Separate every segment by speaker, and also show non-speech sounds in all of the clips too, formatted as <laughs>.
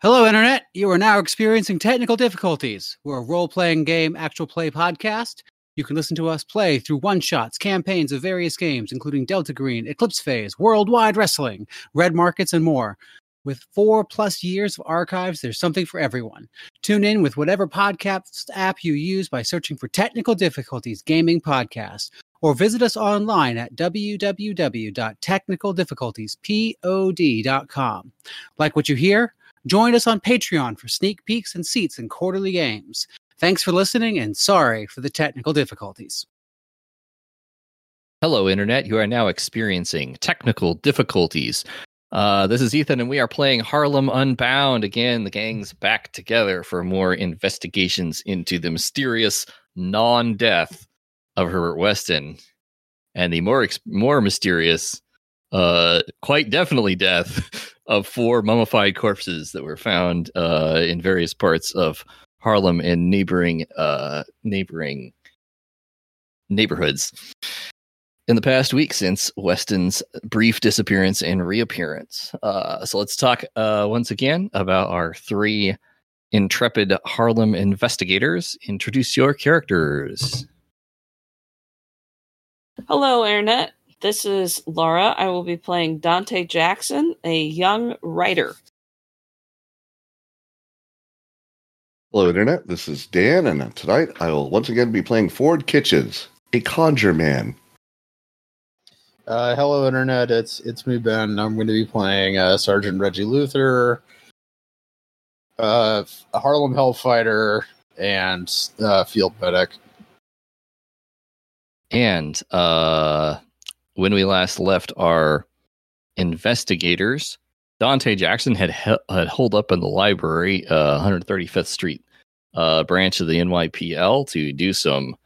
Speaker 1: Hello, Internet. You are now experiencing technical difficulties. We're a role playing game, actual play podcast. You can listen to us play through one shots, campaigns of various games, including Delta Green, Eclipse Phase, Worldwide Wrestling, Red Markets, and more. With four plus years of archives, there's something for everyone. Tune in with whatever podcast app you use by searching for Technical Difficulties Gaming Podcast or visit us online at www.technicaldifficultiespod.com. Like what you hear? Join us on Patreon for sneak peeks and seats in quarterly games. Thanks for listening and sorry for the technical difficulties.
Speaker 2: Hello, Internet. You are now experiencing technical difficulties. Uh, this is Ethan, and we are playing Harlem Unbound. Again, the gang's back together for more investigations into the mysterious non death of Herbert Weston and the more, ex- more mysterious, uh, quite definitely death <laughs> of four mummified corpses that were found uh, in various parts of Harlem and neighboring uh, neighboring neighborhoods in the past week since Weston's brief disappearance and reappearance. Uh, so let's talk uh, once again about our three intrepid Harlem investigators. Introduce your characters.
Speaker 3: Hello, Internet. This is Laura. I will be playing Dante Jackson, a young writer.
Speaker 4: Hello, Internet. This is Dan, and tonight I will once again be playing Ford Kitchens, a conjure man.
Speaker 5: Uh, hello, internet. It's it's me, Ben. I'm going to be playing uh, Sergeant Reggie Luther, uh, Harlem Hellfighter, and uh, Field Medic.
Speaker 2: And uh, when we last left our investigators, Dante Jackson had he- had holed up in the library, uh, 135th Street uh, branch of the NYPL, to do some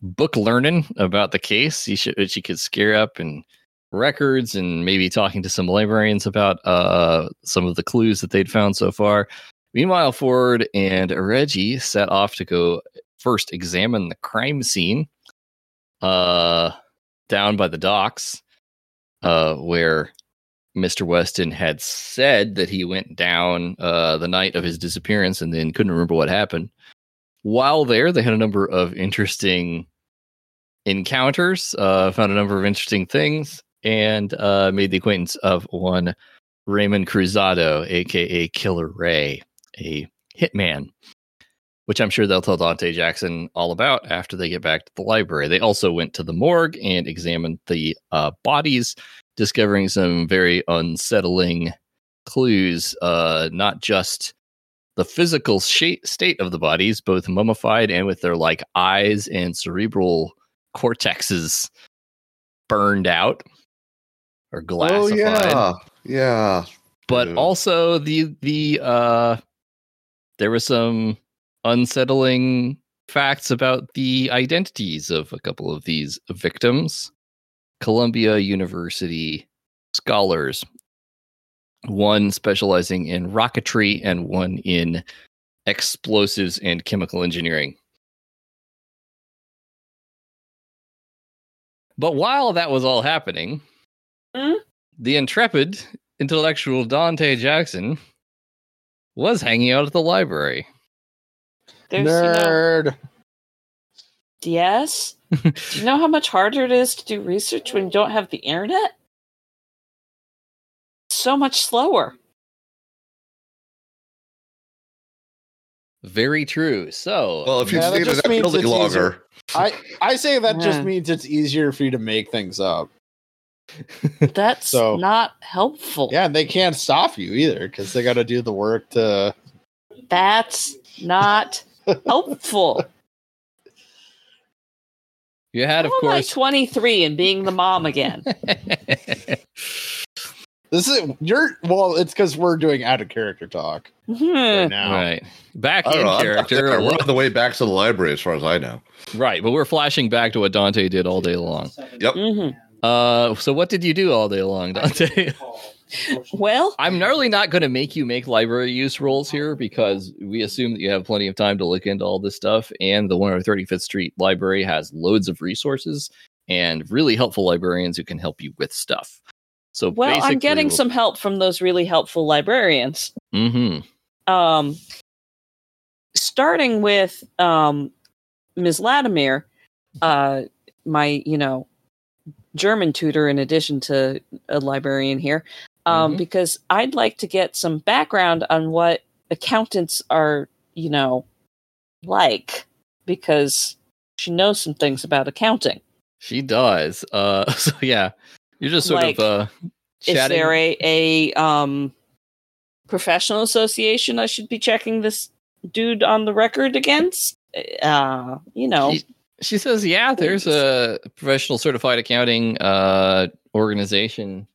Speaker 2: book learning about the case. He should, which he could scare up and records, and maybe talking to some librarians about uh, some of the clues that they'd found so far. Meanwhile, Ford and Reggie set off to go first examine the crime scene uh, down by the docks, uh, where Mr. Weston had said that he went down uh, the night of his disappearance and then couldn't remember what happened. While there, they had a number of interesting encounters, uh, found a number of interesting things, and uh, made the acquaintance of one Raymond Cruzado, aka Killer Ray, a hitman, which I'm sure they'll tell Dante Jackson all about after they get back to the library. They also went to the morgue and examined the uh, bodies discovering some very unsettling clues, uh, not just the physical shape, state of the bodies, both mummified and with their like eyes and cerebral cortexes burned out or glassified,
Speaker 4: Oh yeah, yeah.
Speaker 2: but
Speaker 4: Yeah.
Speaker 2: also the the uh, there were some unsettling facts about the identities of a couple of these victims. Columbia University scholars, one specializing in rocketry and one in explosives and chemical engineering. But while that was all happening,
Speaker 3: Hmm?
Speaker 2: the intrepid intellectual Dante Jackson was hanging out at the library.
Speaker 3: There's, you know,
Speaker 5: Nerd.
Speaker 2: <laughs>
Speaker 3: yes. do you know how much harder it is to do research when you don't have the internet? So much
Speaker 2: <laughs>
Speaker 3: slower.
Speaker 2: Very true. So,
Speaker 4: Well, if you
Speaker 5: Yeah, that
Speaker 4: stayed in
Speaker 5: just
Speaker 4: that
Speaker 5: means
Speaker 4: building
Speaker 5: it's
Speaker 4: longer,
Speaker 5: I I say that just
Speaker 3: Yeah.
Speaker 5: means it's easier for you to make things up.
Speaker 3: That's
Speaker 5: So-
Speaker 3: not helpful.
Speaker 5: Yeah, and they can't stop you either because they got to do the work to.
Speaker 3: That's
Speaker 2: <laughs>
Speaker 3: not helpful.
Speaker 2: you had, of
Speaker 3: How am I
Speaker 2: course, <laughs>
Speaker 3: 23 and being the mom again?
Speaker 5: This is you're well. It's because we're doing out of character talk right
Speaker 3: Hmm.
Speaker 5: now.
Speaker 2: right back
Speaker 4: I
Speaker 2: in
Speaker 4: don't know. I'm-
Speaker 2: character.
Speaker 4: I'm running the way back to the library, as far as I know.
Speaker 2: Right, but we're flashing back to what Dante did all day long.
Speaker 3: Mhm.
Speaker 2: Uh, so what did you do all day long, <laughs> Dante?
Speaker 3: Well,
Speaker 2: I'm really not going to make you make library use rolls here because we assume that you have plenty of time to look into all this stuff, and the 135th Street Library has loads of resources and really helpful librarians who can help you with stuff. So
Speaker 3: well, I'm
Speaker 2: basically
Speaker 3: getting
Speaker 2: we'll-
Speaker 3: some help from those really helpful librarians.
Speaker 2: Mhm.
Speaker 3: um, starting with um, Ms. Latimer, uh, my you know German tutor in addition to a librarian here, um,
Speaker 5: Mhm.
Speaker 3: because I'd like to get some background on what accountants are you know like because she knows some things about accounting.
Speaker 2: She does. Uh, <laughs> so yeah, you're just sort
Speaker 3: Like,
Speaker 2: of uh,
Speaker 3: Is
Speaker 2: chatting.
Speaker 3: there a, a um, professional association I should be checking this dude on the record against? Uh, you know,
Speaker 2: She, she says, "Yeah, there's a professional certified accounting uh, organization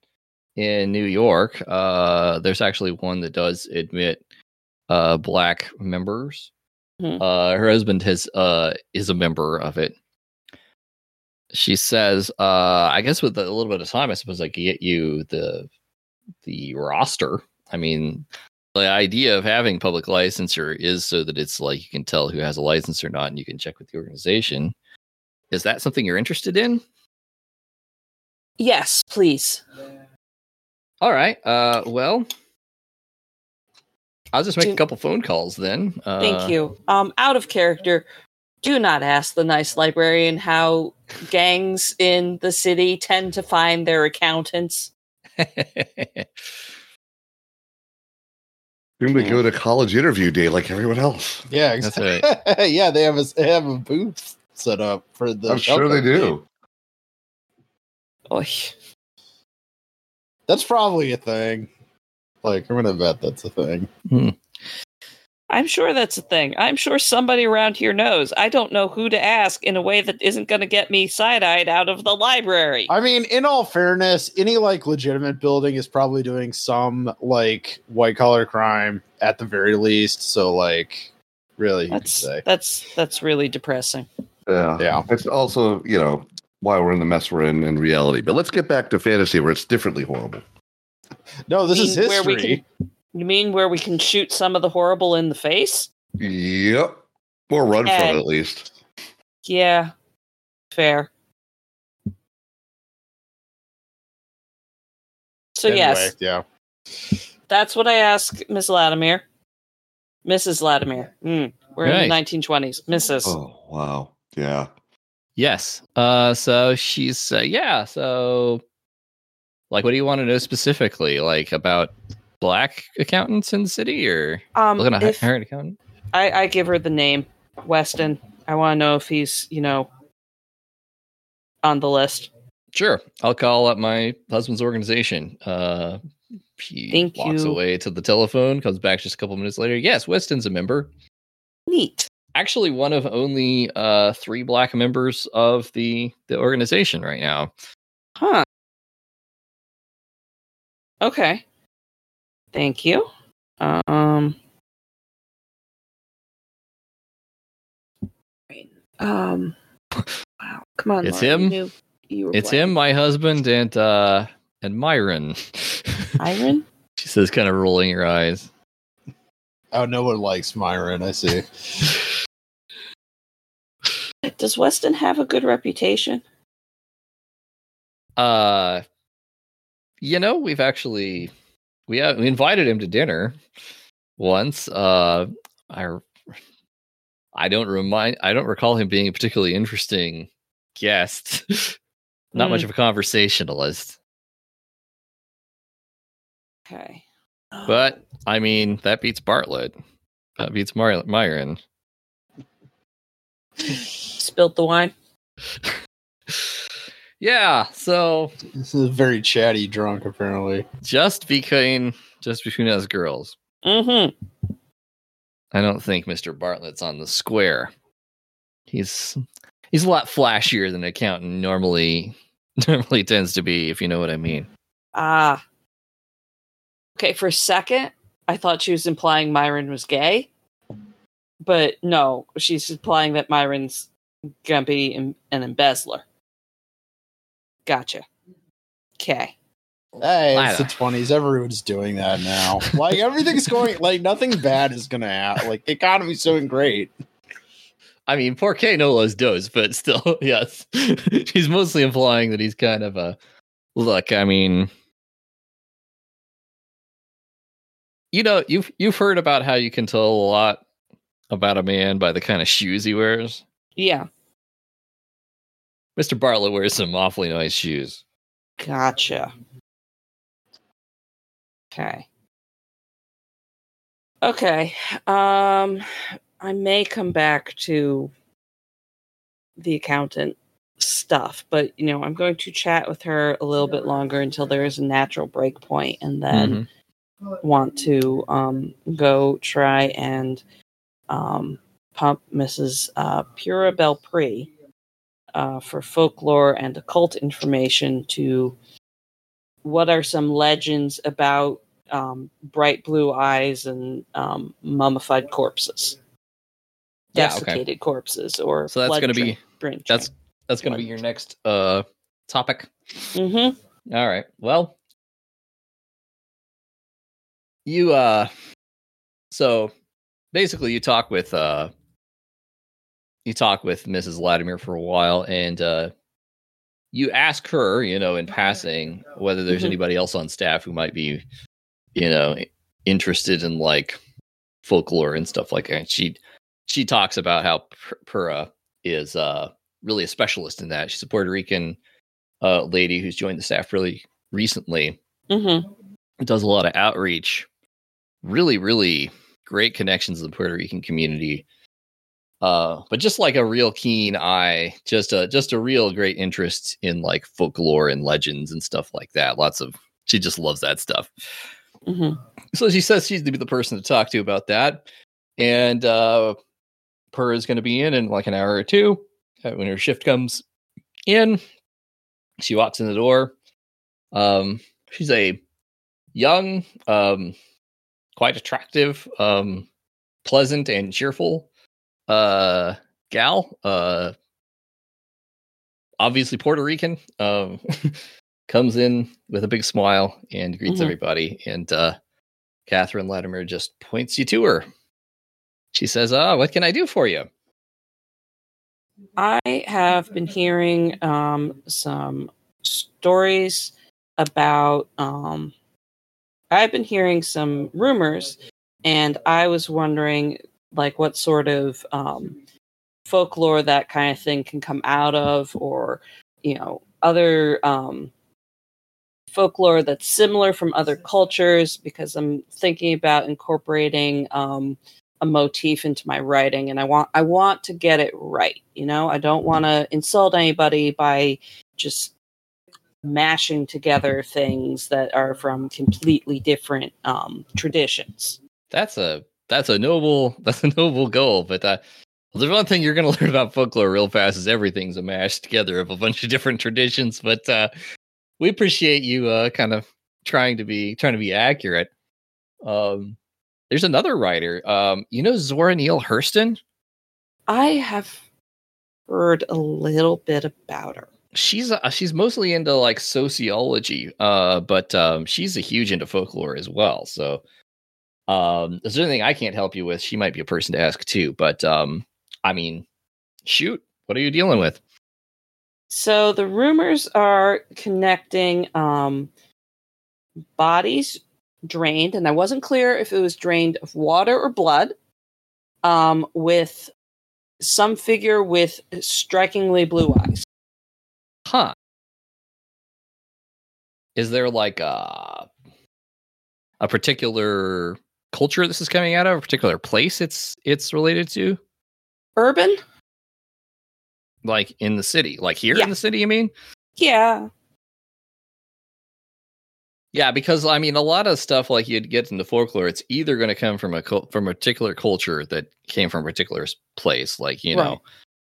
Speaker 2: in New York. Uh, there's actually one that does admit uh, black members.
Speaker 3: Mhm.
Speaker 2: Uh, her husband has uh, is a member of it." She says, uh, "I guess with a little bit of time, I suppose I could get you the the roster. I mean, the idea of having public licensure is so that it's like you can tell who has a license or not and you can check with the organization. Is that something you're interested in?
Speaker 3: yes, please.
Speaker 2: All right. Uh, well, I'll just make
Speaker 3: Do-
Speaker 2: a couple phone calls then. Uh,
Speaker 3: Thank you. Um, out of character, do not ask the nice librarian how gangs in the city tend to find their accountants.
Speaker 2: Uh,
Speaker 4: Soon we go to college interview day like everyone else.
Speaker 5: Yeah,
Speaker 2: That's
Speaker 5: exactly. <laughs> yeah, they have a they have a booth set up for the.
Speaker 4: I'm sure they
Speaker 5: shelter.
Speaker 4: do.
Speaker 3: Oy.
Speaker 5: That's probably a thing. Like I'm gonna bet that's a thing.
Speaker 3: I'm sure that's a thing. I'm sure somebody around here knows. I don't know who to ask in a way that isn't going to get me side eyed out of the library.
Speaker 5: I mean, in all fairness, any like legitimate building is probably doing some like white collar crime at the very least. So like, really, you could
Speaker 3: That's
Speaker 5: say
Speaker 3: that's that's really depressing.
Speaker 4: Yeah.
Speaker 5: yeah.
Speaker 4: It's also, you know, why we're in the mess we're in in reality. But let's get back to fantasy where it's differently horrible.
Speaker 5: No, this is
Speaker 3: Mean where we
Speaker 5: history.
Speaker 3: You mean where we can shoot some of the horrible in the face?
Speaker 4: Yep. Or run from
Speaker 3: And-
Speaker 4: it at least.
Speaker 3: Yeah. Fair. So
Speaker 5: Anyway,
Speaker 3: yes,
Speaker 5: yeah.
Speaker 3: that's what I ask Miss Latimer. Mrs. Latimer. Mm, we're
Speaker 2: Right.
Speaker 3: in the 1920s. Mrs.
Speaker 4: Oh, wow. Yeah.
Speaker 2: <laughs> Yes. Uh, so she's uh, yeah. So, like, what do you want to know specifically? Like about black accountants in the city, or
Speaker 3: Um,
Speaker 2: looking at
Speaker 3: if-
Speaker 2: hiring an accountant?
Speaker 3: I, I give her the name Weston. I want to know if he's, you know, on the list.
Speaker 2: Sure. I'll call up my husband's organization. Uh, he
Speaker 3: Thank
Speaker 2: walks
Speaker 3: you.
Speaker 2: away to the telephone, comes back just a couple minutes later. Yes, Weston's a member.
Speaker 3: Neat.
Speaker 2: Actually, one of only uh, three black members of the, the organization right now.
Speaker 3: Huh. Okay. Thank you. Um. Um. Wow. Come on.
Speaker 2: It's
Speaker 3: Laura, you
Speaker 2: him.
Speaker 3: knew you were
Speaker 2: It's
Speaker 3: black.
Speaker 2: him, my husband, and uh, and Myron. <laughs>
Speaker 3: Myron.
Speaker 2: she says, kind of rolling her eyes.
Speaker 5: Oh, no one likes Myron. I see.
Speaker 3: Does Weston have a good reputation?
Speaker 2: Uh, you know, we've actually we, uh, we invited him to dinner once. Uh, I I don't remind I don't recall him being a particularly interesting guest. <laughs> Not much of a conversationalist,
Speaker 3: Okay.
Speaker 2: but I mean that beats Bartlett. That beats Mar- Myron. <sighs>
Speaker 3: spilled the wine.
Speaker 2: yeah, so
Speaker 5: this is very chatty drunk apparently.
Speaker 2: just between just between us girls,
Speaker 3: Mm-hmm.
Speaker 2: I don't think Mr. Bartlett's on the square. He's he's a lot flashier than an accountant normally <laughs> normally tends to be, if you know what I mean.
Speaker 3: Ah. Okay, for a second, I thought she was implying Myron was gay. But no, she's implying that Myron's gonna be em- an embezzler. Gotcha. Okay.
Speaker 5: Hey, it's the
Speaker 2: Lila.
Speaker 5: twenties. Everyone's doing that now. Like everything's going like nothing bad is gonna happen. Like the economy's doing great.
Speaker 2: I mean, poor K Nola's does, but still, <laughs> yes, she's mostly implying that he's kind of a look. I mean, you know you've you've heard about how you can tell a lot about a man by the kind of shoes he wears.
Speaker 3: Yeah.
Speaker 2: Mr. Bartlett wears some awfully nice shoes.
Speaker 3: Gotcha. Okay. Okay. Um I may come back to the accountant stuff, but you know, I'm going to chat with her a little bit longer until there is a natural break point and then
Speaker 2: Mhm.
Speaker 3: want to um go try and um pump Mrs. uh Pura Belpre uh for folklore and occult information to what are some legends about um, bright blue eyes and um, mummified corpses,
Speaker 2: Yeah, okay.
Speaker 3: desiccated corpses, or
Speaker 2: So that's
Speaker 3: blood
Speaker 2: going to
Speaker 3: drain-
Speaker 2: be
Speaker 3: drain
Speaker 2: that's that's going to be your next uh topic.
Speaker 3: drain. Mhm.
Speaker 2: All right. Well, you uh so basically you talk with uh you talk with Mrs. Latimer for a while and uh you ask her, you know, in passing whether there's
Speaker 3: Mhm.
Speaker 2: anybody else on staff who might be you know interested in like folklore and stuff like that. And she she talks about how Pur- Pura is uh really a specialist in that. She's a Puerto Rican uh, lady who's joined the staff really recently.
Speaker 3: Mhm.
Speaker 2: Does a lot of outreach. Really, really great connections in the Puerto Rican community. Uh, but just like a real keen eye, just a just a real great interest in like folklore and legends and stuff like that. Lots of she just loves that stuff.
Speaker 3: Mhm.
Speaker 2: So she says she's to be the person to talk to about that. And uh Per is gonna be in in like an hour or two. Uh, When her shift comes in, she walks in the door. Um she's a young, um quite attractive, um pleasant and cheerful uh gal. Uh obviously Puerto Rican. Um <laughs> comes in with a big smile and greets
Speaker 3: Mhm.
Speaker 2: everybody and uh Catherine Latimer just points you to her. She says, "Ah, what can I do for you?"
Speaker 3: I have been hearing um, some stories about. Um, I've been hearing some rumors, and I was wondering, like, what sort of um, folklore that kind of thing can come out of, or you know, other um, folklore that's similar from other cultures. Because I'm thinking about incorporating um, a motif into my writing and I want I want to get it right, you know? I don't want to insult anybody by just mashing together things that are from completely different um traditions.
Speaker 2: That's a that's a noble <laughs> that's a noble goal, but uh, well, there's one thing you're going to <laughs> learn about folklore real fast is everything's a mash together of a bunch of different traditions. But uh, we appreciate you uh, kind of trying to be trying to be accurate. Um, there's another writer, um, you know, Zora Neale Hurston.
Speaker 3: I have heard a little bit about her.
Speaker 2: she's uh, she's mostly into like sociology uh but um she's a huge into folklore as well so um is there anything i can't help you with she might be a person to ask too but um i mean shoot what are you dealing with
Speaker 3: So the rumors are connecting um, bodies drained, and I wasn't clear if it was drained of water or blood, um, with some figure with strikingly blue eyes.
Speaker 2: huh is there like a a particular culture this is coming out of a particular place it's it's related to
Speaker 3: Urban?
Speaker 2: like in the city like here
Speaker 3: Yeah.
Speaker 2: in the city you mean
Speaker 3: Yeah.
Speaker 2: Yeah, because I mean, a lot of stuff like you'd get into folklore, it's either going to come from a cul- from a particular culture that came from a particular s- place, like you
Speaker 3: Right.
Speaker 2: know,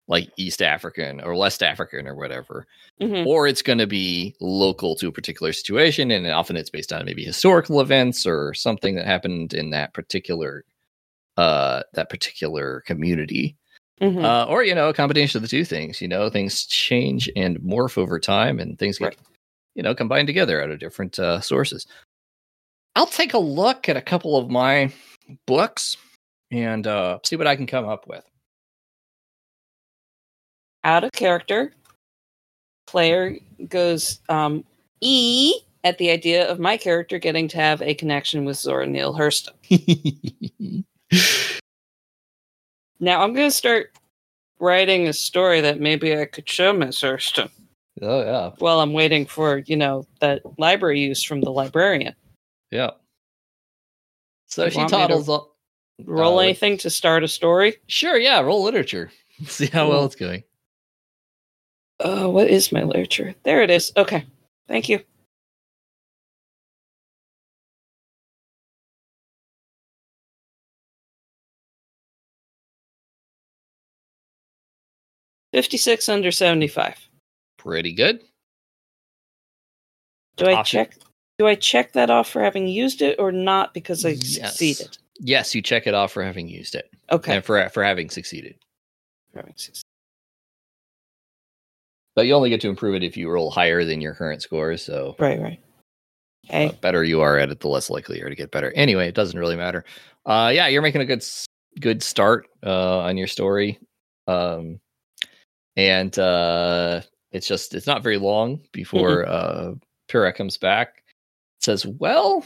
Speaker 2: like East African or West African or whatever,
Speaker 3: Mhm.
Speaker 2: or it's going to be local to a particular situation, and often it's based on maybe historical events or something that happened in that particular uh that particular community.
Speaker 3: Mhm.
Speaker 2: Uh, or you know, a combination of the two things. You know, things change and morph over time, and things get
Speaker 3: Right.
Speaker 2: you know combined together out of different uh, sources. I'll take a look at a couple of my books and uh, see what I can come up with.
Speaker 3: <laughs> Out of character. Player goes um, E at the idea of my character getting to have a connection with Zora Neale Hurston.
Speaker 2: Oh,
Speaker 3: Now I'm going to start writing a story that maybe I could show Miss Hurston
Speaker 2: oh yeah,
Speaker 3: while I'm waiting for, you know, that library use from the librarian.
Speaker 2: yeah. So
Speaker 3: You
Speaker 2: she
Speaker 3: want me to
Speaker 2: toddles up.
Speaker 3: Roll
Speaker 2: Uh, like-
Speaker 3: anything to start a story.
Speaker 2: Sure, yeah. Roll literature. <laughs> See how well it's going.
Speaker 3: Oh, what is my literature? There it is. Okay. Thank you. Fifty-six under seventy-five.
Speaker 2: Pretty good.
Speaker 3: Do I
Speaker 2: Awesome.
Speaker 3: check? Do I check that off for having used it or not because I
Speaker 2: Yes.
Speaker 3: succeeded?
Speaker 2: Yes, you check it off for having used it
Speaker 3: Okay.
Speaker 2: and for for having succeeded.
Speaker 3: For having succeeded.
Speaker 2: But you only get to improve it if you roll higher than your current score. So
Speaker 3: Right, right.
Speaker 2: the
Speaker 3: Okay.
Speaker 2: uh, better you are at it, the less likely you are to get better. Anyway, it doesn't really matter. Uh, yeah, you're making a good s- good start uh, on your story, um, and uh, it's just it's not very long before uh, Pyrrha comes back. Says, "Well,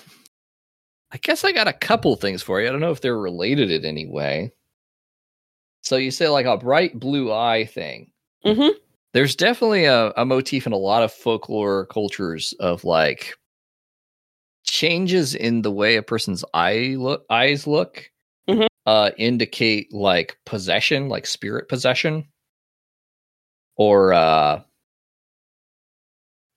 Speaker 2: I guess I got a couple things for you. I don't know if they're related in any way." So you say like a bright blue eye thing
Speaker 3: Mm-hmm.
Speaker 2: there's definitely a, a motif in a lot of folklore cultures of like changes in the way a person's eye look eyes look
Speaker 3: Mhm.
Speaker 2: uh indicate like possession like spirit possession or uh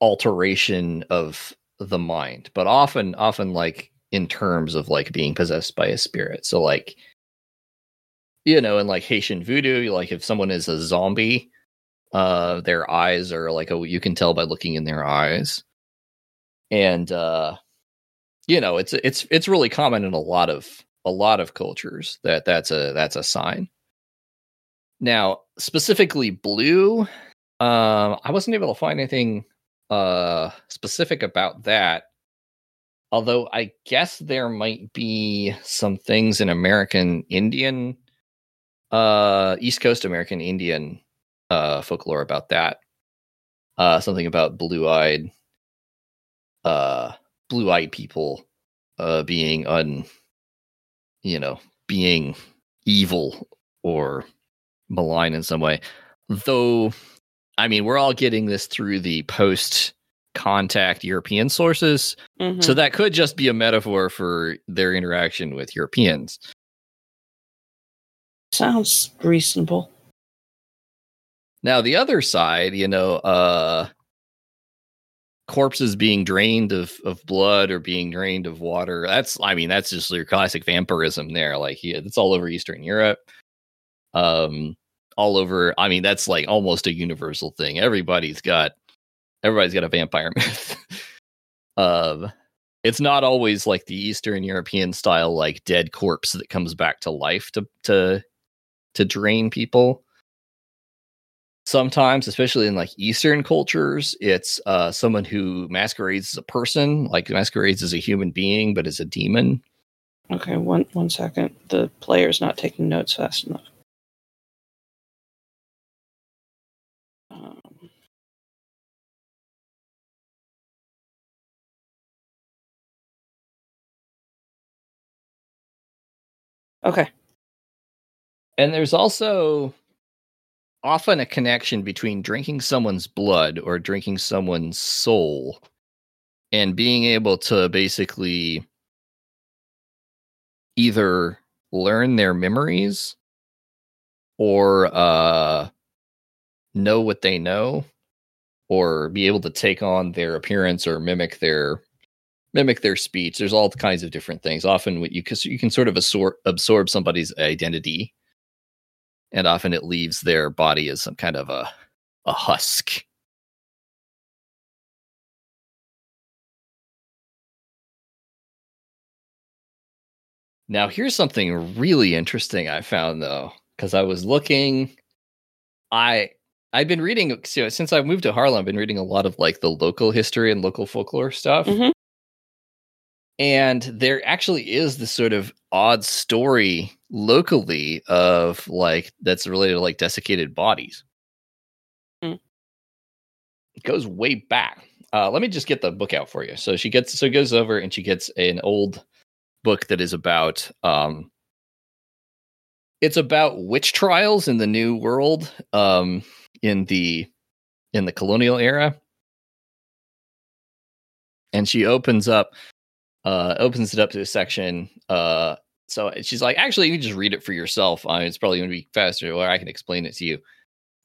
Speaker 2: alteration of the mind but often often like in terms of like being possessed by a spirit so like you know in like haitian voodoo like if someone is a zombie uh their eyes are like a you can tell by looking in their eyes and uh you know it's it's it's really common in a lot of a lot of cultures that that's a that's a sign now specifically blue um i wasn't able to find anything uh specific about that although i guess there might be some things in american indian uh east coast american indian uh, folklore about that. Uh, something about blue-eyed, uh, blue-eyed people uh, being un, you know, being evil or malign in some way. Though, I mean, we're all getting this through the post-contact European sources,
Speaker 3: Mm-hmm.
Speaker 2: so that could just be a metaphor for their interaction with Europeans.
Speaker 3: sounds reasonable.
Speaker 2: Now the other side, you know, uh corpses being drained of of blood or being drained of water. That's I mean, that's just your classic vampirism there. Like yeah, it's all over Eastern Europe. Um all over I mean, that's like almost a universal thing. Everybody's got everybody's got a vampire <laughs> myth. um it's not always like the Eastern European style like dead corpse that comes back to life to to to drain people sometimes especially in like eastern cultures it's uh someone who masquerades as a person like masquerades as a human being but is a demon
Speaker 3: Okay, one one second. The player's not taking notes fast enough. Um, Okay.
Speaker 2: and there's also often a connection between drinking someone's blood or drinking someone's soul and being able to basically either learn their memories or uh know what they know or be able to take on their appearance or mimic their mimic their speech there's all kinds of different things often what you cuz you can sort of absorb, absorb somebody's identity and often it leaves their body as some kind of a a husk now here's something really interesting i found though cuz i was looking i I've been reading so since I moved to Harlem. I've been reading a lot of like the local history and local folklore stuff,
Speaker 3: Mhm.
Speaker 2: and there actually is this sort of odd story locally of like that's related to like desiccated bodies.
Speaker 3: Hmm.
Speaker 2: It goes way back. Uh, let me just get the book out for you. So she gets so goes over and she gets an old book that is about um it's about witch trials in the new world um in the in the colonial era. And she opens up uh opens it up to a section uh so she's like, actually, you just read it for yourself. I mean, it's probably going to be faster, or I can explain it to you.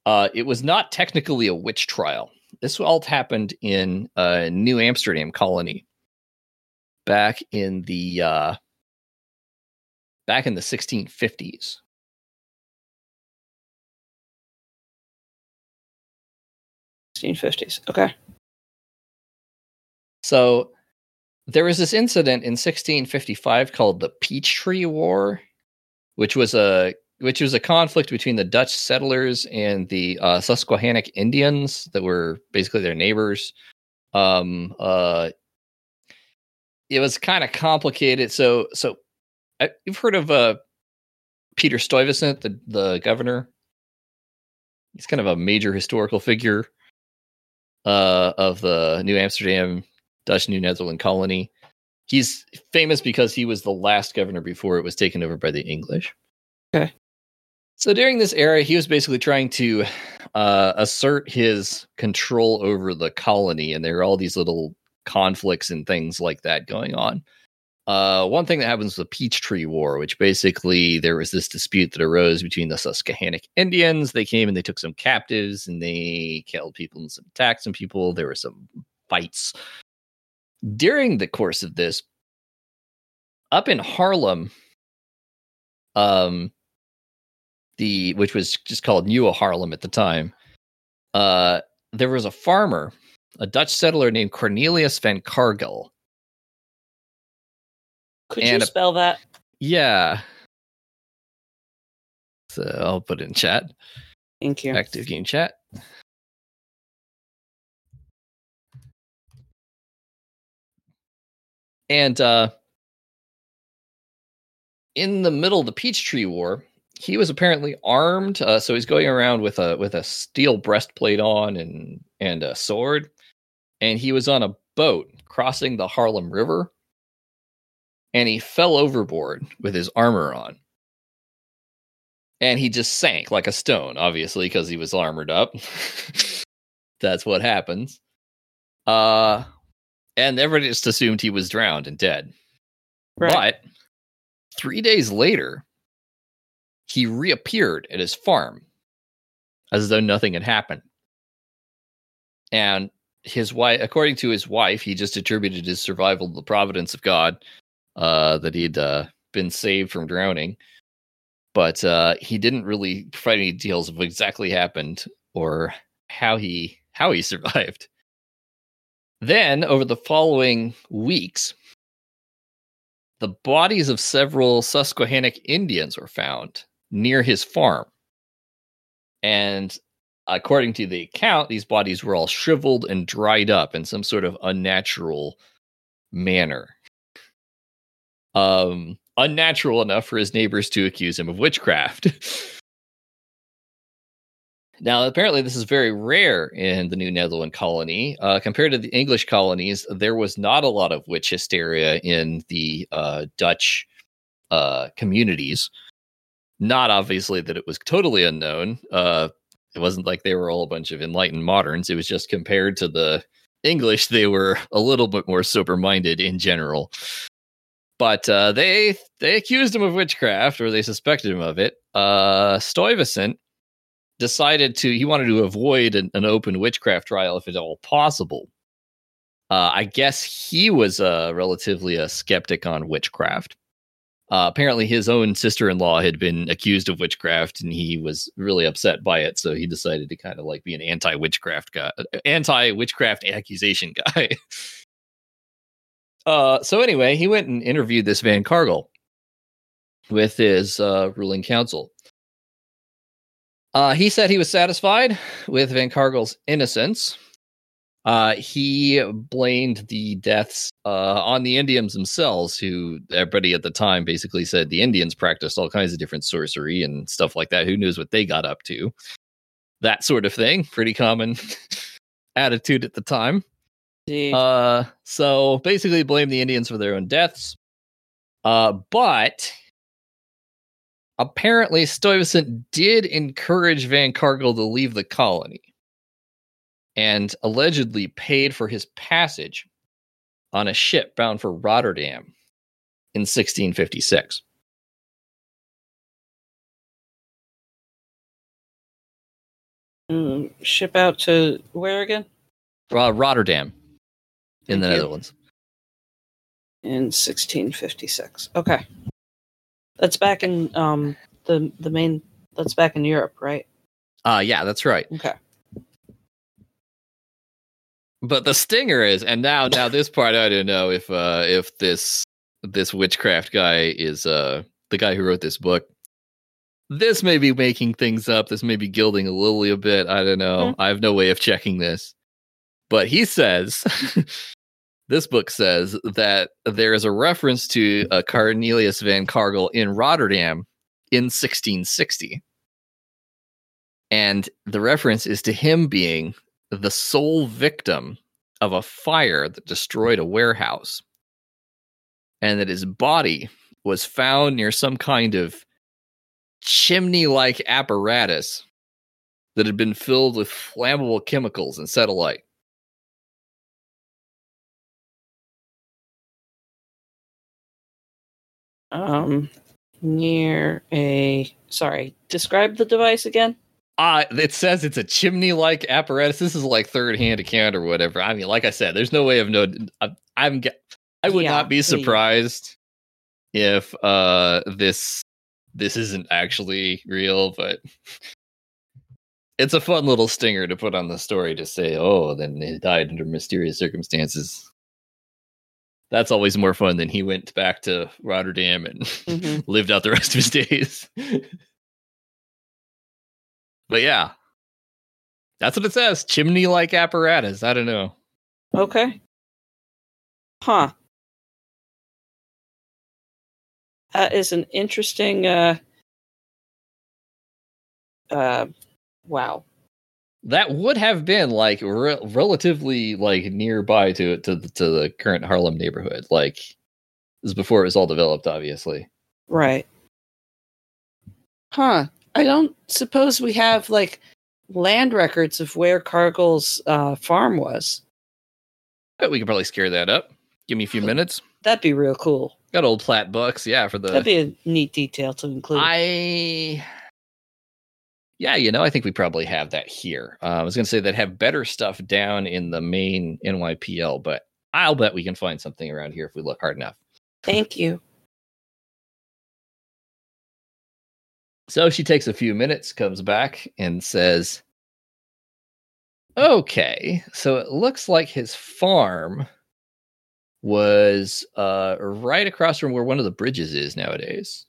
Speaker 2: Uh, it was not technically a witch trial. This all happened in uh, New Amsterdam colony back in the uh, back in the 1650s.
Speaker 3: Sixteen fifties. Okay.
Speaker 2: So there was this incident in 1655 called the Peachtree War, which was a which was a conflict between the Dutch settlers and the uh, Susquehannock Indians that were basically their neighbors. Um, uh, it was kind of complicated. So, so I, you've heard of uh, Peter Stuyvesant, the the governor. He's kind of a major historical figure uh, of the New Amsterdam Dutch New Netherland colony. He's famous because he was the last governor before it was taken over by the English.
Speaker 3: Okay.
Speaker 2: So during this era, he was basically trying to uh, assert his control over the colony, and there are all these little conflicts and things like that going on. Uh, one thing that happens with the Peachtree War, which basically there was this dispute that arose between the Susquehannock Indians. They came and they took some captives and they killed people and some attacked some people. There were some fights during the course of this up in harlem um the which was just called new harlem at the time uh there was a farmer a dutch settler named cornelius van cargill
Speaker 3: Could
Speaker 2: And a-
Speaker 3: you spell that?
Speaker 2: yeah so i'll put it in chat
Speaker 3: Thank you.
Speaker 2: active game chat. And uh, in the middle of the Peachtree War, he was apparently armed, uh, so he's going around with a with a steel breastplate on and and a sword, and he was on a boat crossing the Harlem River, and he fell overboard with his armor on and he just sank like a stone obviously because he was armored up <laughs> that's what happens uh and everybody just assumed he was drowned and dead
Speaker 3: Right.
Speaker 2: but three days later he reappeared at his farm as though nothing had happened and his wife according to his wife he just attributed his survival to the providence of god uh that he'd uh, been saved from drowning but uh, he didn't really provide any details of what exactly happened or how he how he <laughs> survived. Then, over the following weeks, the bodies of several Susquehannock Indians were found near his farm, and according to the account, these bodies were all shriveled and dried up in some sort of unnatural manner um, unnatural enough for his neighbors to accuse him of witchcraft. <laughs> now, apparently, this is very rare in the New Netherland colony. Uh, compared to the English colonies, there was not a lot of witch hysteria in the uh, Dutch uh, communities. Not obviously that it was totally unknown. Uh, it wasn't like they were all a bunch of enlightened moderns. It was just compared to the English, they were a little bit more sober minded in general but uh, they they accused him of witchcraft or they suspected him of it. Uh, Stuyvesant decided to he wanted to avoid an, an open witchcraft trial if at all possible. Uh, I guess he was uh, relatively a skeptic on witchcraft. Uh, apparently, his own sister-in-law had been accused of witchcraft, and he was really upset by it. So he decided to kind of like be an anti-witchcraft guy, uh, anti-witchcraft accusation <laughs> guy. Uh, so anyway, he went and interviewed this Van Cargill with his uh, ruling council. Uh, he said he was satisfied with Van Cargill's innocence. Uh, he blamed the deaths uh, on the Indians themselves, who everybody at the time basically said the Indians practiced all kinds of different sorcery and stuff like that. Who knows what they got up to? <laughs> That sort of thing. Pretty common attitude at the time.
Speaker 3: Gee.
Speaker 2: Uh, so basically, blame the Indians for their own deaths. Uh, but apparently, Stuyvesant did encourage Van Cargill to leave the colony, and allegedly paid for his passage on a ship bound for Rotterdam in 1656.
Speaker 3: Mm, ship out to where again?
Speaker 2: Uh, Rotterdam in
Speaker 3: Thank
Speaker 2: the
Speaker 3: you.
Speaker 2: Netherlands.
Speaker 3: In 1656. Okay. That's back in um the the main that's back in Europe, right?
Speaker 2: Uh, yeah, that's right.
Speaker 3: Okay.
Speaker 2: But the stinger is, and now now this part I don't know if uh if this this witchcraft guy is uh the guy who wrote this book. This may be making things up. This may be gilding a little a bit. I don't know. I have no way of checking this. But he says <laughs> this book says that there is a reference to uh, Cornelius van Cargill in Rotterdam in 1660. And the reference is to him being the sole victim of a fire that destroyed a warehouse, and that his body was found near some kind of chimney like apparatus that had been filled with flammable chemicals and set alight.
Speaker 3: Um near a sorry, describe the device again.
Speaker 2: Ah, it says it's a chimney-like apparatus. This is like third-hand account or whatever. I mean, like I said, there's no way of no. I, I'm. ge- I would
Speaker 3: Yeah,
Speaker 2: not be
Speaker 3: please.
Speaker 2: surprised if uh this this isn't actually real, but <laughs> it's a fun little stinger to put on the story to say, oh, then he died under mysterious circumstances. That's always more fun than he went back to Rotterdam and <laughs>
Speaker 3: Mhm.
Speaker 2: lived out the rest of his days. but yeah, that's what it says. Chimney like apparatus. I don't know.
Speaker 3: Okay. Huh. That is an interesting uh uh wow.
Speaker 2: That would have been like re- relatively like nearby to to the- to the current Harlem neighborhood. Like this is before it was all developed, obviously.
Speaker 3: Right. Huh. I don't suppose we have like land records of where Cargill's uh, farm was.
Speaker 2: But we could probably scare that up. Give me a few minutes.
Speaker 3: That'd be real cool.
Speaker 2: Got old plat bucks, yeah, for
Speaker 3: That'd
Speaker 2: the
Speaker 3: be a neat detail to include.
Speaker 2: Uh, I yeah, you know, I think we probably have that here. Uh, I was gonna say that have better stuff down in the main NYPL, but I'll bet we can find something around here if we look hard enough.
Speaker 3: Thank you.
Speaker 2: So she takes a few minutes, comes back, and says, Okay, so it looks like his farm was uh, right across from where one of the bridges is nowadays.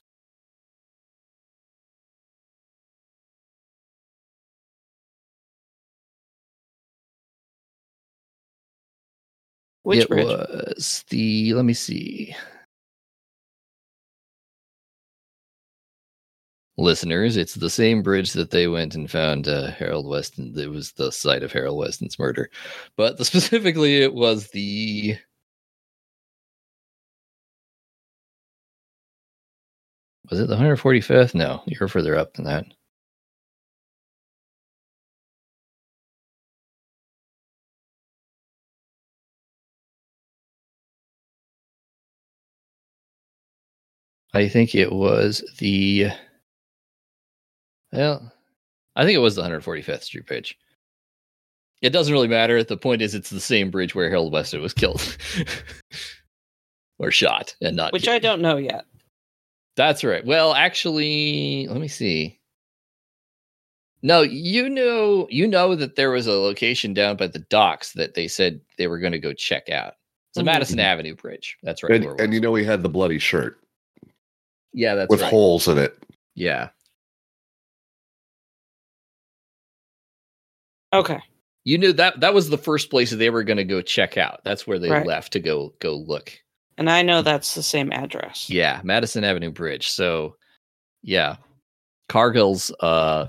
Speaker 3: Which
Speaker 2: it
Speaker 3: bridge?
Speaker 2: was the let me see. Listeners, it's the same bridge that they went and found uh, Harold Weston. It was the site of Harold Weston's murder, but <laughs> specifically, it was the was it the 145th? No, you're further up than that. I think it was the well, I think it was the 145th Street bridge. It doesn't really matter. The point is, it's the same bridge where Harold Weston was killed <laughs> or shot, and not
Speaker 3: Which
Speaker 2: killed.
Speaker 3: I don't know yet.
Speaker 2: That's right. Well, actually, let me see. No, you know, you know that there was a location down by the docks that they said they were going to go check out. It's the
Speaker 3: Mhm.
Speaker 2: Madison Avenue Bridge. That's right.
Speaker 4: And,
Speaker 2: where it
Speaker 4: and
Speaker 2: was.
Speaker 4: you know he had the bloody shirt
Speaker 2: yeah, that's
Speaker 4: with
Speaker 2: right.
Speaker 4: holes in it.
Speaker 2: yeah,
Speaker 3: Okay.
Speaker 2: you knew that that was the first place that they were going to go check out. That's where they
Speaker 3: Right.
Speaker 2: left to go go look.
Speaker 3: And I know that's the same address.
Speaker 2: Yeah, Madison Avenue Bridge. So, yeah, Cargill's uh,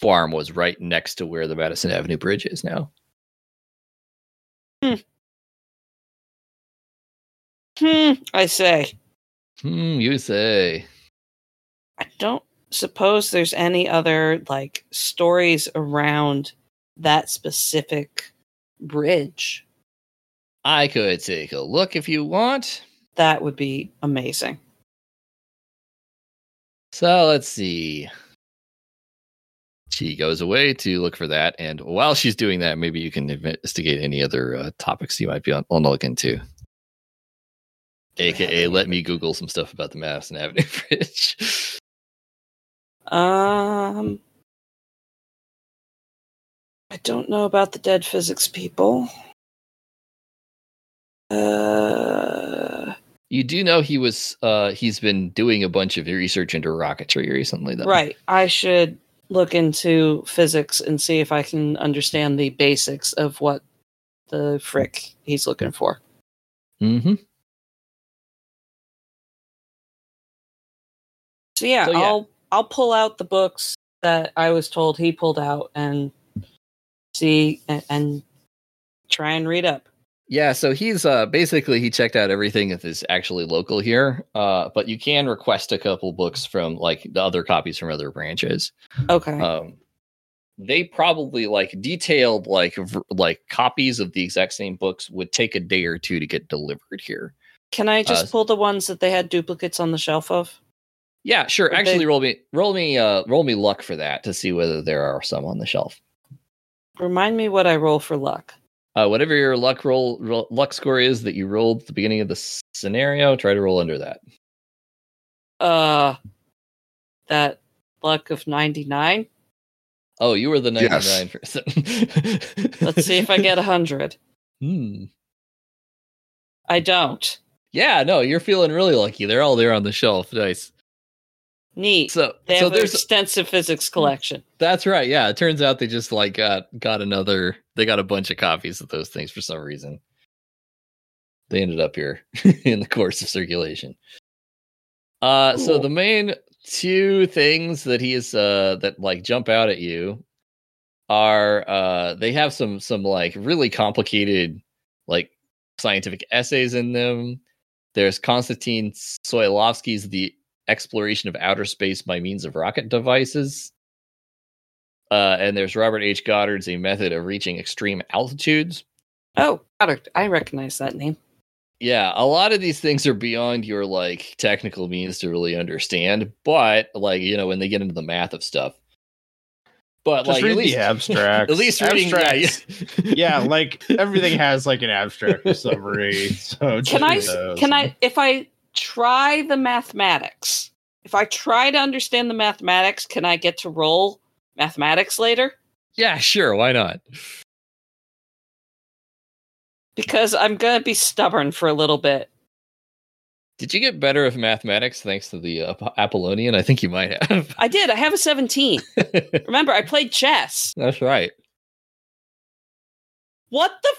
Speaker 2: farm was right next to where the Madison Avenue Bridge is now.
Speaker 3: Hmm. Hmm, I say.
Speaker 2: Hmm, you say.
Speaker 3: I don't suppose there's any other like stories around that specific bridge.
Speaker 2: I could take a look if you want.
Speaker 3: That would be amazing.
Speaker 2: So let's see. She goes away to look for that, and while she's doing that, maybe you can investigate any other uh, topics you might be on, on the look into. AKA, let me Google some stuff about the Madison Avenue <laughs> Bridge.
Speaker 3: Um I don't know about the dead physics people. Uh
Speaker 2: you do know he was uh, he's been doing a bunch of research into rocketry recently, though.
Speaker 3: Right. I should look into physics and see if I can understand the basics of what the frick he's looking for.
Speaker 2: Mm-hmm.
Speaker 3: So yeah,
Speaker 2: So, yeah.
Speaker 3: I'll I'll pull out the books that I was told he pulled out and see and, and try and read up.
Speaker 2: Yeah, so he's uh basically he checked out everything that is actually local here. Uh, but you can request a couple books from like the other copies from other branches.
Speaker 3: Okay.
Speaker 2: Um, they probably like detailed like v- like copies of the exact same books would take a day or two to get delivered here.
Speaker 3: can I just
Speaker 2: uh,
Speaker 3: pull the ones that they had duplicates on the shelf of?
Speaker 2: Yeah, sure.
Speaker 3: But
Speaker 2: Actually,
Speaker 3: they-
Speaker 2: roll me roll me uh roll me luck for that to see whether there are some on the shelf.
Speaker 3: Remind me what I roll for luck.
Speaker 2: Uh, whatever your luck roll, roll luck score is that you rolled at the beginning of the s- scenario, try to roll under that.
Speaker 3: Uh that luck of 99.
Speaker 2: Oh, you were the
Speaker 4: Yes.
Speaker 2: 99 person. <laughs>
Speaker 3: Let's see if I get a 100.
Speaker 2: Hmm.
Speaker 3: I don't.
Speaker 2: Yeah, no, you're feeling really lucky. They're all there on the shelf. Nice.
Speaker 3: Neat.
Speaker 2: So,
Speaker 3: they
Speaker 2: so
Speaker 3: have an
Speaker 2: there's
Speaker 3: extensive physics collection.
Speaker 2: that's right. Yeah, it turns out they just like got got another. They got a bunch of copies of those things for some reason. They ended up here <laughs> in the course of circulation. Uh, so
Speaker 3: Cool.
Speaker 2: the main two things that he is uh that like jump out at you are uh they have some some like really complicated like scientific essays in them. There's Konstantin Soilovsky's The Exploration of Outer Space by Means of Rocket Devices. Uh, and there's Robert H. Goddard's A Method of Reaching Extreme Altitudes.
Speaker 3: Oh, product. I recognize that name.
Speaker 2: Yeah, a lot of these things are beyond your like technical means to really understand, but like, you know, when they get into the math of stuff. But
Speaker 5: Just
Speaker 2: like
Speaker 5: read
Speaker 2: at
Speaker 5: the <laughs>
Speaker 2: least <laughs>
Speaker 5: abstracts.
Speaker 2: At least reading
Speaker 5: Abstracts. <laughs>
Speaker 2: <laughs>
Speaker 5: yeah, like everything has like an abstract or summary. <laughs> So just
Speaker 3: Can I
Speaker 5: read those.
Speaker 3: can I if I try the mathematics? If I try to understand the mathematics, can I get to roll mathematics later?
Speaker 2: Yeah, sure, why not?
Speaker 3: Because I'm going to be stubborn for a little bit.
Speaker 2: Did you get better of mathematics thanks to the uh, Apollonian? I think you might have. <laughs>
Speaker 3: I did. I have a 17. Remember, I played chess.
Speaker 2: That's right.
Speaker 3: What the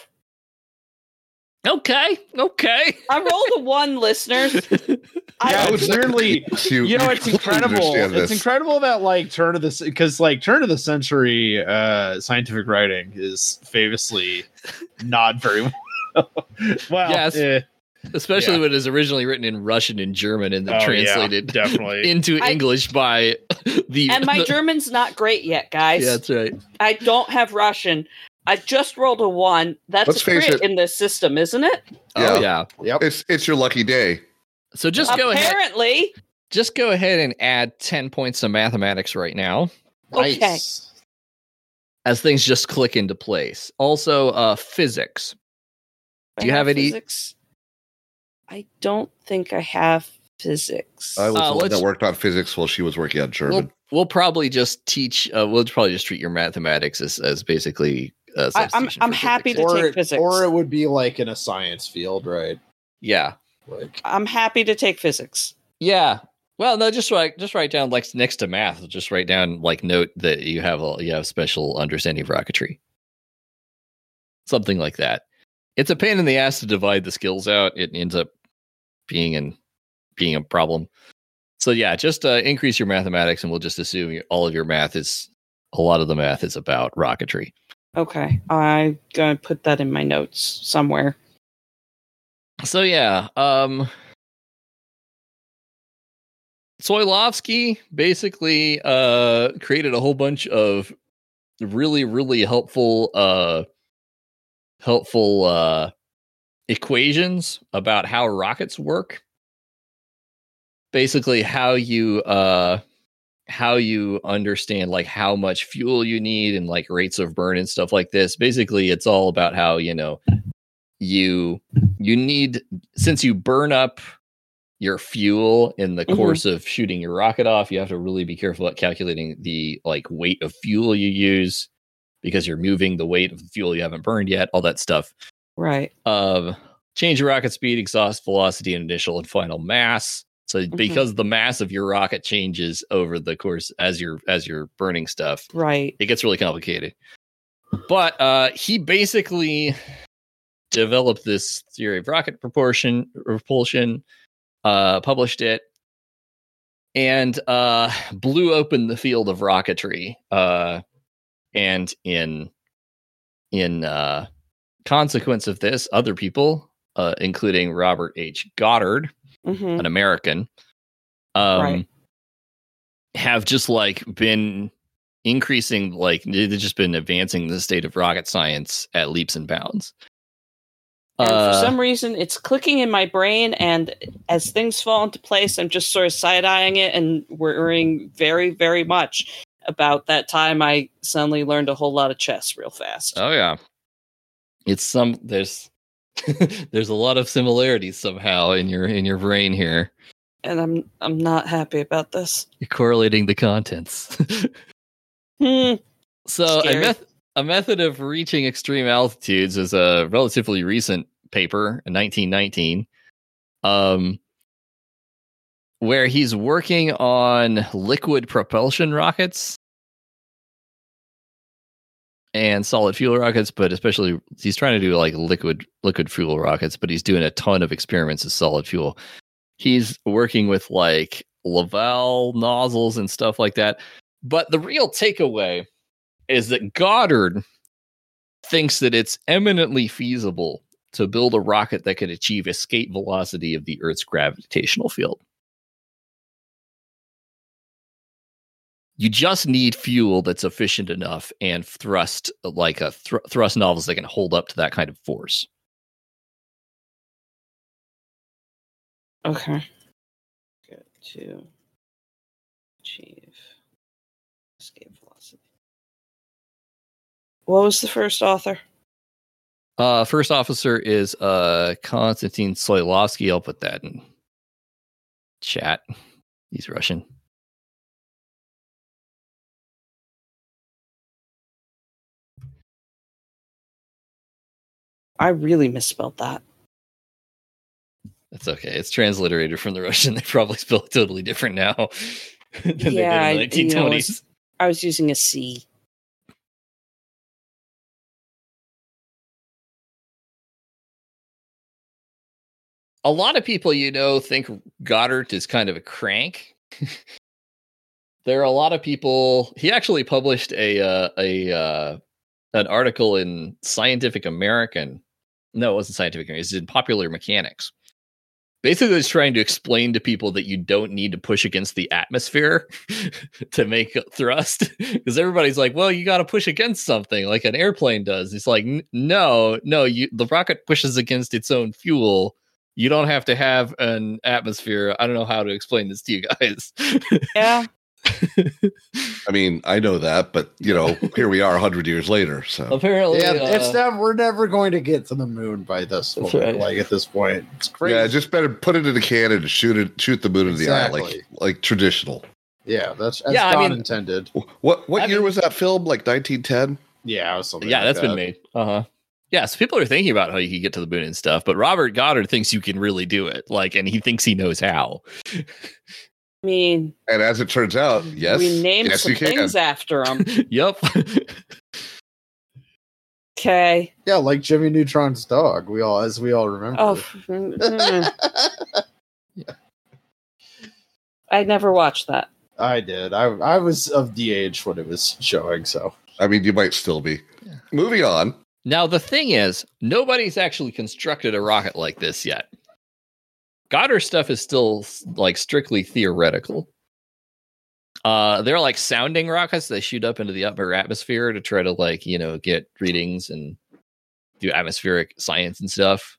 Speaker 3: f-
Speaker 2: Okay. Okay.
Speaker 3: I rolled a 1, listeners.
Speaker 5: Yeah,
Speaker 3: I
Speaker 5: it's weirdly. you know it's
Speaker 4: completely
Speaker 5: incredible
Speaker 4: understand
Speaker 5: it's
Speaker 4: this.
Speaker 5: incredible that like turn of the because like turn of the century uh scientific writing is famously not very <laughs> well well
Speaker 2: Yes.
Speaker 5: eh,
Speaker 2: Especially
Speaker 5: Yeah.
Speaker 2: when it was originally written in Russian and German and then
Speaker 5: oh, yeah,
Speaker 2: translated
Speaker 5: <laughs> definitely
Speaker 2: into
Speaker 3: I-
Speaker 2: English by <laughs> the.
Speaker 3: <laughs> and
Speaker 2: <laughs>
Speaker 3: my
Speaker 2: the-
Speaker 3: German's not great yet, guys.
Speaker 2: yeah, that's right.
Speaker 3: I don't have Russian. I just rolled a 1. That's
Speaker 4: Let's
Speaker 3: a
Speaker 4: face
Speaker 3: crit
Speaker 4: it.
Speaker 3: in this system, isn't it?
Speaker 2: Oh
Speaker 4: Yeah.
Speaker 2: yeah.
Speaker 4: It's it's your lucky day.
Speaker 2: So just go ahead.
Speaker 3: Apparently.
Speaker 2: Just go ahead and add ten points to mathematics right now
Speaker 3: Okay.
Speaker 5: nice
Speaker 2: as things just click into place. Also, uh, physics. Do you have any-
Speaker 3: physics? I don't think I have physics.
Speaker 4: I was
Speaker 2: Uh,
Speaker 4: the one
Speaker 2: let's-
Speaker 4: that worked on physics while she was working on German.
Speaker 2: We'll, we'll probably just teach. Uh, we'll probably just treat your mathematics as as basically. Uh,
Speaker 3: I- I'm-
Speaker 2: substitution
Speaker 3: I'm
Speaker 2: for
Speaker 3: happy
Speaker 2: physics.
Speaker 3: to take physics.
Speaker 5: or it would be like in a science field right
Speaker 2: Yeah.
Speaker 5: like
Speaker 3: I'm happy to take physics.
Speaker 2: Yeah. Well, no, just write just write down like next to math. Just write down like note that you have a you have special understanding of rocketry. Something like that. It's a pain in the ass to divide the skills out. It ends up being an being a problem. So yeah, just uh, increase your mathematics, and we'll just assume you, all of your math is a lot of the math is about rocketry.
Speaker 3: Okay, I'm gonna put that in my notes somewhere.
Speaker 2: So yeah, um Soilovsky basically uh created a whole bunch of really really helpful uh helpful uh equations about how rockets work. Basically how you uh how you understand like how much fuel you need and like rates of burn and stuff like this. Basically it's all about how, you know, you you need since you burn up your fuel in the
Speaker 3: Mhm.
Speaker 2: course of shooting your rocket off you have to really be careful about calculating the like weight of fuel you use because you're moving the weight of the fuel you haven't burned yet all that stuff
Speaker 3: Right.
Speaker 2: um, change your rocket speed, exhaust velocity, and initial and final mass. So
Speaker 3: Mhm.
Speaker 2: because the mass of your rocket changes over the course as you're as you're burning stuff,
Speaker 3: Right.
Speaker 2: it gets really complicated. But uh, he basically developed this theory of rocket proportion propulsion, uh, published it, and uh, blew open the field of rocketry. Uh, and in in uh, consequence of this, other people, uh, including Robert H. Goddard,
Speaker 3: hmm
Speaker 2: an American, um,
Speaker 3: Right.
Speaker 2: have just like been increasing, like they've just been advancing the state of rocket science at leaps and bounds.
Speaker 3: And for
Speaker 2: Uh,
Speaker 3: some reason, it's clicking in my brain, and as things fall into place, I'm just sort of side eyeing it and worrying very, very much about that time I suddenly learned a whole lot of chess real fast.
Speaker 2: oh yeah, it's some there's <laughs> there's a lot of similarities somehow in your in your brain here.
Speaker 3: and I'm I'm not happy about this.
Speaker 2: You're correlating the contents. <laughs>
Speaker 3: Hmm.
Speaker 2: So a,
Speaker 3: Scary.
Speaker 2: meth- a method of reaching extreme altitudes is a relatively recent paper in 1919, um, where he's working on liquid propulsion rockets and solid fuel rockets, but especially he's trying to do like liquid liquid fuel rockets, but he's doing a ton of experiments with solid fuel. He's working with like Laval nozzles and stuff like that. But the real takeaway is that Goddard thinks that it's eminently feasible to build a rocket that could achieve escape velocity of the Earth's gravitational field. You just need fuel that's efficient enough and thrust like a thr thrust novels that can hold up to that kind of force.
Speaker 3: Okay. Go to achieve escape velocity. What was the first author?
Speaker 2: Uh, first officer is uh, Konstantin Soilovsky. I'll put that in chat. He's Russian.
Speaker 3: I really misspelled that.
Speaker 2: That's okay. It's transliterated from the Russian. <laughs> They probably spell it totally different now <laughs> than
Speaker 3: Yeah,
Speaker 2: they did
Speaker 3: you
Speaker 2: in the
Speaker 3: know,
Speaker 2: 1920s.
Speaker 3: it's- I was using a C.
Speaker 2: a lot of people, you know, think Goddard is kind of a crank. <laughs> there are a lot of people. He actually published a uh, a uh, an article in Scientific American. No, it wasn't Scientific American. It was in Popular Mechanics. Basically, it's trying to explain to people that you don't need to push against the atmosphere <laughs> to make thrust. <laughs> Because everybody's like, well, you got to push against something like an airplane does. It's like, "N- no, no, you, the rocket pushes against its own fuel you don't have to have an atmosphere. I don't know how to explain this to you guys. <laughs>
Speaker 3: Yeah.
Speaker 4: I mean, I know that, but you know,
Speaker 2: <laughs>
Speaker 4: here we are, hundred years later. So
Speaker 2: Apparently,
Speaker 5: Yeah,
Speaker 2: uh,
Speaker 5: it's never. We're never going to get to the moon by this
Speaker 2: That's
Speaker 5: point.
Speaker 2: right.
Speaker 5: Like at this point, it's crazy.
Speaker 4: yeah, just better put it in a cannon and shoot it, shoot the moon in the eye,
Speaker 5: Exactly.
Speaker 4: like like traditional.
Speaker 5: yeah, that's, that's
Speaker 2: Yeah, I
Speaker 5: not
Speaker 2: mean-
Speaker 5: intended.
Speaker 4: What what
Speaker 2: I
Speaker 4: year
Speaker 2: mean-
Speaker 4: was that film? Like nineteen ten.
Speaker 5: Yeah, or something.
Speaker 2: yeah,
Speaker 5: like
Speaker 2: that's been made. Uh huh. Yeah, so people are thinking about how you can get to the moon and stuff, but Robert Goddard thinks you can really do it. Like, and he thinks he knows how. <laughs>
Speaker 3: I mean,
Speaker 4: And as it turns out, yes,
Speaker 3: we named
Speaker 4: yes,
Speaker 3: some
Speaker 4: you can.
Speaker 3: things after
Speaker 4: <laughs>
Speaker 3: him.
Speaker 2: yep.
Speaker 4: <laughs>
Speaker 3: Okay.
Speaker 5: Yeah, like Jimmy Neutron's dog. We all, as we all remember.
Speaker 3: Oh, mm, mm. <laughs> I never watched that.
Speaker 5: I did. I I was of the age when it was showing. So
Speaker 4: I mean, you might still be. Moving on.
Speaker 2: Now, the thing is, nobody's actually constructed a rocket like this yet. Goddard stuff is still like strictly theoretical. Uh, they're like sounding rockets that shoot up into the upper atmosphere to try to like you know get readings and do atmospheric science and stuff.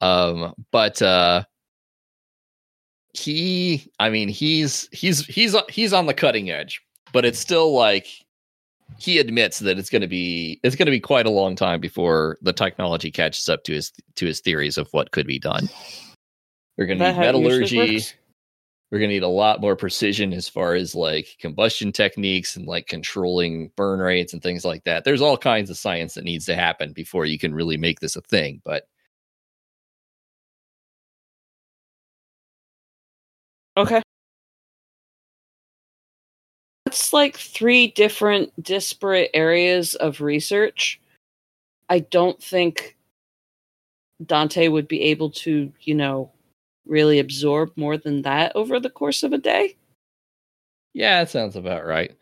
Speaker 2: Um, but uh, he, I mean, he's he's he's he's on the cutting edge, but it's still like he admits that it's going to be it's going to be quite a long time before the technology catches up to his to his theories of what could be done. We're going to
Speaker 3: That
Speaker 2: need
Speaker 3: how it usually
Speaker 2: metallurgy.
Speaker 3: works?
Speaker 2: We're going to need a lot more precision as far as like combustion techniques and like controlling burn rates and things like that. There's all kinds of science that needs to happen before you can really make this a thing, but
Speaker 3: Okay. That's like three different disparate areas of research. I don't think Dante would be able to, you know, really absorb more than that over the course of a day.
Speaker 2: yeah, that sounds about right.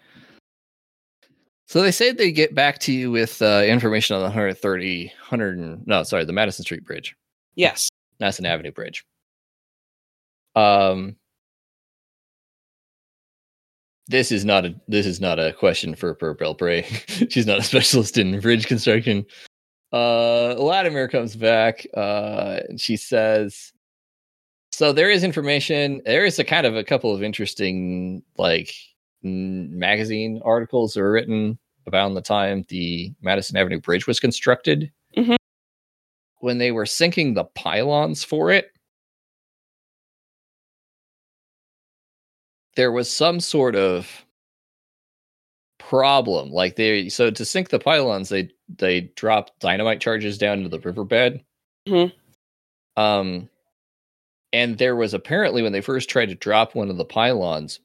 Speaker 2: So they say they get back to you with uh, information on the 130 100 and- no, sorry, the Madison Street Bridge.
Speaker 3: Yes.
Speaker 2: Madison Avenue Bridge. Um, this is not a this is not a question for Per Belpre. <laughs> She's not a specialist in bridge construction. Uh, Latimer comes back. Uh, and she says, "So there is information. There is a kind of a couple of interesting like mm, magazine articles that were written about the time the Madison Avenue Bridge was constructed." when they were sinking the pylons for it, there was some sort of problem. Like they, so to sink the pylons, they they dropped dynamite charges down into the riverbed.
Speaker 3: Mhm.
Speaker 2: Um, and there was apparently when they first tried to drop one of the pylons,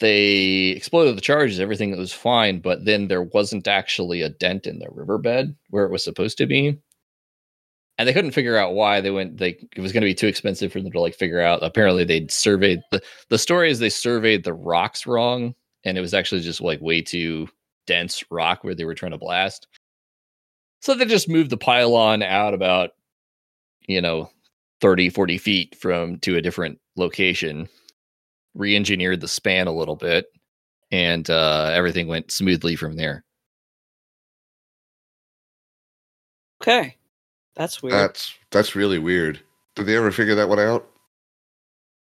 Speaker 2: they exploded the charges. Everything was fine, but then there wasn't actually a dent in the riverbed where it was supposed to be and they couldn't figure out why they went they it was going to be too expensive for them to like figure out apparently they'd surveyed the, the story is they surveyed the rocks wrong and it was actually just like way too dense rock where they were trying to blast so they just moved the pylon out about you know 30 40 feet from to a different location re-engineered the span a little bit and uh, everything went smoothly from there
Speaker 3: Okay. That's weird.
Speaker 4: That's that's really weird. Did they ever figure that one out?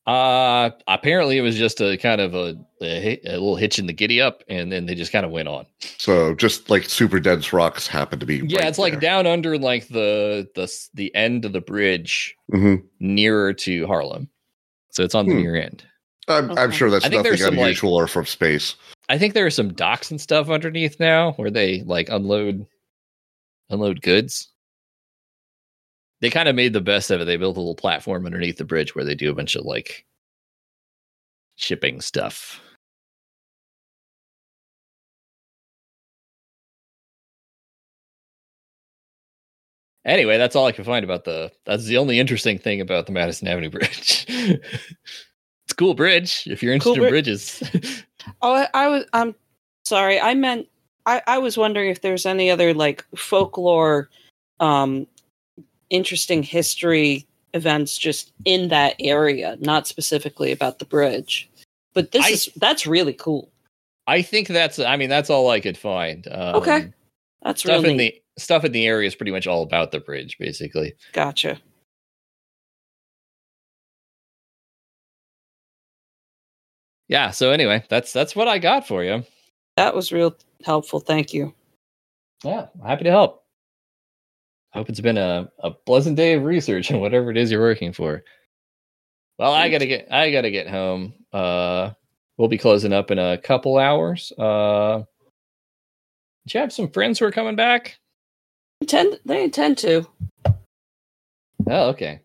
Speaker 2: Uh, apparently it was just a kind of a, a, hi- a little hitch in the giddy up, and then they just kind of went on.
Speaker 4: So just like super dense rocks happen to be.
Speaker 2: Yeah,
Speaker 4: right
Speaker 2: it's like
Speaker 4: there.
Speaker 2: down under like the the s- the end of the bridge,
Speaker 4: Mhm.
Speaker 2: nearer to Harlem, so it's on the
Speaker 4: Hmm.
Speaker 2: near end.
Speaker 4: I'm, I'm
Speaker 3: Okay.
Speaker 4: sure that's
Speaker 2: I think
Speaker 4: nothing
Speaker 2: there's some, like-
Speaker 4: unusual or from space.
Speaker 2: I think there are some docks and stuff underneath now where they like unload unload goods. They kind of made the best of it. They built a little platform underneath the bridge where they do a bunch of like shipping stuff. Anyway, that's all I can find about the that's the only interesting thing about the Madison Avenue Bridge. <laughs> it's a cool bridge if you're
Speaker 3: Cool
Speaker 2: interested in
Speaker 3: bri-
Speaker 2: bridges. <laughs>
Speaker 3: Oh, I, I was. I'm sorry. I meant. I, I was wondering if there's any other like folklore, um, interesting history events just in that area, not specifically about the bridge. But this
Speaker 2: I-
Speaker 3: is that's really cool.
Speaker 2: I think that's. I mean, that's all I could find. Um,
Speaker 3: Okay. That's
Speaker 2: Stuff
Speaker 3: really
Speaker 2: in the stuff in the area is pretty much all about the bridge, basically.
Speaker 3: gotcha.
Speaker 2: Yeah. So anyway, that's that's what I got for you.
Speaker 3: That was real helpful. Thank you.
Speaker 2: Yeah, happy to help. I hope it's been a, a pleasant day of research and whatever it is you're working for. Well, I gotta get I gotta get home. Uh, we'll be closing up in a couple hours. Uh, do you have some friends who are coming back?
Speaker 3: Intend they intend to.
Speaker 2: Oh, okay.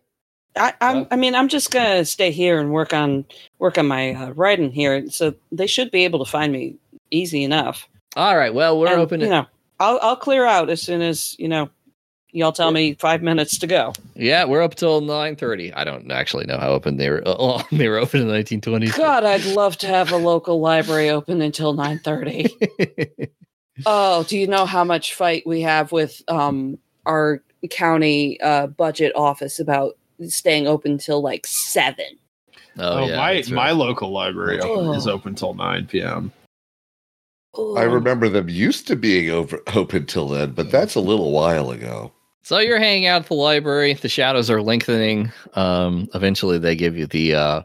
Speaker 3: I I'm,
Speaker 2: Well-
Speaker 3: I mean I'm just gonna stay here and work on work on my uh, writing here, so they should be able to find me easy enough.
Speaker 2: All right. Well, we're
Speaker 3: And,
Speaker 2: open.
Speaker 3: You know, I'll I'll clear out as soon as you know. Y'all tell me five minutes to go.
Speaker 2: Yeah, we're up till nine thirty. I don't actually know how open they were. Oh, <laughs> long they were open in the nineteen <laughs> twenties.
Speaker 4: <laughs>
Speaker 3: God, I'd love to have a local library open until nine thirty. Oh, do you know how much fight we have with um our county uh budget office about staying open till like seven?
Speaker 2: Oh, yeah,
Speaker 5: my
Speaker 2: that's right.
Speaker 5: my local library
Speaker 3: Oh.
Speaker 5: is open till nine p.m.
Speaker 4: I
Speaker 3: Ooh.
Speaker 4: remember them used to being over <laughs> open till then, but that's a little while ago.
Speaker 2: So you're hanging out at the library. The shadows are lengthening. Um, eventually, they give you the uh,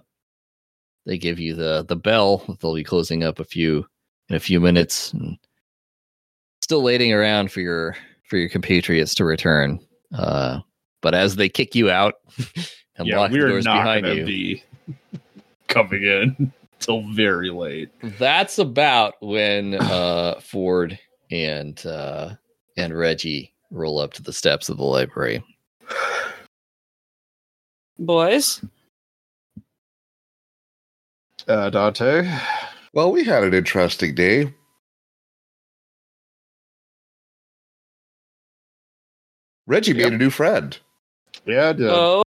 Speaker 2: they give you the the bell. They'll be closing up a few in a few minutes. And still waiting around for your for your compatriots to return. Uh, but as they kick you out <laughs> and
Speaker 5: yeah,
Speaker 2: lock the
Speaker 5: we're
Speaker 2: doors
Speaker 5: not
Speaker 2: behind
Speaker 5: gonna
Speaker 2: you,
Speaker 5: be <laughs> coming in <laughs> till very late.
Speaker 2: that's about when
Speaker 4: <sighs>
Speaker 2: uh, Ford and uh, and Reggie roll up to the steps of the library.
Speaker 3: boys.
Speaker 5: Uh, Dante,
Speaker 4: Well, we had an interesting day. Reggie
Speaker 5: Yep.
Speaker 4: made a new friend.
Speaker 5: yeah, I did.
Speaker 2: Uh,
Speaker 3: Oh,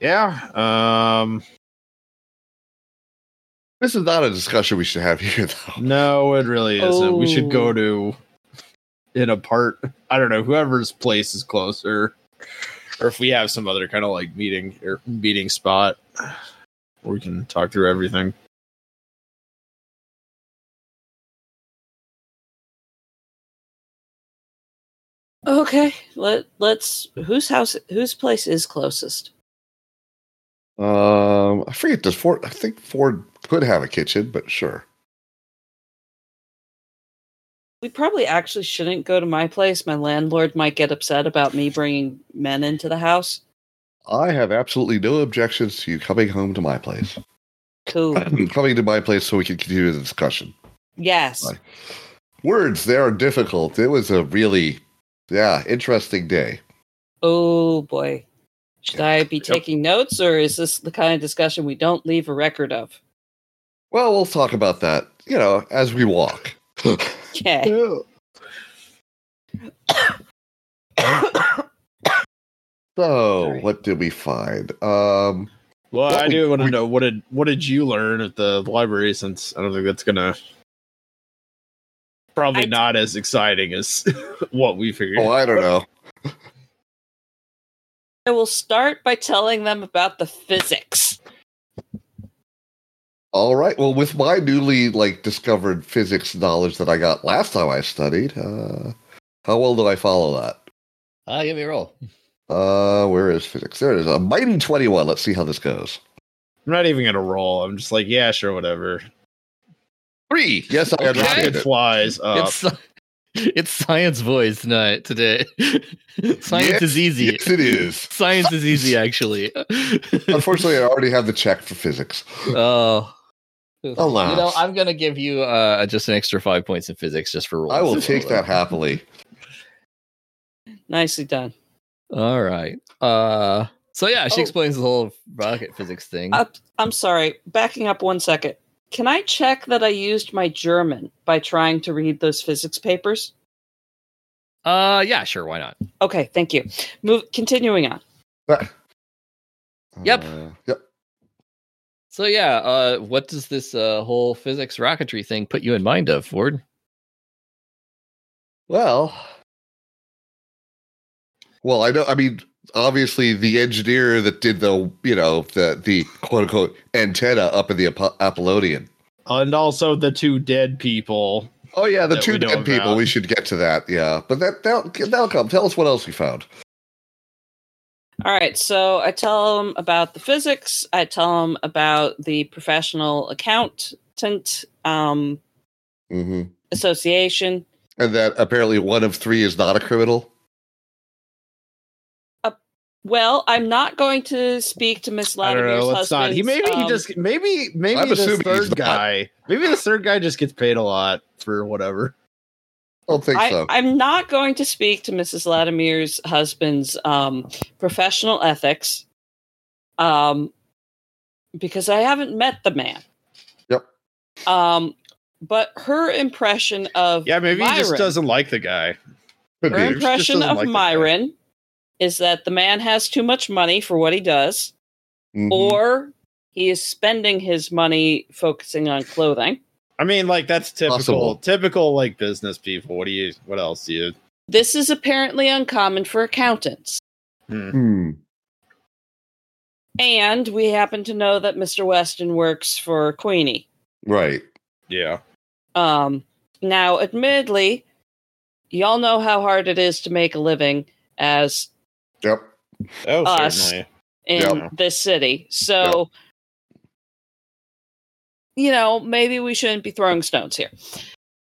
Speaker 5: yeah. Um,
Speaker 4: This is not a discussion we should have <laughs> here, though.
Speaker 5: No, it really isn't. We should
Speaker 3: Oh.
Speaker 5: go to in a part. I don't know whoever's place is closer, or if we have some other kind of like meeting or meeting spot where we can talk through everything.
Speaker 3: okay. Let let's whose house whose place is closest?
Speaker 4: Um, I forget. Does Ford? I think Ford could have a kitchen, but sure.
Speaker 3: We probably actually shouldn't go to my place. My landlord might get upset about me bringing men into the house.
Speaker 4: I have absolutely no objections to you coming home to my place.
Speaker 3: Cool.
Speaker 4: <laughs> coming to my place so we can continue the discussion.
Speaker 3: Yes.
Speaker 4: Right. Words, they are difficult. It was a really, yeah, interesting day.
Speaker 3: Oh boy. Should I be taking notes or is this the kind of discussion we don't leave a record of?
Speaker 4: Well, we'll talk about that, you know, as we walk. <coughs>
Speaker 3: Okay.
Speaker 4: So,
Speaker 3: Sorry.
Speaker 4: what did we find? Um,
Speaker 5: Well, I
Speaker 4: we-
Speaker 5: do want to
Speaker 4: we-
Speaker 5: know what did what did you learn at the library? Since I don't think that's gonna probably
Speaker 3: I-
Speaker 5: not as exciting as <laughs> what we figured.
Speaker 4: oh, I don't know.
Speaker 3: I will start by telling them about the physics.
Speaker 4: All right. Well, with my newly like discovered physics knowledge that I got last time I studied, uh, how well do I follow that?
Speaker 2: Ah, give me a roll.
Speaker 4: Uh, where is physics? There it is. A mighty 21. Let's see how this goes.
Speaker 5: I'm not even gonna roll. I'm just like, yeah, sure, whatever.
Speaker 4: Three. Uh, Yes, I had
Speaker 2: Okay.
Speaker 4: rocket
Speaker 5: Rocket
Speaker 4: it.
Speaker 5: flies up.
Speaker 2: It's <laughs> it's science voice night today. <laughs> science
Speaker 4: Yes,
Speaker 2: is easy.
Speaker 4: Yes, it is.
Speaker 2: Science is easy, actually. <laughs>
Speaker 4: Unfortunately, I already have the check for physics.
Speaker 2: oh.
Speaker 4: Alas.
Speaker 2: You know, I'm gonna give you uh, just an extra five points in physics just for rolls.
Speaker 4: I will take that happily.
Speaker 3: Nicely done.
Speaker 2: All right. Uh, so yeah, she
Speaker 3: Oh.
Speaker 2: explains the whole rocket physics thing.
Speaker 3: Uh, I'm sorry, backing up one second. Can I check that I used my German by trying to read those physics papers?
Speaker 2: Uh, yeah, sure, why not?
Speaker 3: Okay, thank you. Move continuing on.
Speaker 2: Yep.
Speaker 4: Uh, yep.
Speaker 2: So yeah, uh, what does this uh, whole physics rocketry thing put you in mind of, Ford?
Speaker 4: Well, well, I know. I mean, obviously, the engineer that did the, you know, the the quote unquote antenna up in the Apo- Apollonian.
Speaker 5: and also the two dead people.
Speaker 4: Oh yeah, the
Speaker 5: That
Speaker 4: two
Speaker 5: we know
Speaker 4: dead people.
Speaker 5: about.
Speaker 4: We should get to that. Yeah, but that that'll, that'll come. Tell us what else we found.
Speaker 3: All right, so I tell them about the physics. I tell them about the professional accountant um,
Speaker 4: hmm
Speaker 3: association.
Speaker 4: And that apparently one of three is not a criminal.
Speaker 3: Well, I'm not going to speak to Miss um,
Speaker 5: I don't
Speaker 3: Latimer's
Speaker 5: know. Let's
Speaker 3: husband.
Speaker 5: not. He maybe he just maybe maybe
Speaker 4: I'm
Speaker 5: this
Speaker 4: assuming he's
Speaker 5: third
Speaker 4: not.
Speaker 5: guy. Maybe this third guy just gets paid a lot for whatever.
Speaker 4: I don't think
Speaker 3: I,
Speaker 4: so.
Speaker 3: I'm not going to speak to Mrs. Latimer's husband's um, professional ethics, um, because I haven't met the man.
Speaker 4: Yep.
Speaker 3: Um, but her impression of
Speaker 5: Yeah, maybe he just
Speaker 3: Myron-
Speaker 5: doesn't like the guy.
Speaker 4: Could
Speaker 3: Her
Speaker 4: be.
Speaker 5: Right. Peter. Just
Speaker 3: impression
Speaker 5: doesn't
Speaker 3: of
Speaker 5: like the guy.
Speaker 3: Myron is that the man has too much money for what he does,
Speaker 4: Mhm.
Speaker 3: or He is spending his money focusing on clothing.
Speaker 5: I mean, like that's typical,
Speaker 4: Possible.
Speaker 5: typical like business people. What do you? What else do you?
Speaker 3: This is apparently uncommon for accountants.
Speaker 5: Hmm.
Speaker 4: Hmm.
Speaker 3: And we happen to know that Mr. Weston works for Queenie.
Speaker 4: Right.
Speaker 5: Yeah.
Speaker 3: Um, now, admittedly, y'all know how hard it is to make a living as
Speaker 4: Yep.
Speaker 5: Oh,
Speaker 3: Us.
Speaker 5: certainly.
Speaker 3: in
Speaker 5: Yeah.
Speaker 3: this city. So, you know, maybe we shouldn't be throwing stones here.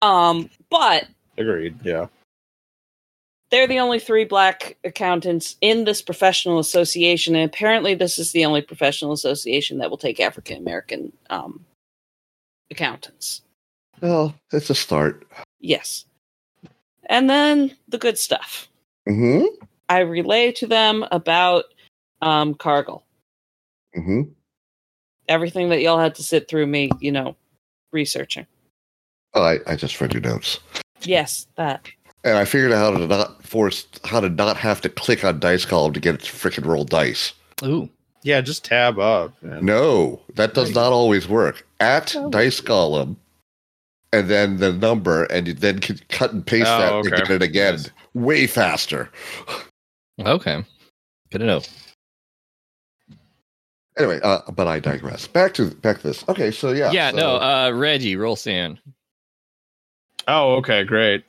Speaker 3: Um, but
Speaker 5: Agreed. Yeah.
Speaker 3: they're the only three black accountants in this professional association, and apparently, this is the only professional association that will take African American um, accountants.
Speaker 4: Well, it's a start.
Speaker 3: Yes. And then the good stuff.
Speaker 4: Mm-hmm.
Speaker 3: I relay to them about um, Cargill.
Speaker 4: Mm-hmm.
Speaker 3: Everything that y'all had to sit through me, you know, researching.
Speaker 4: Oh, I, I just read your notes.
Speaker 3: Yes, that.
Speaker 4: And I figured out how to not force how to not have to click on dice column to get it to frickin' roll dice.
Speaker 2: Ooh.
Speaker 5: Yeah. Just tab up. man.
Speaker 4: No, that does not always work. At dice column, and then the number, and you then can cut and paste
Speaker 5: Oh,
Speaker 4: that
Speaker 5: okay.
Speaker 4: and get it again
Speaker 5: Yes.
Speaker 4: way faster.
Speaker 2: Okay. Good to know.
Speaker 4: Anyway, uh, but I digress. Back to back to this. Okay, so yeah,
Speaker 2: Yeah,
Speaker 4: so-
Speaker 2: no, uh Reggie, roll sand.
Speaker 5: Oh, okay. Great.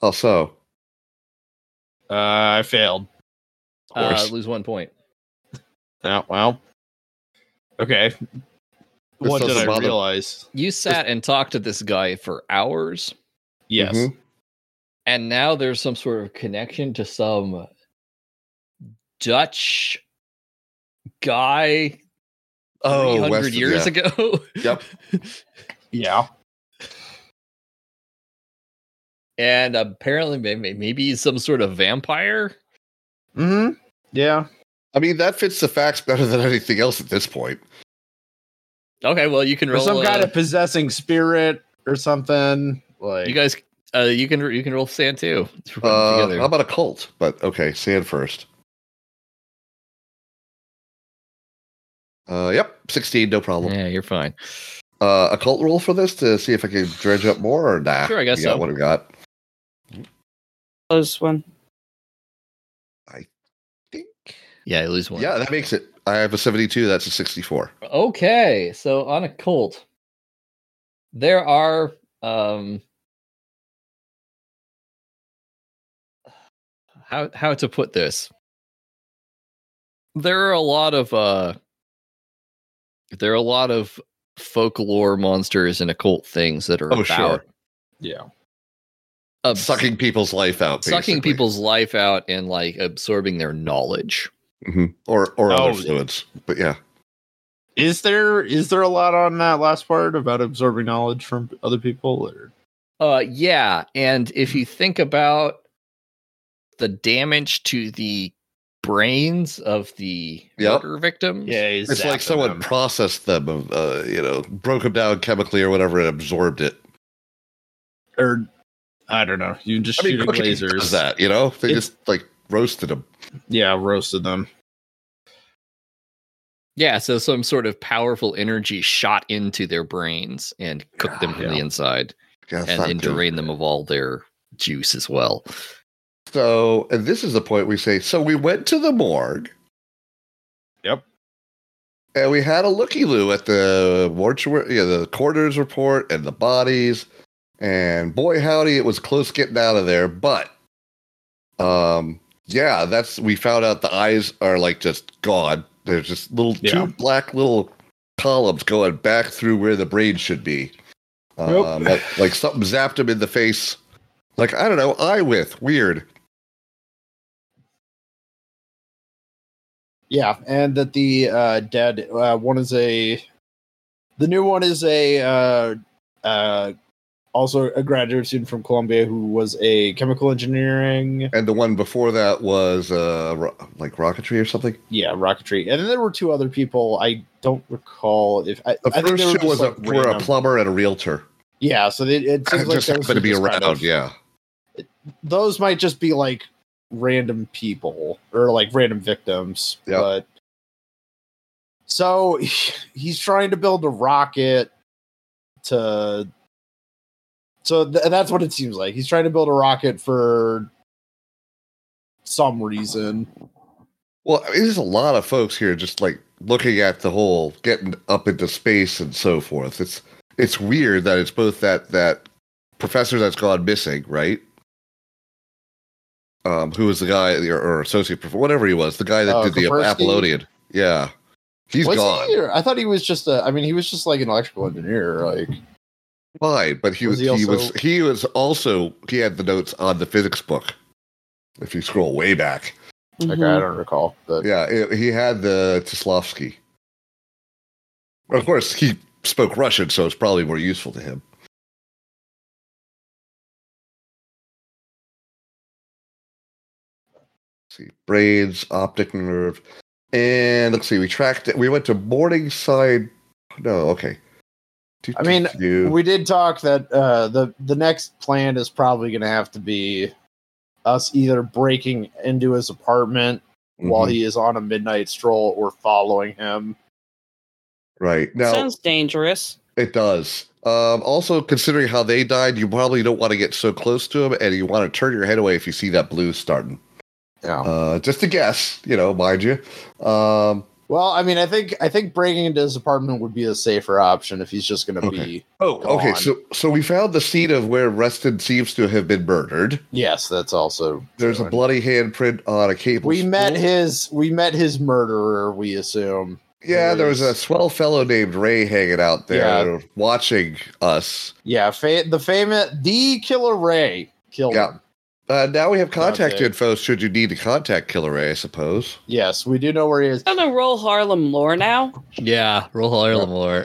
Speaker 4: also,
Speaker 5: Uh, I failed.
Speaker 4: course.
Speaker 2: Uh lose one point.
Speaker 5: Oh, well. Okay. what did
Speaker 4: doesn't
Speaker 5: I
Speaker 4: bother-
Speaker 5: realize?
Speaker 2: You sat and talked to this guy for hours,
Speaker 5: Yes.
Speaker 4: Mhm.
Speaker 2: and now there's some sort of connection to some Dutch guy
Speaker 4: oh,
Speaker 2: 300
Speaker 4: Weston,
Speaker 2: years
Speaker 4: yeah.
Speaker 2: ago. <laughs>
Speaker 4: Yep.
Speaker 5: Yeah.
Speaker 2: and apparently may- may- maybe he's some sort of vampire.
Speaker 5: Hmm. Yeah.
Speaker 4: I mean, that fits the facts better than anything else at this point.
Speaker 2: Okay, well you can
Speaker 5: Or
Speaker 2: roll
Speaker 5: some kind
Speaker 2: uh,
Speaker 5: of possessing spirit or something. Like
Speaker 2: you guys uh, you can you can roll sand too.
Speaker 4: Uh,
Speaker 2: Together.
Speaker 4: how about a cult? But okay, sand first. Uh, yep, sixteen, no problem.
Speaker 2: yeah, you're fine.
Speaker 4: Uh, a cult roll for this to see if I can dredge up more or nah.
Speaker 2: Sure, I guess
Speaker 4: we got
Speaker 2: so.
Speaker 4: What we got?
Speaker 3: Close one.
Speaker 2: Yeah, I lose one.
Speaker 4: Yeah, that makes it. I have a seventy-two. That's a sixty-four.
Speaker 2: Okay, so on a cult, there are um how how to put this. There are a lot of uh there are a lot of folklore monsters and occult things that are
Speaker 4: Oh,
Speaker 2: about
Speaker 4: sure.
Speaker 5: Yeah.
Speaker 2: abs-
Speaker 4: Sucking people's life out.
Speaker 2: sucking
Speaker 4: basically.
Speaker 2: people's life out and like absorbing their knowledge.
Speaker 4: Mhm. or or
Speaker 5: Oh,
Speaker 4: other
Speaker 5: yeah.
Speaker 4: fluids. But yeah,
Speaker 5: Is there is there a lot on that last part about absorbing knowledge from other people? Or
Speaker 2: Uh, yeah, and if you think about the damage to the brains of the
Speaker 4: Yep.
Speaker 2: murder victims,
Speaker 5: he's
Speaker 4: it's like someone processed them, uh, you know, broke them down chemically or whatever, and absorbed it.
Speaker 5: or I don't know. You just
Speaker 4: I mean,
Speaker 5: shooting
Speaker 4: cooking
Speaker 5: lasers.
Speaker 4: does that you know? They
Speaker 5: It's-
Speaker 4: just like roasted them.
Speaker 5: Yeah, roasted them.
Speaker 2: yeah. So some sort of powerful energy shot into their brains and cooked them from the
Speaker 5: Yeah.
Speaker 2: inside,
Speaker 4: Yeah, it's
Speaker 2: and
Speaker 4: not
Speaker 2: then
Speaker 4: good.
Speaker 2: drained them of all their juice as well.
Speaker 4: So, and this is the point we say. So we went to the morgue.
Speaker 5: Yep.
Speaker 4: And we had a looky loo at the mortuary, yeah, the coroner's report and the bodies. And boy, howdy, it was close getting out of there. But, um, yeah, that's we found out the eyes are like just gone. There's just little
Speaker 5: Yeah.
Speaker 4: two black little columns going back through where the brain should be.
Speaker 5: Nope.
Speaker 4: Um, like, like something zapped him in the face. Like I don't know, eye with weird.
Speaker 5: Yeah, and that the uh, dead uh, one is a the new one is a uh, uh, also a graduate student from Columbia who was a chemical engineering.
Speaker 4: And the one before that was uh ro- like rocketry or something.
Speaker 5: Yeah, rocketry, and then there were two other people. I don't recall if I,
Speaker 4: The
Speaker 5: I think
Speaker 4: first
Speaker 5: they were
Speaker 4: two was
Speaker 5: just, like,
Speaker 4: a, were a
Speaker 5: random.
Speaker 4: plumber and a realtor.
Speaker 5: Yeah, so they, it
Speaker 4: <laughs>
Speaker 5: seems
Speaker 4: Just
Speaker 5: like those
Speaker 4: happened to
Speaker 5: were
Speaker 4: be
Speaker 5: just
Speaker 4: around,
Speaker 5: kind of-
Speaker 4: yeah.
Speaker 5: Those might just be like random people or like random victims,
Speaker 4: Yep.
Speaker 5: but So <laughs> he's trying to build a rocket to. So th- that's what it seems like. He's trying to build a rocket for some reason.
Speaker 4: Well, I mean, there's a lot of folks here just like looking at the whole getting up into space and so forth. It's it's weird that it's both that that professor that's gone missing, right? Um, who was the guy or, or associate professor, whatever he was, the guy that
Speaker 5: Oh,
Speaker 4: did the
Speaker 5: Kaspersky?
Speaker 4: Apollonian. Yeah, he's
Speaker 5: Was he,
Speaker 4: gone.
Speaker 5: or- I thought he was just a. I mean, he was just like an electrical engineer. Like,
Speaker 4: Fine, but he
Speaker 5: Was
Speaker 4: was,
Speaker 5: he
Speaker 4: he, was
Speaker 5: also-
Speaker 4: he was also he had the notes on the physics book. If you scroll way back,
Speaker 5: like I
Speaker 3: Mhm.
Speaker 5: don't recall, but
Speaker 4: yeah, it, he had the Teslovsky. Of course, he spoke Russian, so it's probably more useful to him. see, brains, optic nerve, and let's see, we tracked it. We went to Morningside. No, okay.
Speaker 5: I mean,
Speaker 4: Do-do-do.
Speaker 5: we did talk that uh, the the next plan is probably going to have to be us either breaking into his apartment while
Speaker 4: Mhm.
Speaker 5: he is on a midnight stroll or following him.
Speaker 4: right now.
Speaker 3: Sounds dangerous.
Speaker 4: It does. Um, also, considering how they died, you probably don't want to get so close to them, and you want to turn your head away if you see that blue starting.
Speaker 5: Yeah.
Speaker 4: Uh, just a guess, you know, mind you. Um,
Speaker 5: well, I mean, I think I think breaking into his apartment would be a safer option if he's just going to
Speaker 4: Okay.
Speaker 5: be.
Speaker 4: oh,
Speaker 5: Go
Speaker 4: okay.
Speaker 5: on.
Speaker 4: So, so we found the scene of where Reston seems to have been murdered.
Speaker 5: Yes, that's also.
Speaker 4: There's a
Speaker 5: true.
Speaker 4: bloody handprint on a cable.
Speaker 5: We met
Speaker 4: spool.
Speaker 5: his we met his murderer. We assume.
Speaker 4: Yeah, there was a
Speaker 5: his-
Speaker 4: swell fellow named Ray hanging out there watching us.
Speaker 5: Yeah, fa- the famous the Killer Ray killed
Speaker 4: Yeah.
Speaker 5: him.
Speaker 4: Uh, now we have contact
Speaker 5: Okay.
Speaker 4: info should you need to contact Killer Ray, I suppose.
Speaker 5: Yes, we do know where he is.
Speaker 3: I'm gonna roll Harlem lore now.
Speaker 2: Yeah, roll Ireland more.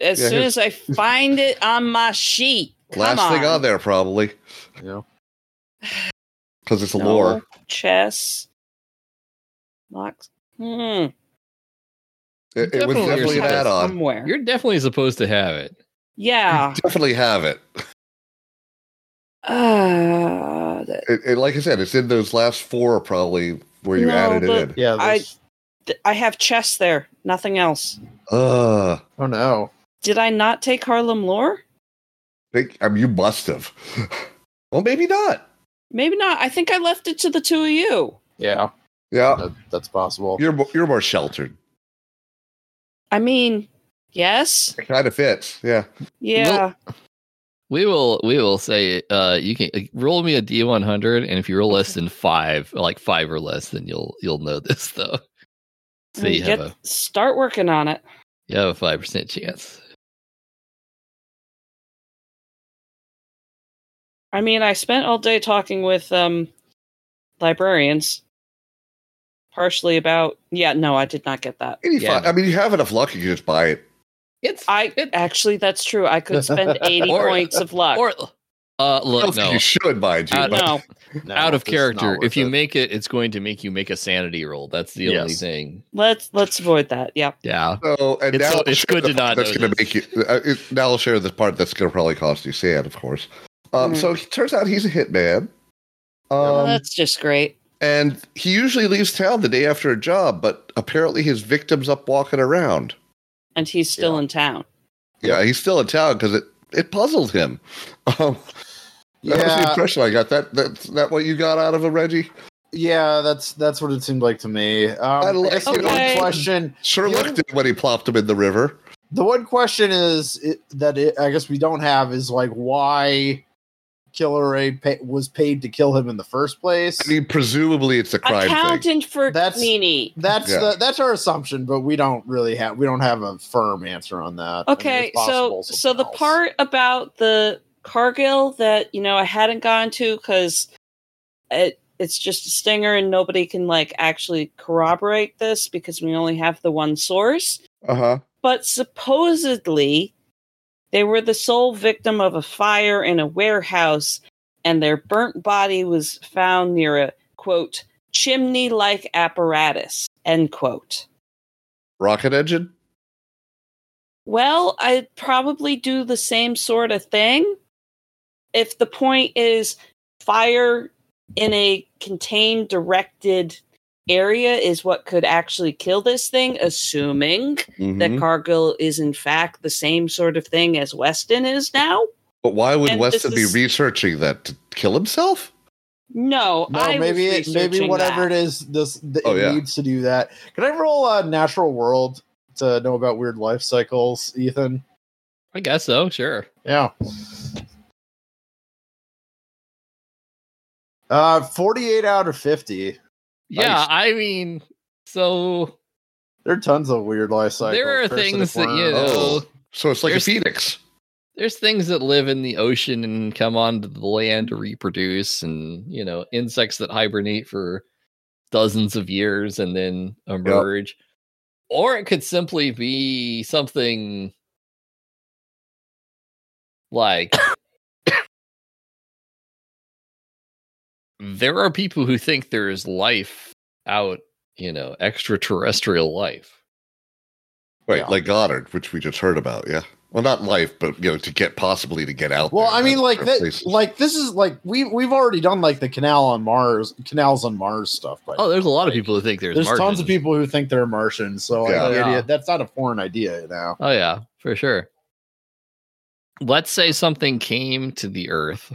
Speaker 3: As
Speaker 4: Yeah,
Speaker 3: soon
Speaker 4: here's-
Speaker 3: as
Speaker 4: <laughs>
Speaker 3: I find it on my sheet. Come
Speaker 4: Last thing on
Speaker 3: on
Speaker 4: there, probably,
Speaker 5: Yeah.
Speaker 4: because it's a
Speaker 3: No.
Speaker 4: lore.
Speaker 3: Chess. Locks. Hmm.
Speaker 4: It, it was
Speaker 2: Definitely
Speaker 4: definitely an
Speaker 2: yours.
Speaker 4: add on.
Speaker 3: Somewhere.
Speaker 2: <laughs> You're definitely supposed to have it.
Speaker 4: <laughs>
Speaker 3: yeah.
Speaker 4: Definitely have it.
Speaker 3: Uh, that-
Speaker 4: it, it- Like I said, it's in those last four probably where you
Speaker 3: No,
Speaker 4: added
Speaker 3: but-
Speaker 4: it in.
Speaker 5: Yeah.
Speaker 3: I-
Speaker 5: there's-
Speaker 3: th- I have chess there. Nothing else.
Speaker 4: Uh,
Speaker 5: oh no.
Speaker 3: Did I not take Harlem lore?
Speaker 4: think, I mean, you must have. <laughs> well, maybe not.
Speaker 3: Maybe not. I think I left it to the two of you.
Speaker 5: Yeah,
Speaker 4: Yeah,
Speaker 5: that, that's possible.
Speaker 4: you're mo- you're more sheltered.
Speaker 3: I mean, yes.
Speaker 4: It kind of fits. Yeah.
Speaker 3: Yeah.
Speaker 2: We will we will say uh you can uh, roll me a D one hundred and if you roll less than five, like five or less, then you'll you'll know this <laughs> though. So you have
Speaker 3: Mm, Get,
Speaker 2: a
Speaker 3: start working on it.
Speaker 2: you have a five percent chance.
Speaker 3: I mean, I spent all day talking with um librarians partially about Yeah, no, I did not get that.
Speaker 4: Eighty-five.
Speaker 2: Yeah.
Speaker 4: I mean, you have enough luck, you can just buy it.
Speaker 2: It's
Speaker 3: I actually that's true. I could
Speaker 4: <laughs>
Speaker 3: spend 80
Speaker 2: Or-
Speaker 3: points of luck.
Speaker 2: or uh
Speaker 4: I don't
Speaker 2: look
Speaker 4: think
Speaker 2: no
Speaker 4: you should, mind you.
Speaker 2: Uh,
Speaker 4: but-
Speaker 3: no.
Speaker 5: No,
Speaker 2: out of
Speaker 5: this is not
Speaker 2: character.
Speaker 5: worth
Speaker 2: If you
Speaker 5: it.
Speaker 2: make it, it's going to make you make a sanity roll. That's the only
Speaker 5: Yes.
Speaker 2: thing.
Speaker 3: Let's let's avoid that. Yeah.
Speaker 2: Yeah.
Speaker 4: So, and
Speaker 2: It's
Speaker 4: now
Speaker 2: so-
Speaker 4: I'll
Speaker 2: it's
Speaker 4: share
Speaker 2: good
Speaker 4: the
Speaker 2: to not
Speaker 4: part That's
Speaker 2: know
Speaker 4: going to
Speaker 2: this.
Speaker 4: make you. Uh, it, now I'll share the part that's going to probably cost you sand, of course. Um,
Speaker 3: Mhm.
Speaker 4: So it turns out he's a hitman.
Speaker 3: Well,
Speaker 4: Um,
Speaker 3: that's just great.
Speaker 4: and he usually leaves town the day after a job, but apparently his victim's up walking around.
Speaker 3: And he's still in town.
Speaker 4: Yeah, he's still in town because it, it puzzled him. <laughs> Um, <laughs> that was the
Speaker 5: yeah,
Speaker 4: impression I got. That that's that what you got out of him, Reggie?
Speaker 5: yeah, that's that's what it seemed like to me. Um,
Speaker 4: I
Speaker 5: I
Speaker 4: like
Speaker 5: guess the
Speaker 3: it.
Speaker 5: one
Speaker 3: Okay.
Speaker 5: question,
Speaker 4: Sure
Speaker 5: Yeah.
Speaker 4: looked it when he plopped him in the river.
Speaker 5: the one question is it, that it, I guess we don't have is like why Killer Ray pay, was paid to kill him in the first place.
Speaker 4: I mean, presumably it's a crime thing.
Speaker 3: Accountant for
Speaker 5: That's-
Speaker 3: Nini.
Speaker 5: that's
Speaker 4: Yeah.
Speaker 5: the, that's our assumption, but we don't really have we don't have a firm answer on that. I mean,
Speaker 3: Okay,
Speaker 5: it's possible
Speaker 3: so so the
Speaker 5: something else.
Speaker 3: part about the Cargill that you know I hadn't gone to because it it's just a stinger and nobody can like actually corroborate this because we only have the one source.
Speaker 4: Uh huh.
Speaker 3: But supposedly, they were the sole victim of a fire in a warehouse, and their burnt body was found near a quote chimney-like apparatus end quote.
Speaker 4: Rocket engine.
Speaker 3: Well, I'd probably do the same sort of thing if the point is fire in a contained, directed area is what could actually kill this thing, assuming that
Speaker 5: Mm-hmm.
Speaker 4: Mhm.
Speaker 3: Cargill is in fact the same sort of thing as Weston is now.
Speaker 4: But why would
Speaker 3: and
Speaker 4: Weston
Speaker 3: this is-
Speaker 4: be researching that to kill himself?
Speaker 3: No,
Speaker 5: No,
Speaker 3: I
Speaker 5: maybe it, maybe whatever
Speaker 3: that.
Speaker 5: it is, this th-
Speaker 4: Oh,
Speaker 5: it
Speaker 4: yeah.
Speaker 5: needs to do that. Can I roll a natural world to know about weird life cycles, Ethan?
Speaker 2: I guess so. Sure.
Speaker 5: Yeah. Uh, forty-eight out of fifty.
Speaker 2: Yeah,
Speaker 4: Nice.
Speaker 2: I mean, so
Speaker 5: There are tons of weird life cycles.
Speaker 2: there are
Speaker 5: parasitic
Speaker 2: things that you
Speaker 5: worms.
Speaker 2: know.
Speaker 4: Oh. So it's like
Speaker 2: There's-
Speaker 4: a phoenix.
Speaker 2: there's things that live in the ocean and come onto the land to reproduce and you know insects that hibernate for dozens of years and then emerge or it could simply be something like there are people who think there is life out you know extraterrestrial life
Speaker 4: Right,
Speaker 5: Yeah.
Speaker 4: like Goddard, which we just heard about, yeah. Well, not life, but you know, to get possibly to get out.
Speaker 5: Well,
Speaker 4: there
Speaker 5: I mean,
Speaker 4: and
Speaker 5: like that,
Speaker 4: places.
Speaker 5: like this is like we we've already done like the canal on Mars, canals on Mars stuff. But
Speaker 2: oh there's a lot of people who think there's,
Speaker 5: there's tons
Speaker 2: Martians.
Speaker 5: of people who think they're Martians, so like,
Speaker 4: Yeah.
Speaker 5: the
Speaker 2: Yeah.
Speaker 5: idea- that's not a foreign idea, you know.
Speaker 2: Oh yeah, for sure. Let's say something came to the Earth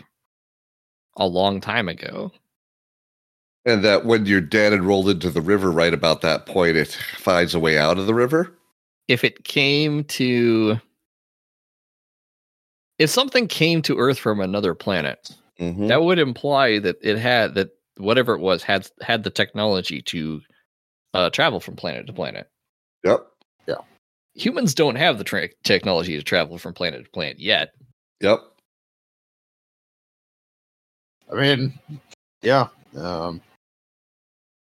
Speaker 2: a long time ago.
Speaker 4: and that when you're dead and rolled into the river, right about that point, it finds a way out of the river.
Speaker 2: If it came to if something came to Earth from another planet,
Speaker 5: Hmm.
Speaker 4: Mm-hmm.
Speaker 2: that would imply that it had that whatever it was had had the technology to uh, travel from planet to planet.
Speaker 4: Yep,
Speaker 2: Humans don't have the tra- technology to travel from planet to planet yet.
Speaker 4: yep.
Speaker 5: I mean, yeah. Um,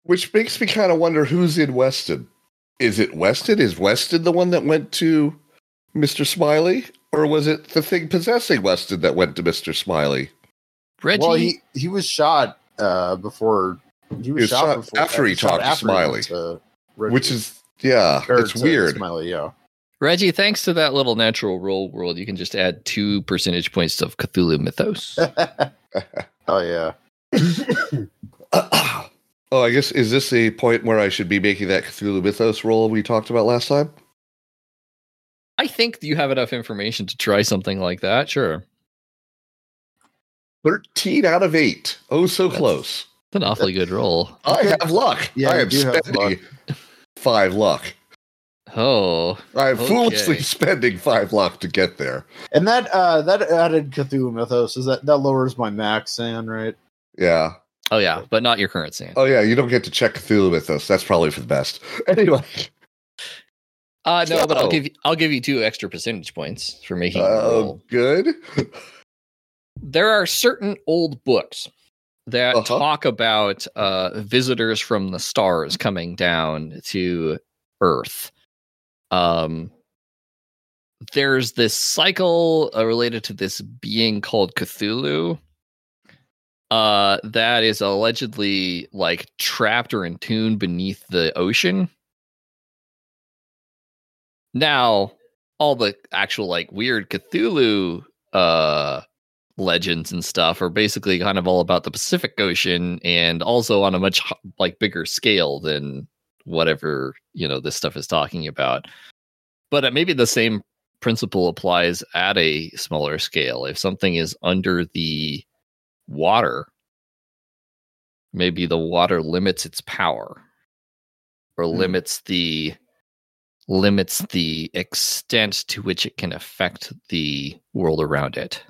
Speaker 4: Which makes me kind of wonder who's in Weston. Is it Weston? Is Weston the one that went to Mr. Smiley? Or was it the thing possessing Weston that went to Mr. Smiley?
Speaker 2: Reggie,
Speaker 5: well, he he was shot uh, before he was,
Speaker 4: was
Speaker 5: shot,
Speaker 4: shot
Speaker 5: before,
Speaker 4: after he
Speaker 5: shot
Speaker 4: talked to
Speaker 5: after he
Speaker 4: Smiley,
Speaker 5: went to Reggie.
Speaker 4: Which is, yeah,
Speaker 5: Or
Speaker 4: it's
Speaker 5: to
Speaker 4: weird. <laughs>
Speaker 5: Smiley, yeah. <laughs>
Speaker 2: Reggie, thanks to that little natural roll world, you can just add two percentage points of Cthulhu mythos.
Speaker 4: <laughs>
Speaker 5: oh yeah.
Speaker 4: <clears throat> oh, I guess, is this the point where I should be making that Cthulhu Mythos roll we talked about last time?
Speaker 2: I think you have enough information to try something like that. Sure.
Speaker 4: 13 out of 8. Oh, so
Speaker 2: That's-
Speaker 4: close.
Speaker 2: It's an awfully good roll.
Speaker 4: I have luck.
Speaker 5: Yeah,
Speaker 4: I
Speaker 5: you
Speaker 4: am
Speaker 5: do have luck.
Speaker 4: spending <laughs> five luck.
Speaker 2: Oh,
Speaker 4: I am
Speaker 2: Okay.
Speaker 4: foolishly spending five luck to get there.
Speaker 5: And that uh, that added Cthulhu mythos is that that lowers my max and right.
Speaker 4: Yeah.
Speaker 2: oh yeah, but not your current sand.
Speaker 4: Oh yeah, you don't get to check Cthulhu with us. That's probably for the best. <laughs> Anyway,
Speaker 2: Uh, no, but I'll
Speaker 4: no.
Speaker 2: give you, I'll give you two extra percentage points for making the
Speaker 4: uh,
Speaker 2: roll.
Speaker 4: good.
Speaker 2: There are certain old books that
Speaker 4: Uh-huh.
Speaker 2: talk about uh, visitors from the stars coming down to Earth. Um, there's this cycle uh, related to this being called Cthulhu. Uh, that is allegedly like trapped or in tune beneath the ocean. Now, all the actual like weird Cthulhu uh legends and stuff are basically kind of all about the Pacific Ocean and also on a much h- like bigger scale than whatever you know this stuff is talking about. But uh, maybe the same principle applies at a smaller scale. If something is under the water, maybe the water limits its power or
Speaker 5: Hmm.
Speaker 2: limits the limits the extent to which it can affect the world around it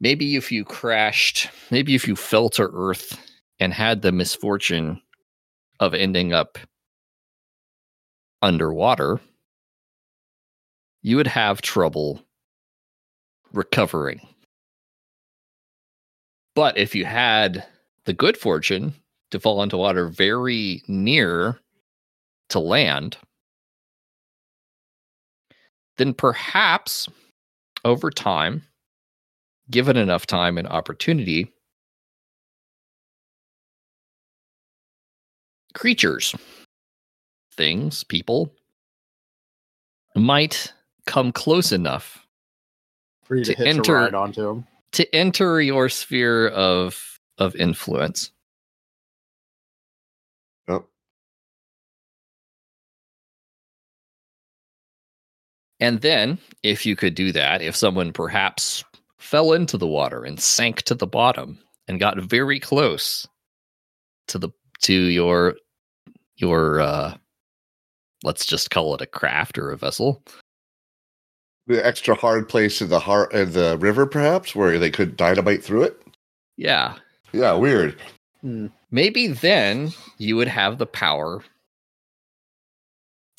Speaker 2: maybe if you crashed, maybe if you fell to Earth and had the misfortune of ending up underwater, you would have trouble recovering. But if you had the good fortune to fall into water very near to land, then perhaps over time, given enough time and opportunity, creatures, things, people might come close enough
Speaker 5: For you to,
Speaker 2: To
Speaker 5: hitch
Speaker 2: enter-
Speaker 5: a ride onto him.
Speaker 2: to enter your sphere of of influence. And then, if you could do that, if someone perhaps fell into the water and sank to the bottom and got very close to the to your your uh let's just call it a craft or a vessel.
Speaker 4: The extra hard place in the heart in the river, perhaps, where they could dynamite through it.
Speaker 2: Yeah.
Speaker 4: Yeah, weird.
Speaker 5: Hmm.
Speaker 2: Maybe then you would have the power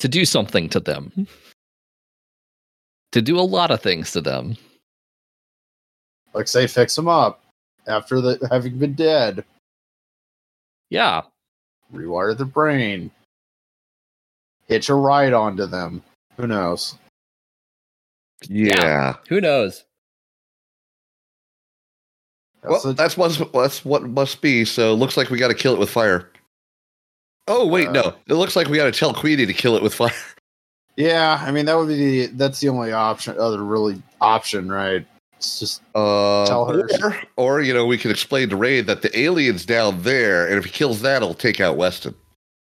Speaker 2: to do something to them. To do a lot of things to them.
Speaker 5: Like say, fix them up after the having been dead,
Speaker 2: Yeah.
Speaker 5: rewire the brain, hitch a ride onto them. Who knows?
Speaker 4: Yeah.
Speaker 2: Who knows?
Speaker 5: That's
Speaker 4: well,
Speaker 5: a-
Speaker 4: that's what's that's what must be. So it looks like we got to kill it with fire. Oh wait, no.
Speaker 5: Uh,
Speaker 4: It looks like we got to tell Queenie to kill it with fire. <laughs>
Speaker 5: yeah, I mean that would be the, that's the only option, other really option, right? It's just
Speaker 4: Uh,
Speaker 5: Tell her.
Speaker 4: Or, or, you know, we could explain to Ray that the alien's down there, and if he kills that, it'll take out Weston.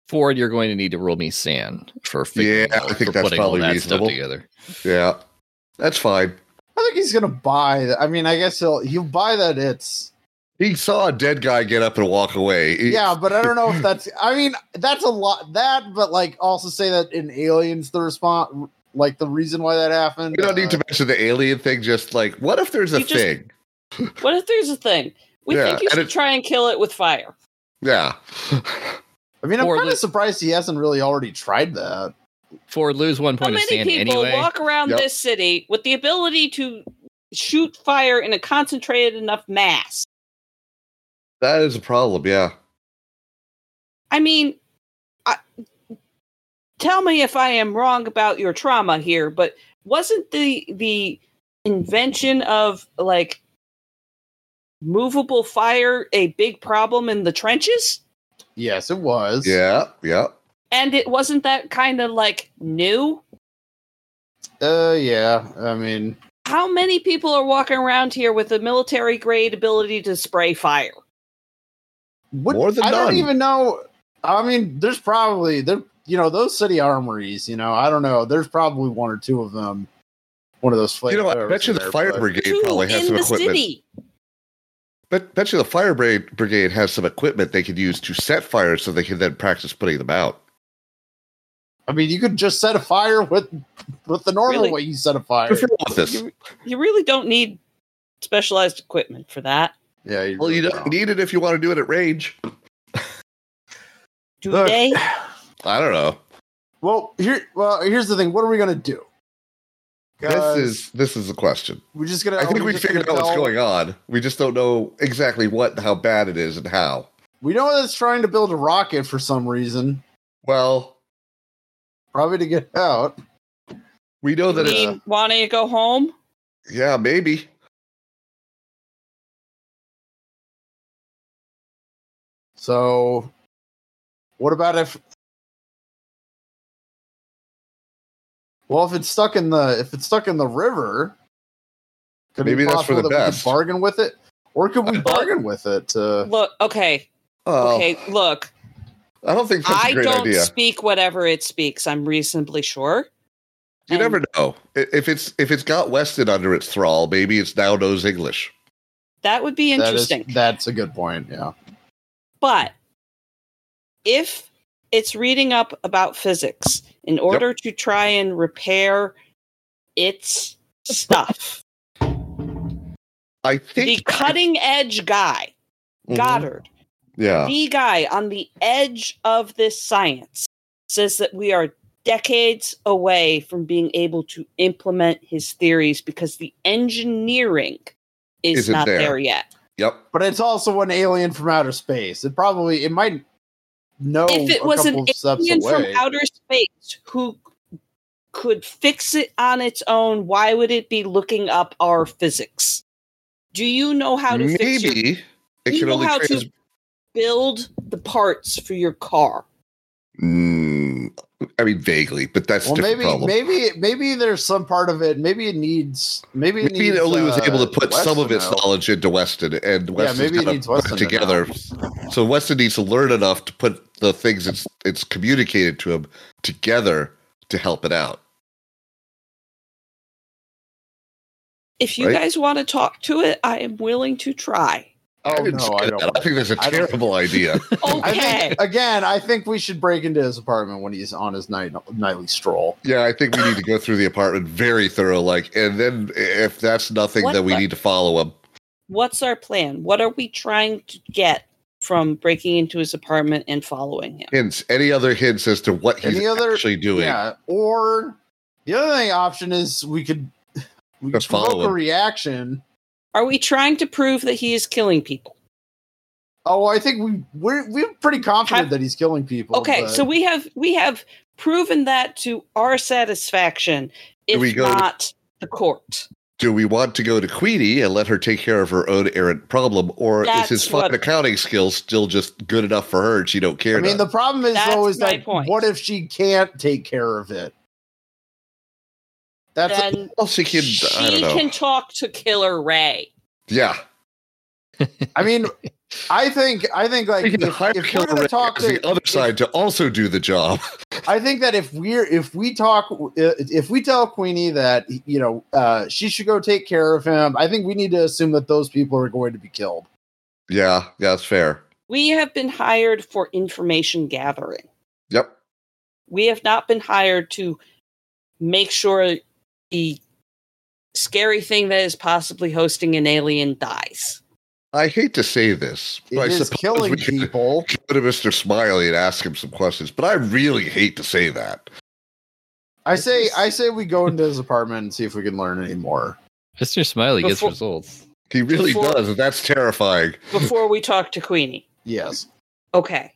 Speaker 2: Ford, you're going to need to roll me sand for figuring
Speaker 4: Yeah,
Speaker 2: out-
Speaker 4: I think
Speaker 2: for
Speaker 4: that's
Speaker 2: putting all
Speaker 4: probably
Speaker 2: that
Speaker 4: reasonable.
Speaker 2: stuff together.
Speaker 4: Yeah, that's fine.
Speaker 5: I think he's gonna buy. That. I mean, I guess he'll he'll buy that it's
Speaker 4: He saw a dead guy get up and walk away. He-
Speaker 5: yeah, but I
Speaker 4: <laughs>
Speaker 5: don't know if that's. I mean, that's a lot. That, but like also say that in Aliens, the response, like the reason why that happened. Uh,
Speaker 4: we don't need to mention the alien thing. Just like, what if there's a
Speaker 3: You just-
Speaker 4: thing?
Speaker 3: What if there's a thing? We
Speaker 4: Yeah,
Speaker 3: think you
Speaker 4: and
Speaker 3: should
Speaker 4: it-
Speaker 3: try and kill it with fire.
Speaker 4: Yeah, <laughs>
Speaker 5: I mean, I'm
Speaker 2: Or
Speaker 5: kind of
Speaker 2: lit-
Speaker 5: surprised he hasn't really already tried that.
Speaker 2: Ford, lose one
Speaker 3: How
Speaker 2: point of
Speaker 3: many
Speaker 2: sand
Speaker 3: people
Speaker 2: anyway.
Speaker 3: walk around
Speaker 4: Yep.
Speaker 3: this city with the ability to shoot fire in a concentrated enough mass?
Speaker 4: that is a problem. Yeah,
Speaker 3: I mean, I, tell me if I am wrong about your trauma here, but wasn't the the invention of like movable fire a big problem in the trenches?
Speaker 5: Yes, it was.
Speaker 4: yeah, yeah.
Speaker 3: And it wasn't that kind of like new.
Speaker 5: Uh, yeah. I mean,
Speaker 3: How many people are walking around here with a military grade ability to spray fire?
Speaker 5: what,
Speaker 4: More than
Speaker 5: I
Speaker 4: none.
Speaker 5: don't even know. I mean, there's probably there. You know, those city armories. You know, I don't know. There's probably one or two of them. One of those
Speaker 4: You
Speaker 5: flavors.
Speaker 4: know, I bet you the fire brigade
Speaker 3: Two
Speaker 4: probably has
Speaker 3: in
Speaker 4: some
Speaker 3: the
Speaker 4: equipment.
Speaker 3: city.
Speaker 4: Bet, bet you the fire bra- brigade has some equipment they could use to set fires, so they can then practice putting them out.
Speaker 5: I mean, you could just set a fire with with the normal
Speaker 3: Really?
Speaker 5: way you set a fire.
Speaker 4: What's wrong with this?
Speaker 3: You, you really don't need specialized equipment for that.
Speaker 5: Yeah.
Speaker 4: Well, you
Speaker 5: really
Speaker 4: don't need it if you want to do it at range.
Speaker 3: Do
Speaker 4: <laughs>
Speaker 5: Look,
Speaker 3: they?
Speaker 4: I don't know.
Speaker 5: Well, here, well, here's the thing. What are we gonna do?
Speaker 4: This is this is the question.
Speaker 5: We're just gonna.
Speaker 4: I think
Speaker 5: are
Speaker 4: we
Speaker 5: just
Speaker 4: figured out
Speaker 5: gonna
Speaker 4: what's
Speaker 5: tell-
Speaker 4: going on. We just don't know exactly what, how bad it is, and how.
Speaker 5: We know that it's trying to build a rocket for some reason,
Speaker 4: Well,
Speaker 5: probably to get out.
Speaker 4: we know oh, that
Speaker 3: mean
Speaker 4: it's
Speaker 3: wanting to go home?
Speaker 4: yeah, maybe.
Speaker 5: So, what about if? Well, if it's stuck in the if it's stuck in the river, could it be
Speaker 4: Maybe that's for
Speaker 5: possible
Speaker 4: the
Speaker 5: that we could
Speaker 4: best.
Speaker 5: bargain with it, or could we
Speaker 4: Uh,
Speaker 5: bargain with it? To,
Speaker 3: Look, okay,
Speaker 4: Oh,
Speaker 3: okay, look.
Speaker 4: I don't think that's a
Speaker 3: I
Speaker 4: great
Speaker 3: don't
Speaker 4: idea.
Speaker 3: speak whatever it speaks. I'm reasonably sure.
Speaker 4: You
Speaker 3: And
Speaker 4: never know I- if it's if it's got Weston under its thrall. Maybe it's now knows English.
Speaker 3: That would be
Speaker 5: that is,
Speaker 3: interesting.
Speaker 5: that's a good point. Yeah.
Speaker 3: But if it's reading up about physics in order to try and repair
Speaker 4: <laughs>
Speaker 3: its stuff,
Speaker 4: I
Speaker 3: the
Speaker 4: think
Speaker 3: cutting edge guy,
Speaker 4: Mhm.
Speaker 3: Goddard,
Speaker 4: Yeah,
Speaker 3: the guy on the edge of this science, says that we are decades away from being able to implement his theories because the engineering is
Speaker 4: Isn't
Speaker 3: not
Speaker 4: there.
Speaker 3: there yet.
Speaker 4: yep.
Speaker 5: but it's also an alien from outer space. It probably it might know
Speaker 3: if it
Speaker 5: a
Speaker 3: was
Speaker 5: couple
Speaker 3: an
Speaker 5: steps
Speaker 3: alien
Speaker 5: away.
Speaker 3: from outer space who could fix it on its own, why would it be looking up our physics? Do you know how to fix your,
Speaker 4: Maybe it
Speaker 3: you
Speaker 4: can
Speaker 3: know
Speaker 4: only
Speaker 3: how
Speaker 4: trans-
Speaker 3: to build the parts for your car?
Speaker 4: Mm, I mean, vaguely, but that's
Speaker 5: well,
Speaker 4: a different
Speaker 5: maybe
Speaker 4: problem.
Speaker 5: maybe maybe there's some part of it. Maybe it needs. Maybe it
Speaker 4: Maybe
Speaker 5: needs,
Speaker 4: it only was
Speaker 5: uh,
Speaker 4: able to put some of
Speaker 5: Weston
Speaker 4: its
Speaker 5: out.
Speaker 4: knowledge into Weston, and Weston
Speaker 5: maybe it
Speaker 4: kind
Speaker 5: needs
Speaker 4: of
Speaker 5: Weston
Speaker 4: put
Speaker 5: to
Speaker 4: it together. So Weston needs to learn enough to put the things it's it's communicated to him together to help it out.
Speaker 3: If you
Speaker 4: Right.
Speaker 3: guys want to talk to it, I am willing to try.
Speaker 4: <laughs>
Speaker 5: Oh,
Speaker 4: I, didn't
Speaker 5: no,
Speaker 4: say
Speaker 5: I
Speaker 4: that.
Speaker 5: don't
Speaker 4: I
Speaker 5: want-
Speaker 4: think that's a
Speaker 5: I don't- <laughs>
Speaker 4: terrible idea.
Speaker 5: I
Speaker 3: Okay.
Speaker 5: think, again, I think we should break into his apartment when he's on his night, nightly stroll.
Speaker 4: Yeah, I think we need to go through the apartment very thorough. Like, and then if that's nothing,
Speaker 3: What
Speaker 4: then we
Speaker 3: the-
Speaker 4: need to follow him.
Speaker 3: What's our plan? What are we trying to get from breaking into his apartment and following him?
Speaker 4: Hints, any other hints as to what he's
Speaker 5: Any other-
Speaker 4: actually doing?
Speaker 5: Yeah. Or the other thing option is we could we could
Speaker 4: Just follow
Speaker 5: provoke a
Speaker 4: him.
Speaker 5: reaction.
Speaker 3: Are we trying to prove that he is killing people?
Speaker 5: Oh, I think we we're we're pretty confident
Speaker 3: Have-
Speaker 5: that he's killing people.
Speaker 3: Okay,
Speaker 5: but-
Speaker 3: so we have we have proven that to our satisfaction,
Speaker 4: Do
Speaker 3: if
Speaker 4: we go to-
Speaker 3: not the court.
Speaker 4: Do we want to go to Queenie and let her take care of her own errant problem, or
Speaker 3: That's
Speaker 4: is his fucking
Speaker 3: what-
Speaker 4: accounting skills still just good enough for her and she don't care?
Speaker 5: I mean,
Speaker 4: enough?
Speaker 5: the problem is
Speaker 3: That's
Speaker 5: always
Speaker 3: my
Speaker 5: like,
Speaker 3: point.
Speaker 5: what if she can't take care of it? That's
Speaker 3: Then
Speaker 4: Well, she can.
Speaker 3: she
Speaker 4: I don't know.
Speaker 3: can talk to Killer Ray.
Speaker 4: yeah, <laughs>
Speaker 5: I mean, I think I think like
Speaker 4: we
Speaker 5: if,
Speaker 4: can hire
Speaker 5: if we're
Speaker 4: Killer
Speaker 5: gonna
Speaker 4: Ray
Speaker 5: talk
Speaker 4: as
Speaker 5: to
Speaker 4: the other
Speaker 5: if-
Speaker 4: side to also do the job. <laughs>
Speaker 5: I think that if we're if we talk uh, if we tell Queenie that you know uh, she should go take care of him, I think we need to assume that those people are going to be killed.
Speaker 4: yeah, yeah, that's fair.
Speaker 3: We have been hired for information gathering.
Speaker 4: Yep.
Speaker 3: We have not been hired to make sure the scary thing that is possibly hosting an alien dies.
Speaker 4: I hate to say this,
Speaker 5: It
Speaker 4: but I
Speaker 5: is
Speaker 4: suppose
Speaker 5: killing
Speaker 4: we could
Speaker 5: people.
Speaker 4: go to Mister Smiley and ask him some questions. But I really hate to say that.
Speaker 5: I say I say we go into his apartment and see if we can learn any more.
Speaker 2: Mr. Smiley gets
Speaker 3: Before-
Speaker 2: results.
Speaker 4: He really
Speaker 3: Before-
Speaker 4: does, and that's terrifying.
Speaker 3: Before we talk to Queenie.
Speaker 5: Yes,
Speaker 3: Okay.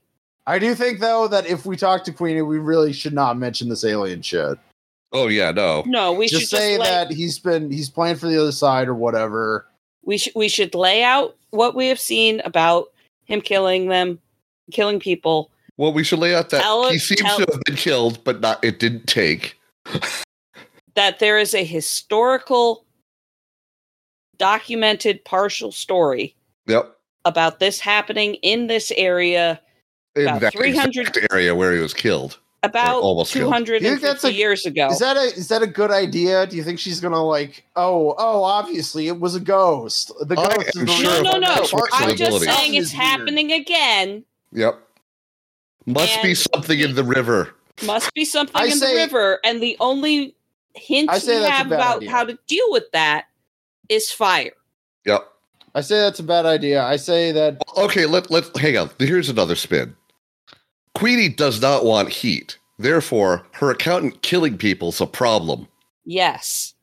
Speaker 5: I do think though that if we talk to Queenie, we really should not mention this alien shit.
Speaker 4: Oh yeah, no.
Speaker 3: No, we
Speaker 5: just
Speaker 3: should just
Speaker 5: say
Speaker 3: let-
Speaker 5: that he's been he's playing for the other side or whatever.
Speaker 3: we should we should lay out what we have seen about him killing them, killing people.
Speaker 4: Well, we should lay out that
Speaker 3: Tell-
Speaker 4: he seems
Speaker 3: tell-
Speaker 4: to have been killed, but not. It didn't take.
Speaker 3: That there is a historical, documented partial story
Speaker 4: Yep.
Speaker 3: about this happening in this area
Speaker 4: In
Speaker 3: About
Speaker 4: that
Speaker 3: 300
Speaker 4: exact area where he was killed.
Speaker 3: about
Speaker 4: almost killed.
Speaker 3: two hundred
Speaker 5: You
Speaker 3: and
Speaker 5: think that's
Speaker 3: fifty
Speaker 5: a-
Speaker 3: years ago.
Speaker 5: Is that a is that a good idea? Do you think she's gonna like? Oh, oh, obviously it was a ghost. The
Speaker 4: I
Speaker 5: ghost.
Speaker 4: am
Speaker 5: the
Speaker 4: sure
Speaker 3: no,
Speaker 5: reason
Speaker 4: of
Speaker 3: no,
Speaker 5: why
Speaker 3: no!
Speaker 5: that
Speaker 4: that's
Speaker 5: apartment
Speaker 3: I'm just
Speaker 4: responsibility.
Speaker 3: saying
Speaker 5: is
Speaker 3: it's
Speaker 5: weird.
Speaker 3: happening again.
Speaker 4: Yep. Must be
Speaker 3: And-
Speaker 4: something in the river.
Speaker 3: Must be something
Speaker 5: I
Speaker 3: in
Speaker 5: say-
Speaker 3: the river, and the only hint
Speaker 5: I say
Speaker 3: we
Speaker 5: that's a
Speaker 3: have
Speaker 5: bad
Speaker 3: about
Speaker 5: idea.
Speaker 3: how to deal with that is fire.
Speaker 4: Yep.
Speaker 5: I say that's a bad idea. I say that.
Speaker 4: Okay, let let hang on. Here's another spin. Queenie does not want heat. Therefore, her accountant killing people's a problem.
Speaker 3: Yes.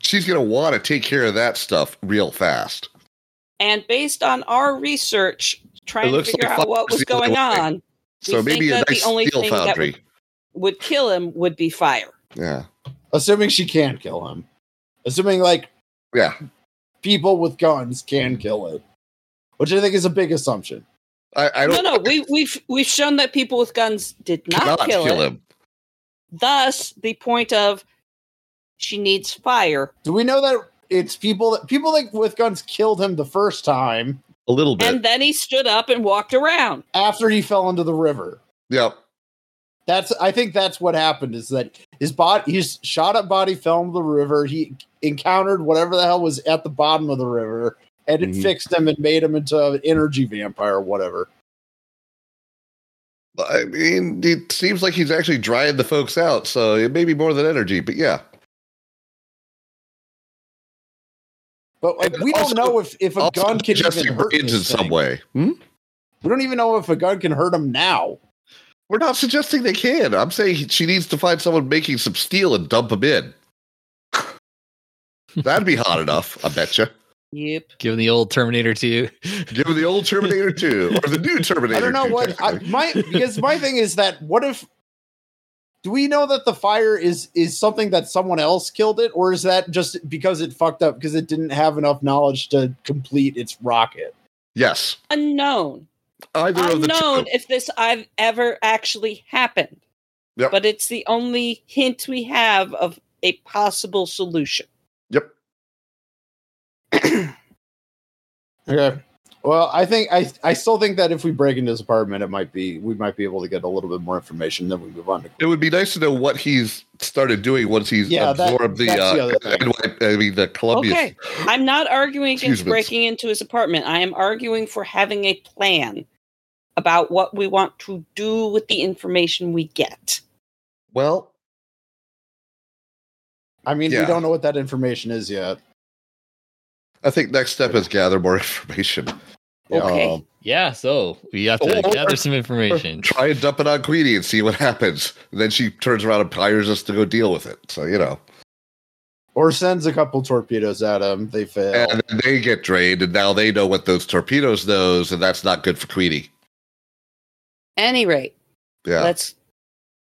Speaker 4: She's gonna want to take care of that stuff real fast.
Speaker 3: And based on our research, trying to
Speaker 4: looks
Speaker 3: figure
Speaker 4: like
Speaker 3: out what
Speaker 4: fire is
Speaker 3: was
Speaker 4: the only <laughs>
Speaker 3: going
Speaker 4: way.
Speaker 3: on, We
Speaker 4: So maybe
Speaker 3: think
Speaker 4: a
Speaker 3: that the
Speaker 4: nice
Speaker 3: only
Speaker 4: steel
Speaker 3: thing that
Speaker 4: foundry.
Speaker 3: would kill him would be fire.
Speaker 4: Yeah.
Speaker 5: Assuming she can kill him. Assuming like
Speaker 4: Yeah.
Speaker 5: people with guns can kill it, which I think is a big assumption.
Speaker 4: I, I
Speaker 3: No,
Speaker 4: don't
Speaker 3: no, we, we've we've shown that people with guns did not,
Speaker 4: cannot
Speaker 3: kill, it.
Speaker 4: him.
Speaker 3: Thus, the point of she needs fire,
Speaker 5: Do we know that it's people that people like with guns killed him the first time
Speaker 4: A little bit.
Speaker 3: and then he stood up and walked around.
Speaker 5: after he fell into the river?
Speaker 4: yep.
Speaker 5: That's I think that's what happened is that his body his shot up body fell into the river. He encountered whatever the hell was at the bottom of the river and it
Speaker 4: Mhm.
Speaker 5: fixed him and made him into an energy vampire or whatever.
Speaker 4: I mean, it seems like he's actually drying the folks out, so it may be more than energy, but yeah.
Speaker 5: But like,
Speaker 4: And
Speaker 5: we don't
Speaker 4: also-
Speaker 5: know if, if a
Speaker 4: Also
Speaker 5: gun can
Speaker 4: suggesting
Speaker 5: even hurt
Speaker 4: brains
Speaker 5: this
Speaker 4: in some
Speaker 5: thing.
Speaker 4: way. Hmm?
Speaker 5: We don't even know if a gun can hurt him now.
Speaker 4: We're not suggesting they can. I'm saying he- she needs to find someone making some steel and dump him
Speaker 5: <laughs>
Speaker 4: in. That'd be hot enough, I bet you.
Speaker 3: Yep.
Speaker 2: Giving the old Terminator to you.
Speaker 4: Give him the old Terminator 2 or the new Terminator.
Speaker 5: <laughs> I don't know
Speaker 4: 2,
Speaker 5: what I,
Speaker 4: technically.
Speaker 5: my because my thing is that what if do we know that the fire is is something that someone else killed it or is that just because it fucked up because it didn't have enough knowledge to complete its rocket?
Speaker 4: yes,
Speaker 3: Unknown.
Speaker 4: either of the
Speaker 3: Unknown
Speaker 4: two.
Speaker 3: if this I've ever actually happened.
Speaker 4: Yep.
Speaker 3: But it's the only hint we have of a possible solution.
Speaker 4: Yep.
Speaker 5: Okay. Well, I think I I still think that if we break into his apartment, it might be we might be able to get a little bit more information. Then we move on to
Speaker 4: It would be nice to know what he's started doing once he's
Speaker 5: Yeah, that-
Speaker 4: absorbed
Speaker 5: that's
Speaker 4: the, uh,
Speaker 5: the other thing.
Speaker 4: NY I mean the Columbia.
Speaker 3: Okay. I'm not arguing
Speaker 4: Excuse
Speaker 3: against
Speaker 4: me.
Speaker 3: breaking into his apartment. I am arguing for having a plan about what we want to do with the information we get.
Speaker 4: Well,
Speaker 5: I mean,
Speaker 4: Yeah.
Speaker 5: we don't know what that information is yet.
Speaker 4: I think next step is gather more <laughs> information.
Speaker 3: Okay.
Speaker 4: Um,
Speaker 2: <laughs> Yeah, so we have to
Speaker 4: Or-
Speaker 2: gather some
Speaker 4: <laughs>
Speaker 2: information.
Speaker 4: try and dump it on Queenie and see what happens. And then she turns around and hires us to go deal with it. So you know,
Speaker 5: Or sends a couple torpedoes at him. They fail.
Speaker 4: and then they get drained, and now they know what those torpedoes knows, and that's not good for Queenie.
Speaker 3: Any rate,
Speaker 4: Yeah,
Speaker 3: let's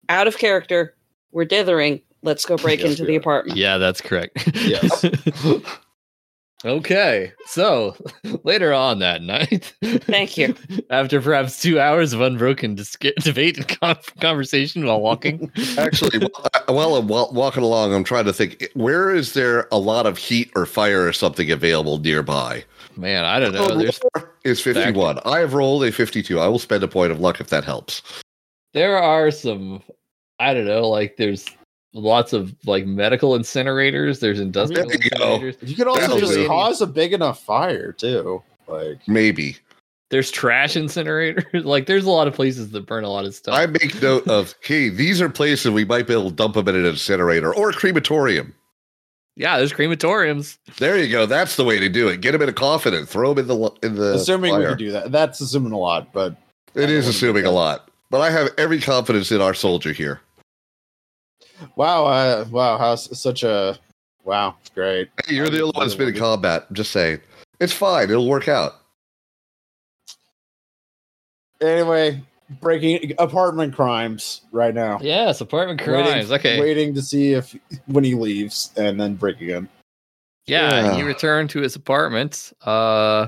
Speaker 3: out of character. We're dithering. Let's go break
Speaker 5: Yes,
Speaker 3: into
Speaker 5: we
Speaker 3: the
Speaker 5: are.
Speaker 3: apartment.
Speaker 2: Yeah, that's correct.
Speaker 5: Yes.
Speaker 2: <laughs> okay. So <laughs> later on that night.
Speaker 3: Thank you.
Speaker 2: <laughs> After perhaps two hours of unbroken dis- debate and con- conversation while <laughs> walking.
Speaker 4: <laughs> actually, while I- while I'm wa- walking along, I'm trying to think: where is there a lot of heat or fire or something available nearby?
Speaker 2: man, I don't know. <laughs>
Speaker 4: Oh,
Speaker 2: There's,
Speaker 4: roar is 51. I have rolled a 52. I will spend a point of luck if that helps.
Speaker 2: there are some, I don't know, like there's lots of like medical incinerators. There's industrial
Speaker 4: There you go.
Speaker 2: incinerators.
Speaker 5: you could also
Speaker 4: That'll
Speaker 5: just
Speaker 4: do.
Speaker 5: cause a big enough fire too. Like
Speaker 4: Maybe.
Speaker 2: There's trash incinerators. <laughs> Like there's a lot of places that burn a lot of stuff.
Speaker 4: I make note of, hey, these are places we might be able to dump them in an incinerator or a crematorium.
Speaker 2: yeah, there's crematoriums.
Speaker 4: There you go. That's the way to do it. Get them in a coffin and throw them in the lo- in the
Speaker 5: assuming we
Speaker 4: fire.
Speaker 5: could do that. That's assuming a lot, but
Speaker 4: It is assuming a lot, but I have every confidence in our soldier here.
Speaker 5: wow, uh, wow, how s- such a wow, great.
Speaker 4: Hey, you're the only one that's been in combat. I'm just saying, it's fine. It'll work out.
Speaker 5: Anyway, breaking apartment crimes right now.
Speaker 2: Yes, apartment crimes.
Speaker 5: Waiting,
Speaker 2: okay.
Speaker 5: waiting to see if when he leaves and then break again.
Speaker 2: Yeah, he
Speaker 4: Yeah.
Speaker 2: returned to his apartment. Uh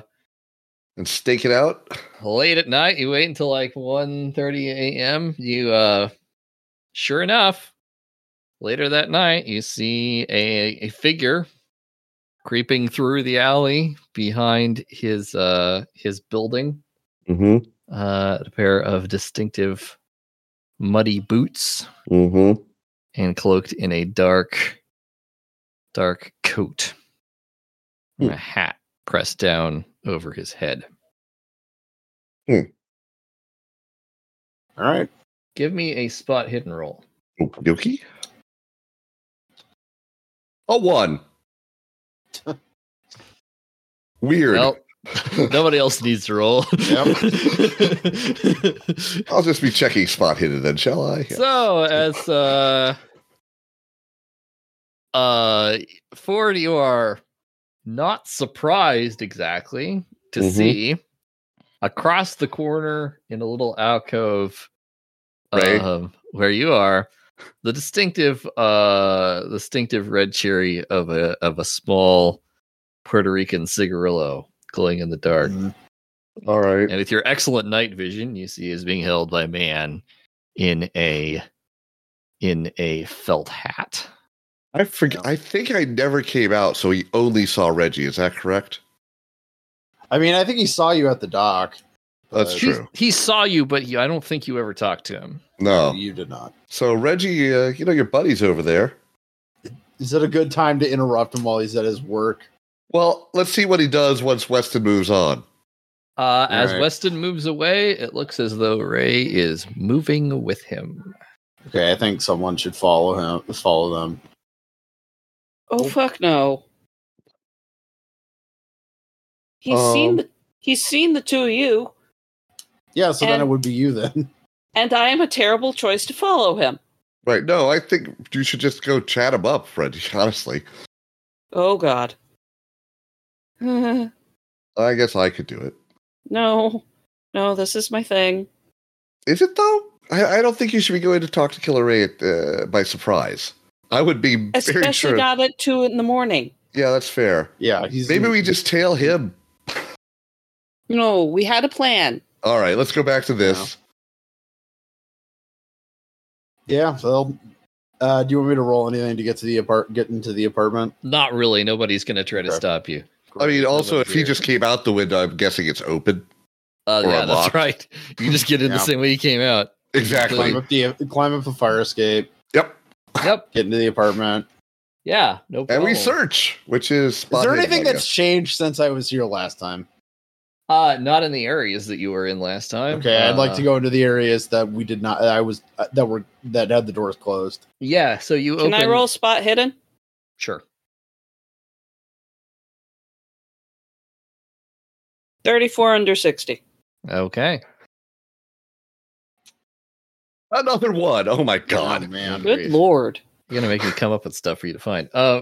Speaker 4: And stake it out.
Speaker 2: late at night, you wait until like 1:30 a.m. You uh sure enough, later that night you see a, a figure creeping through the alley behind his uh his building.
Speaker 4: Mm-hmm.
Speaker 2: Uh a pair of distinctive muddy boots
Speaker 4: Mm-hmm.
Speaker 2: and cloaked in a dark, dark coat and a hat pressed down over his head.
Speaker 5: All right.
Speaker 2: Give me a spot hidden roll.
Speaker 4: Yuki. A one. Weird.
Speaker 2: Well, nobody else needs to roll.
Speaker 4: <laughs> I'll just be checking spot hidden then, shall
Speaker 2: <laughs>
Speaker 4: I?
Speaker 2: so as uh uh Ford, you are not surprised exactly to
Speaker 4: Mhm.
Speaker 2: see across the corner in a little alcove
Speaker 4: Ray.
Speaker 2: um, where you are the distinctive uh distinctive red cherry of a of a small Puerto Rican cigarillo glowing in the dark.
Speaker 5: Mm-hmm.
Speaker 4: All right.
Speaker 2: And with your excellent night vision, you see is being held by a man in a in a felt hat.
Speaker 4: I forget. I think I never came out, so he only saw Reggie. Is that correct?
Speaker 5: I mean, I think he saw you at the dock.
Speaker 4: That's
Speaker 5: but
Speaker 4: true.
Speaker 2: He's- He saw you, but he, I don't think you ever talked to him.
Speaker 4: No.
Speaker 5: You did not.
Speaker 4: So Reggie, uh, you know your buddy's over there.
Speaker 5: Is it a good time to interrupt him while he's at his work?
Speaker 4: Well, let's see what he does once Weston moves on.
Speaker 2: Uh, as
Speaker 5: Right.
Speaker 2: Weston moves away, it looks as though Ray is moving with him.
Speaker 5: Okay, I think someone should follow him. Follow them.
Speaker 3: Oh fuck no. He's seen
Speaker 4: Um,
Speaker 3: the he's seen the two of you,
Speaker 5: Yeah, so then
Speaker 3: And-
Speaker 5: it would be you then. <laughs>
Speaker 3: and I am a terrible choice to follow him.
Speaker 4: Right? No, I think you should just go chat him up, Reggie. <laughs> Honestly,
Speaker 3: Oh
Speaker 4: <laughs>
Speaker 3: god.
Speaker 4: I guess I could do it.
Speaker 3: no. No, this is my thing.
Speaker 4: Is it though? I, I don't think you should be going to talk to Killer Ray at, uh, by surprise. I would be very
Speaker 3: Especially
Speaker 4: sure.
Speaker 3: not at two in the morning.
Speaker 4: yeah, that's fair.
Speaker 5: Yeah, he's
Speaker 4: Maybe we just tail him.
Speaker 3: No, we had a plan.
Speaker 4: All right, let's go back to this.
Speaker 5: Yeah, so uh, do you want me to roll anything to get to the apart get into the apartment?
Speaker 2: Not really. Nobody's going to try to
Speaker 5: Okay.
Speaker 2: stop you.
Speaker 4: I mean, also,
Speaker 5: live
Speaker 4: if he
Speaker 5: here.
Speaker 4: just came out the window, I'm guessing it's open.
Speaker 2: Uh,
Speaker 4: Or
Speaker 2: yeah, that's
Speaker 4: unlocked.
Speaker 2: right. You just get in
Speaker 5: Yeah.
Speaker 2: the same way you came out.
Speaker 4: Exactly.
Speaker 5: climb up the climb up the fire escape,
Speaker 4: Yep.
Speaker 2: Yep.
Speaker 5: get into the apartment.
Speaker 2: Yeah. No problem.
Speaker 4: And we search, which is
Speaker 5: Is
Speaker 4: spot
Speaker 5: there
Speaker 4: hidden,
Speaker 5: anything
Speaker 4: I
Speaker 5: that's
Speaker 4: guess.
Speaker 5: changed since I was here last time?
Speaker 2: Uh, not in the areas that you were in last time.
Speaker 5: Okay, I'd like to
Speaker 2: Uh,
Speaker 5: go into the areas that we did not. I was uh, that were that had the doors closed.
Speaker 2: Yeah. So you open.
Speaker 3: Can I roll spot hidden?
Speaker 2: Sure.
Speaker 3: 34 under 60.
Speaker 2: Okay.
Speaker 4: another one? Oh my
Speaker 5: Oh,
Speaker 4: god!
Speaker 5: man,
Speaker 3: Good lord.
Speaker 2: You're gonna make me come up with stuff for you to find. <laughs> Uh,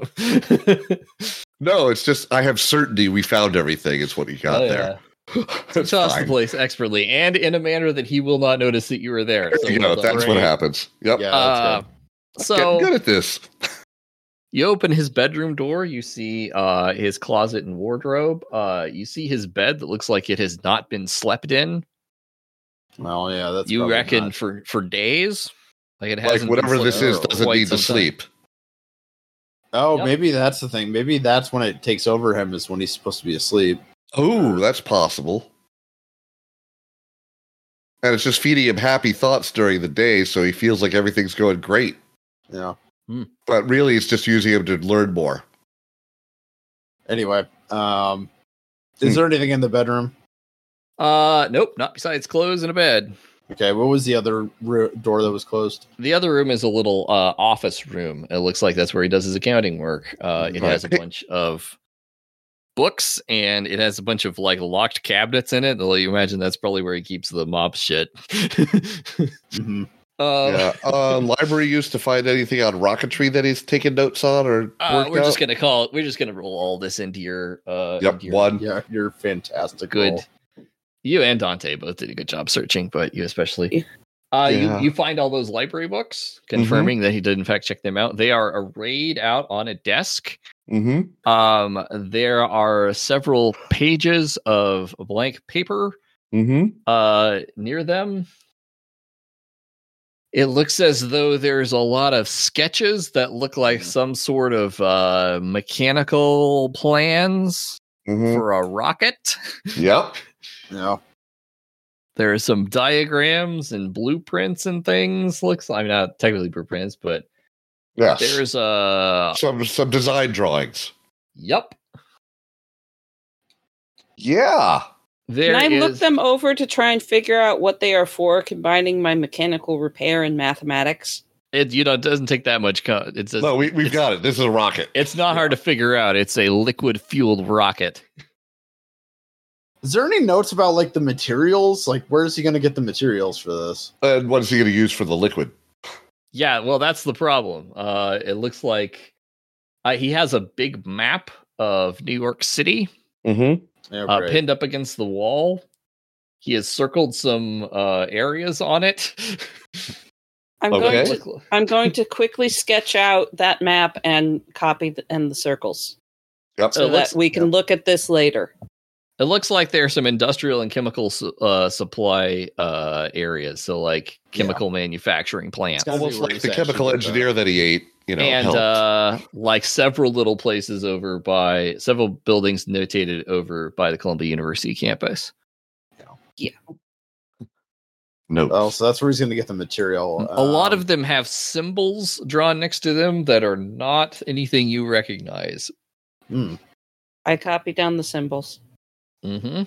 Speaker 4: No, it's just I have certainty. We found everything. Is what he got
Speaker 2: oh,
Speaker 4: there. <laughs>
Speaker 2: yeah.
Speaker 4: That's
Speaker 2: Toss the
Speaker 4: fine.
Speaker 2: place expertly and in a manner that he will not notice that you were there. So
Speaker 4: you
Speaker 2: well
Speaker 4: know,
Speaker 2: done.
Speaker 4: that's what
Speaker 5: Great.
Speaker 4: happens. Yep.
Speaker 5: Yeah,
Speaker 2: Uh,
Speaker 5: that's
Speaker 2: so
Speaker 4: Getting good at this.
Speaker 2: You open his bedroom door. You see uh, his closet and wardrobe. Uh, you see his bed that looks like it has not been slept in.
Speaker 5: good. Well, yeah, that's
Speaker 2: Uh, you
Speaker 5: probably
Speaker 2: reckon
Speaker 5: not-
Speaker 2: for for days, like it
Speaker 4: Like
Speaker 2: hasn't. been
Speaker 4: whatever
Speaker 2: slept
Speaker 4: this
Speaker 2: in
Speaker 4: is
Speaker 2: for er,
Speaker 4: doesn't
Speaker 2: quite
Speaker 4: need to
Speaker 2: some time.
Speaker 4: sleep.
Speaker 5: Oh,
Speaker 2: Yep.
Speaker 5: maybe that's the thing. Maybe that's when it takes over him. Is when he's supposed to be asleep.
Speaker 4: Oh, that's possible. And it's just feeding him happy thoughts during the day, so he feels like everything's going great.
Speaker 5: You know.
Speaker 4: But really, it's just using him to learn more.
Speaker 5: Anyway, um, is
Speaker 4: Hmm.
Speaker 5: there anything in the bedroom?
Speaker 2: Uh, nope, not besides clothes and a bed.
Speaker 5: Okay, what was the other ro- door that was closed?
Speaker 2: The other room is a little uh, office room. It looks like that's where he does his accounting work. Uh, it
Speaker 4: Mm-hmm. Right.
Speaker 2: has a bunch of books and it has a bunch of like locked cabinets in it. Although you imagine that's probably where he keeps the mob shit. <laughs> Um,
Speaker 5: Mm-hmm.
Speaker 2: uh,
Speaker 4: yeah.
Speaker 2: <laughs>
Speaker 4: Uh, library used to find anything on rocketry that he's taking notes on or
Speaker 2: Uh,
Speaker 4: worked
Speaker 2: we're just
Speaker 4: out?
Speaker 2: gonna call it. We're just gonna roll all this into your. Uh,
Speaker 4: Yep,
Speaker 2: into your
Speaker 4: one.
Speaker 5: Yeah, you're fantastic.
Speaker 2: good.
Speaker 5: Roll.
Speaker 2: You and Dante both did a good job searching, but you
Speaker 3: Yeah.
Speaker 2: especially. Uh,
Speaker 4: Yeah. Mm-hmm.
Speaker 2: you, you find all those library books, confirming that he did in fact check them out. They are arrayed out on a desk.
Speaker 4: hmm
Speaker 2: Um, there are several pages of blank paper
Speaker 4: hmm
Speaker 2: uh near them it looks as though there's a lot of sketches that look like
Speaker 3: Mm-hmm.
Speaker 2: some sort of uh mechanical plans
Speaker 3: Mm-hmm.
Speaker 4: hmm
Speaker 2: for a rocket <laughs>
Speaker 4: Yep.
Speaker 5: Yeah.
Speaker 2: there are some diagrams and blueprints and things looks i mean not technically blueprints but
Speaker 4: Yes.
Speaker 2: there's a
Speaker 4: some some design drawings.
Speaker 2: yep
Speaker 4: Yeah.
Speaker 2: there
Speaker 3: Can I look
Speaker 2: is-
Speaker 3: them over to try and figure out what they are for, combining my mechanical repair and mathematics?
Speaker 2: it you know it doesn't take that much co- it's a,
Speaker 4: No, we we've got it. This is a rocket.
Speaker 2: it's not hard to figure out it's a liquid fueled rocket
Speaker 5: Is there any notes about like the materials? Like, where is he going to get the materials for this?
Speaker 4: And what is he going to use for the liquid?
Speaker 2: Yeah, well, that's the problem. Uh, it looks like uh, he has a big map of New York City
Speaker 4: Mm-hmm.
Speaker 5: Yeah,
Speaker 2: uh,
Speaker 5: great.
Speaker 2: pinned up against the wall. He has circled some uh, areas on it. <laughs>
Speaker 3: I'm
Speaker 4: Okay.
Speaker 3: going to I'm going to quickly sketch out that map and copy the, and the circles
Speaker 4: Yep.
Speaker 3: so
Speaker 2: It looks-
Speaker 3: that we can look at this later.
Speaker 2: It looks like there are some industrial and chemical su- uh, supply uh, areas, so like
Speaker 5: Yeah.
Speaker 2: chemical manufacturing plants.
Speaker 5: gotta be
Speaker 4: Almost
Speaker 5: where
Speaker 4: like
Speaker 5: he's
Speaker 4: the
Speaker 5: actually
Speaker 4: chemical
Speaker 5: gonna-
Speaker 4: engineer that he ate. You know.
Speaker 2: and
Speaker 4: helped.
Speaker 2: uh, like several little places over by several buildings notated over by the Columbia University campus.
Speaker 4: no.
Speaker 5: Oh, so that's where he's going to get the material.
Speaker 2: a lot
Speaker 5: Um,
Speaker 2: of them have symbols drawn next to them that are not anything you recognize.
Speaker 5: hmm.
Speaker 3: I copy down the symbols.
Speaker 2: Mm-hmm.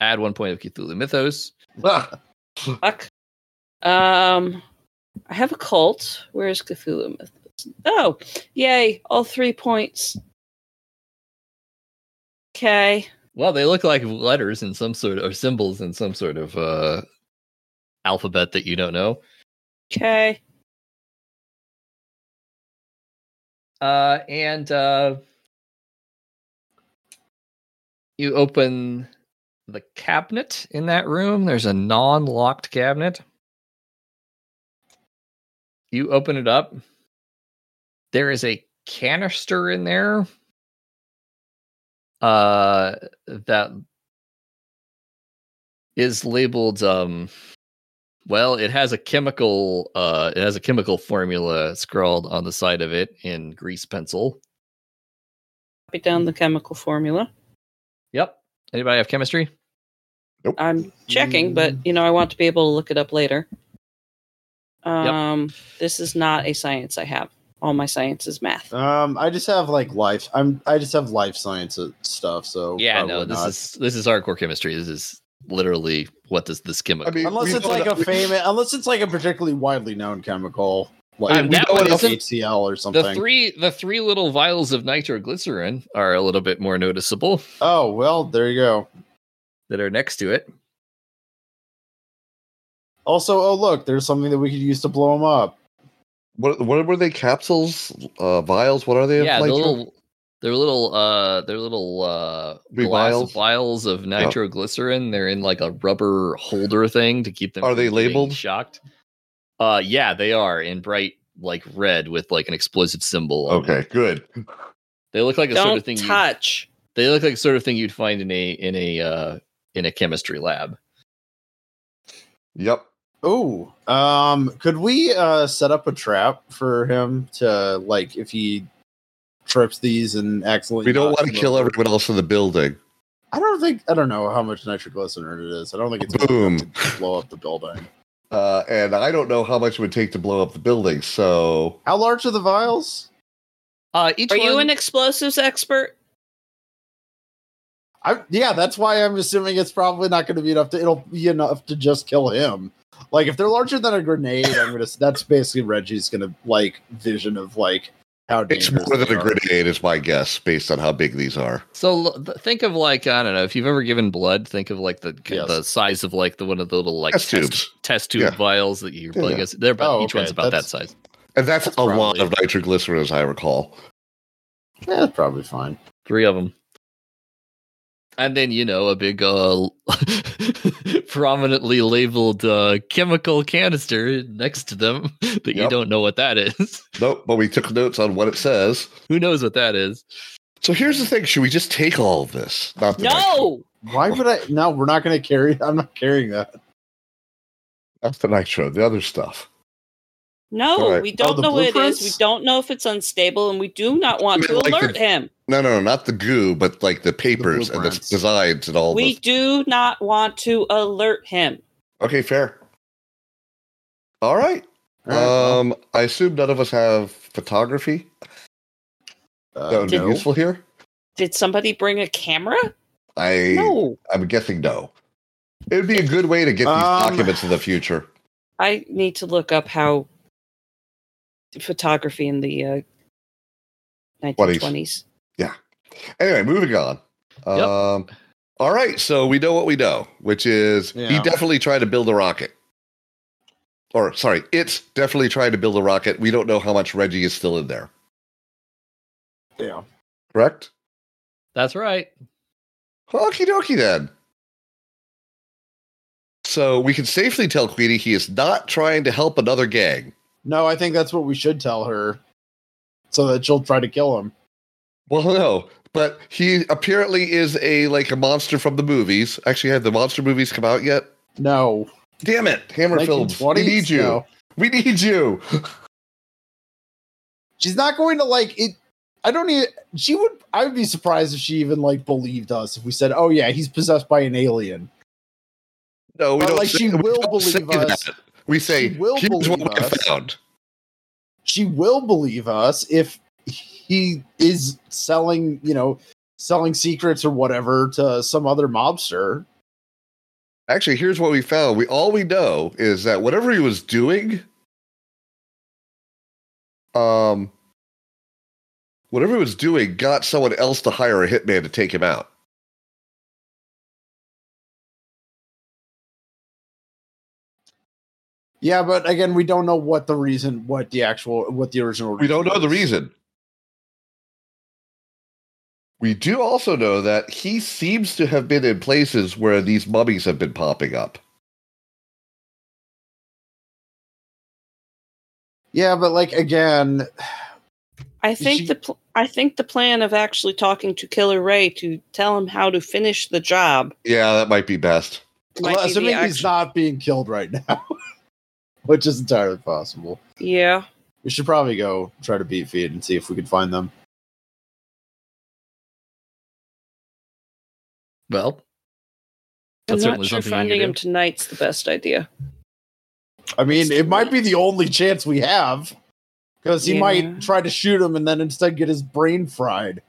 Speaker 2: Add one point of Cthulhu Mythos.
Speaker 4: Oh.
Speaker 3: Fuck. Um, I have a cult. Where is Cthulhu myth? Oh, yay! All three points. Okay.
Speaker 2: Well, they look like letters in some sort or symbols in some sort of uh, alphabet that you don't know.
Speaker 3: Okay.
Speaker 2: Uh, and uh, you open the cabinet in that room. There's a non-locked cabinet. You open it up. There is a canister in there. Uh that is labeled um well, it has a chemical uh it has a chemical formula scrawled on the side of it in grease pencil.
Speaker 3: Copy down the chemical formula.
Speaker 2: Yep. Anybody have chemistry?
Speaker 3: I'm checking, but you know, I want to be able to look it up later. Um, this is not a science I have. All my science is math.
Speaker 5: Um, I just have like life. I'm I just have life science uh, stuff. So
Speaker 2: Yeah,
Speaker 5: probably
Speaker 2: no. This
Speaker 5: not.
Speaker 2: is this is hardcore chemistry. This is literally what does this chemical?
Speaker 4: I mean,
Speaker 5: unless
Speaker 4: we
Speaker 5: it's
Speaker 4: know
Speaker 5: like a
Speaker 4: enough- we-
Speaker 5: famous, unless it's like a particularly widely known chemical, like
Speaker 2: Um, that
Speaker 5: we know
Speaker 2: one
Speaker 5: it's
Speaker 2: isn't-
Speaker 5: HCl or something.
Speaker 2: the three the three little vials of nitroglycerin are a little bit more noticeable
Speaker 5: oh well, there you go.
Speaker 2: that are next to it.
Speaker 5: Also, oh look, there's something that we could use to blow them up.
Speaker 4: <laughs> What, what were they? Capsules, uh, vials? What are they?
Speaker 2: yeah, the
Speaker 4: inflated?
Speaker 2: little they're little uh they're little uh
Speaker 4: Three
Speaker 2: glass
Speaker 4: vials?
Speaker 2: vials of nitroglycerin. They're in like a rubber holder thing to keep them
Speaker 4: Are
Speaker 2: from
Speaker 4: they
Speaker 2: getting
Speaker 4: labeled?
Speaker 2: shocked? Uh yeah, they are in bright like red with like an explosive symbol. on them.
Speaker 4: Okay, good.
Speaker 2: They look like a
Speaker 3: Don't
Speaker 2: sort of thing you
Speaker 3: touch.
Speaker 2: they look like the sort of thing you'd find in a in a uh in a chemistry lab.
Speaker 4: Yep.
Speaker 5: Oh, um, could we uh set up a trap for him to like if he trips these and accidentally?
Speaker 4: We don't
Speaker 5: knocks
Speaker 4: want to
Speaker 5: them
Speaker 4: kill
Speaker 5: over?
Speaker 4: everyone else in the building.
Speaker 5: I don't think I don't know how much nitroglycerin it is. I don't think it's
Speaker 4: Boom.
Speaker 5: enough to <laughs> blow up the building.
Speaker 4: Uh, and I don't know how much it would take to blow up the building. So
Speaker 5: How large are the vials?
Speaker 2: Uh each
Speaker 3: Are you
Speaker 2: one-
Speaker 3: an explosives expert?
Speaker 5: I, yeah, that's why I'm assuming it's probably not going to be enough to. It'll be enough to just kill him. Like if they're larger than a grenade, I'm gonna. That's basically Reggie's gonna like vision of like how
Speaker 4: it's
Speaker 5: dangerous
Speaker 4: more than
Speaker 5: they
Speaker 4: a
Speaker 5: are.
Speaker 4: grenade, is my guess, based on how big these are.
Speaker 2: So l- th- think of like I don't know if you've ever given blood. Think of like the
Speaker 5: Yes.
Speaker 2: the size of like the one of the little like
Speaker 4: Test
Speaker 2: test test
Speaker 4: tubes.
Speaker 2: tube,
Speaker 4: Yeah.
Speaker 2: vials that you're
Speaker 4: Yeah,
Speaker 2: playing
Speaker 4: yeah.
Speaker 2: against. They're about
Speaker 5: Oh,
Speaker 2: each
Speaker 5: okay,
Speaker 2: one's about that
Speaker 5: that's-
Speaker 2: size.
Speaker 4: And that's,
Speaker 5: That's
Speaker 4: a lot
Speaker 5: probably-
Speaker 4: of nitroglycerin, as I recall.
Speaker 5: Yeah, that's probably fine.
Speaker 2: Three of them, and then you know a big uh, <laughs> prominently labeled uh, chemical canister next to them <laughs> that you
Speaker 4: Yep.
Speaker 2: don't know what that is. <laughs>
Speaker 4: Nope, but we took notes on what it says.
Speaker 2: Who knows what that is?
Speaker 4: So here's the thing: should we just take all of this? Not the nitro-
Speaker 3: No.
Speaker 5: Why would I? No, we're not going to carry. I'm not carrying that.
Speaker 4: that's the nitro. The other stuff.
Speaker 3: No,
Speaker 4: Alright.
Speaker 3: we
Speaker 5: Oh,
Speaker 3: don't
Speaker 5: the
Speaker 3: know what it is. We
Speaker 5: blueprints?
Speaker 3: don't know if it's unstable, and we do not want
Speaker 4: I
Speaker 3: to
Speaker 4: mean, like the-
Speaker 3: alert him.
Speaker 4: No, no, no, not the goo, but like the papers and the
Speaker 5: blueprints.
Speaker 4: designs and all.
Speaker 3: We
Speaker 4: We-
Speaker 3: do not want to alert him.
Speaker 4: okay, fair. All right.
Speaker 5: All right, well,
Speaker 4: um, I assume none of us have photography
Speaker 5: uh,
Speaker 4: that would
Speaker 5: no.
Speaker 4: be useful here.
Speaker 3: Did somebody bring a camera?
Speaker 4: I
Speaker 3: No.
Speaker 4: I'm guessing no. It would be a good way to get these
Speaker 5: Um,
Speaker 4: documents in the future.
Speaker 3: I need to look up how photography in the uh, 1920s.
Speaker 4: Anyway, moving on.
Speaker 2: Yep.
Speaker 4: Um, all right, so we know what we know, which is he
Speaker 5: Yeah.
Speaker 4: definitely tried to build a rocket. Or sorry, it's definitely trying to build a rocket. We don't know how much Reggie is still in there.
Speaker 5: Yeah.
Speaker 4: Correct?
Speaker 2: That's right.
Speaker 4: Okie dokie then. So we can safely tell Queenie he is not trying to help another gang.
Speaker 5: No, I think that's what we should tell her, so that she'll try to kill him.
Speaker 4: Well, no, but he apparently is a like a monster from the movies. Actually, have the monster movies come out yet?
Speaker 5: No.
Speaker 4: Damn it, Hammer Films. We
Speaker 5: 1920s?
Speaker 4: need you.
Speaker 5: No.
Speaker 4: We need you.
Speaker 5: She's not going to like it. I don't need. She would. I would be surprised if she even like believed us if we said, "Oh yeah, he's possessed by an alien."
Speaker 4: No, we
Speaker 5: But,
Speaker 4: don't.
Speaker 5: like,
Speaker 4: say-
Speaker 5: she
Speaker 4: we
Speaker 5: will
Speaker 4: don't say
Speaker 5: believe us.
Speaker 4: that. We say
Speaker 5: She will
Speaker 4: here's what
Speaker 5: believe
Speaker 4: we
Speaker 5: us."
Speaker 4: found.
Speaker 5: She will believe us if he is selling, you know, selling secrets or whatever to some other mobster.
Speaker 4: Actually, here's what we found. We all we know is that whatever he was doing, um, whatever he was doing, got someone else to hire a hitman to take him out.
Speaker 5: Yeah, but again, we don't know what the reason, what the actual, what the original.
Speaker 4: We don't know the
Speaker 5: was.
Speaker 4: reason. We do also know that he seems to have been in places where these mummies have been popping up.
Speaker 5: Yeah, but like again,
Speaker 3: I think
Speaker 5: she-
Speaker 3: the pl- I think the plan of actually talking to Killer Ray to tell him how to finish the job.
Speaker 4: Yeah, that might be best.
Speaker 3: might
Speaker 5: well,
Speaker 3: be the
Speaker 5: assuming he's
Speaker 3: act-
Speaker 5: not being killed right now, <laughs> which is entirely possible.
Speaker 3: Yeah.
Speaker 5: We should probably go try to beat feed and see if we can find them.
Speaker 2: Well,
Speaker 3: I'm
Speaker 2: that's
Speaker 3: not
Speaker 2: certainly
Speaker 3: sure
Speaker 2: something you
Speaker 3: finding
Speaker 2: can
Speaker 3: him
Speaker 2: do.
Speaker 3: tonight's the best idea.
Speaker 5: I mean, it might be the only chance we have because he
Speaker 3: Yeah.
Speaker 5: might try to shoot him and then instead get his brain fried.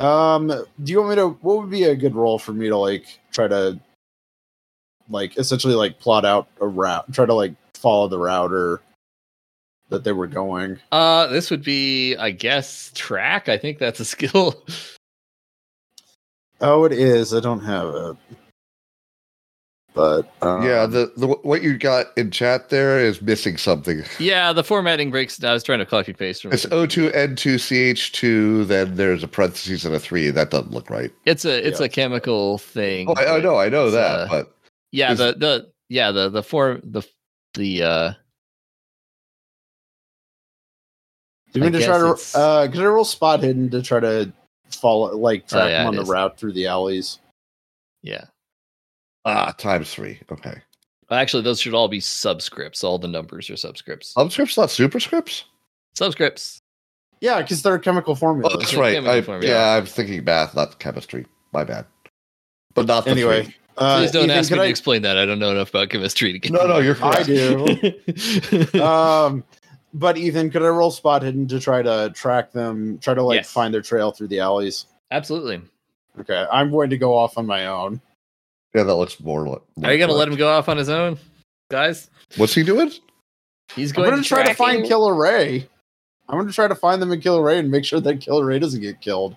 Speaker 5: Um, do you want me to? What would be a good role for me to like try to, like, essentially like plot out a route, try to like follow the router that they were going?
Speaker 2: Uh, this would be, I guess, track. I think that's a skill. <laughs>
Speaker 5: Oh, it is. I don't have it, but um,
Speaker 4: yeah, the, the what you got in chat there is missing something.
Speaker 2: yeah, the formatting breaks. I was trying to copy paste from <laughs>
Speaker 4: It's O2N2CH2, then there's a parentheses and a three. That doesn't look right.
Speaker 2: It's a it's
Speaker 5: Yeah.
Speaker 2: a chemical thing.
Speaker 4: Oh, I, I
Speaker 2: but
Speaker 4: know, I know
Speaker 2: it's,
Speaker 4: that,
Speaker 2: uh,
Speaker 4: but
Speaker 2: yeah,
Speaker 4: Is-
Speaker 2: the the yeah the the form the the uh
Speaker 5: Do you
Speaker 2: I
Speaker 5: mean to
Speaker 2: guess
Speaker 5: try to?
Speaker 2: it's-
Speaker 5: Uh, could I roll spot hidden to try to follow, like track
Speaker 2: Oh, yeah,
Speaker 5: him on
Speaker 2: it
Speaker 5: the
Speaker 2: is.
Speaker 5: route through the alleys?
Speaker 2: yeah.
Speaker 4: ah, times three. Okay.
Speaker 2: Actually, those should all be subscripts. All the numbers are
Speaker 5: Uh,
Speaker 2: subscripts.
Speaker 4: Subscripts, not superscripts?
Speaker 2: Subscripts.
Speaker 5: Yeah, because they're chemical
Speaker 4: Oh,
Speaker 5: formulas.
Speaker 4: that's
Speaker 2: yeah,
Speaker 4: right.
Speaker 2: chemical
Speaker 4: I-
Speaker 2: form,
Speaker 4: yeah.
Speaker 2: yeah.
Speaker 4: I'm thinking math, not chemistry. My bad. But not the
Speaker 5: anyway,
Speaker 4: three.
Speaker 5: uh,
Speaker 2: Please don't
Speaker 5: Ethan,
Speaker 2: ask me
Speaker 5: could
Speaker 2: to
Speaker 5: I-
Speaker 2: explain that. I don't know enough about chemistry to get
Speaker 4: No, no, you're correct.
Speaker 5: I
Speaker 2: <laughs>
Speaker 5: do. um, but Ethan, could I roll spot hidden to try to track them? Try to like
Speaker 2: Yes.
Speaker 5: find their trail through the alleys.
Speaker 2: Absolutely.
Speaker 5: Okay, I'm going to go off on my own.
Speaker 4: Yeah, that looks more. like-
Speaker 2: Are you gonna
Speaker 4: more
Speaker 2: let him go off on his own, guys?
Speaker 4: What's he doing?
Speaker 2: He's
Speaker 5: I'm
Speaker 2: going
Speaker 5: going to try to find
Speaker 3: tracking.
Speaker 5: Killer Ray. I'm going to try to find them in Killer Ray and make sure that Killer Ray doesn't get killed.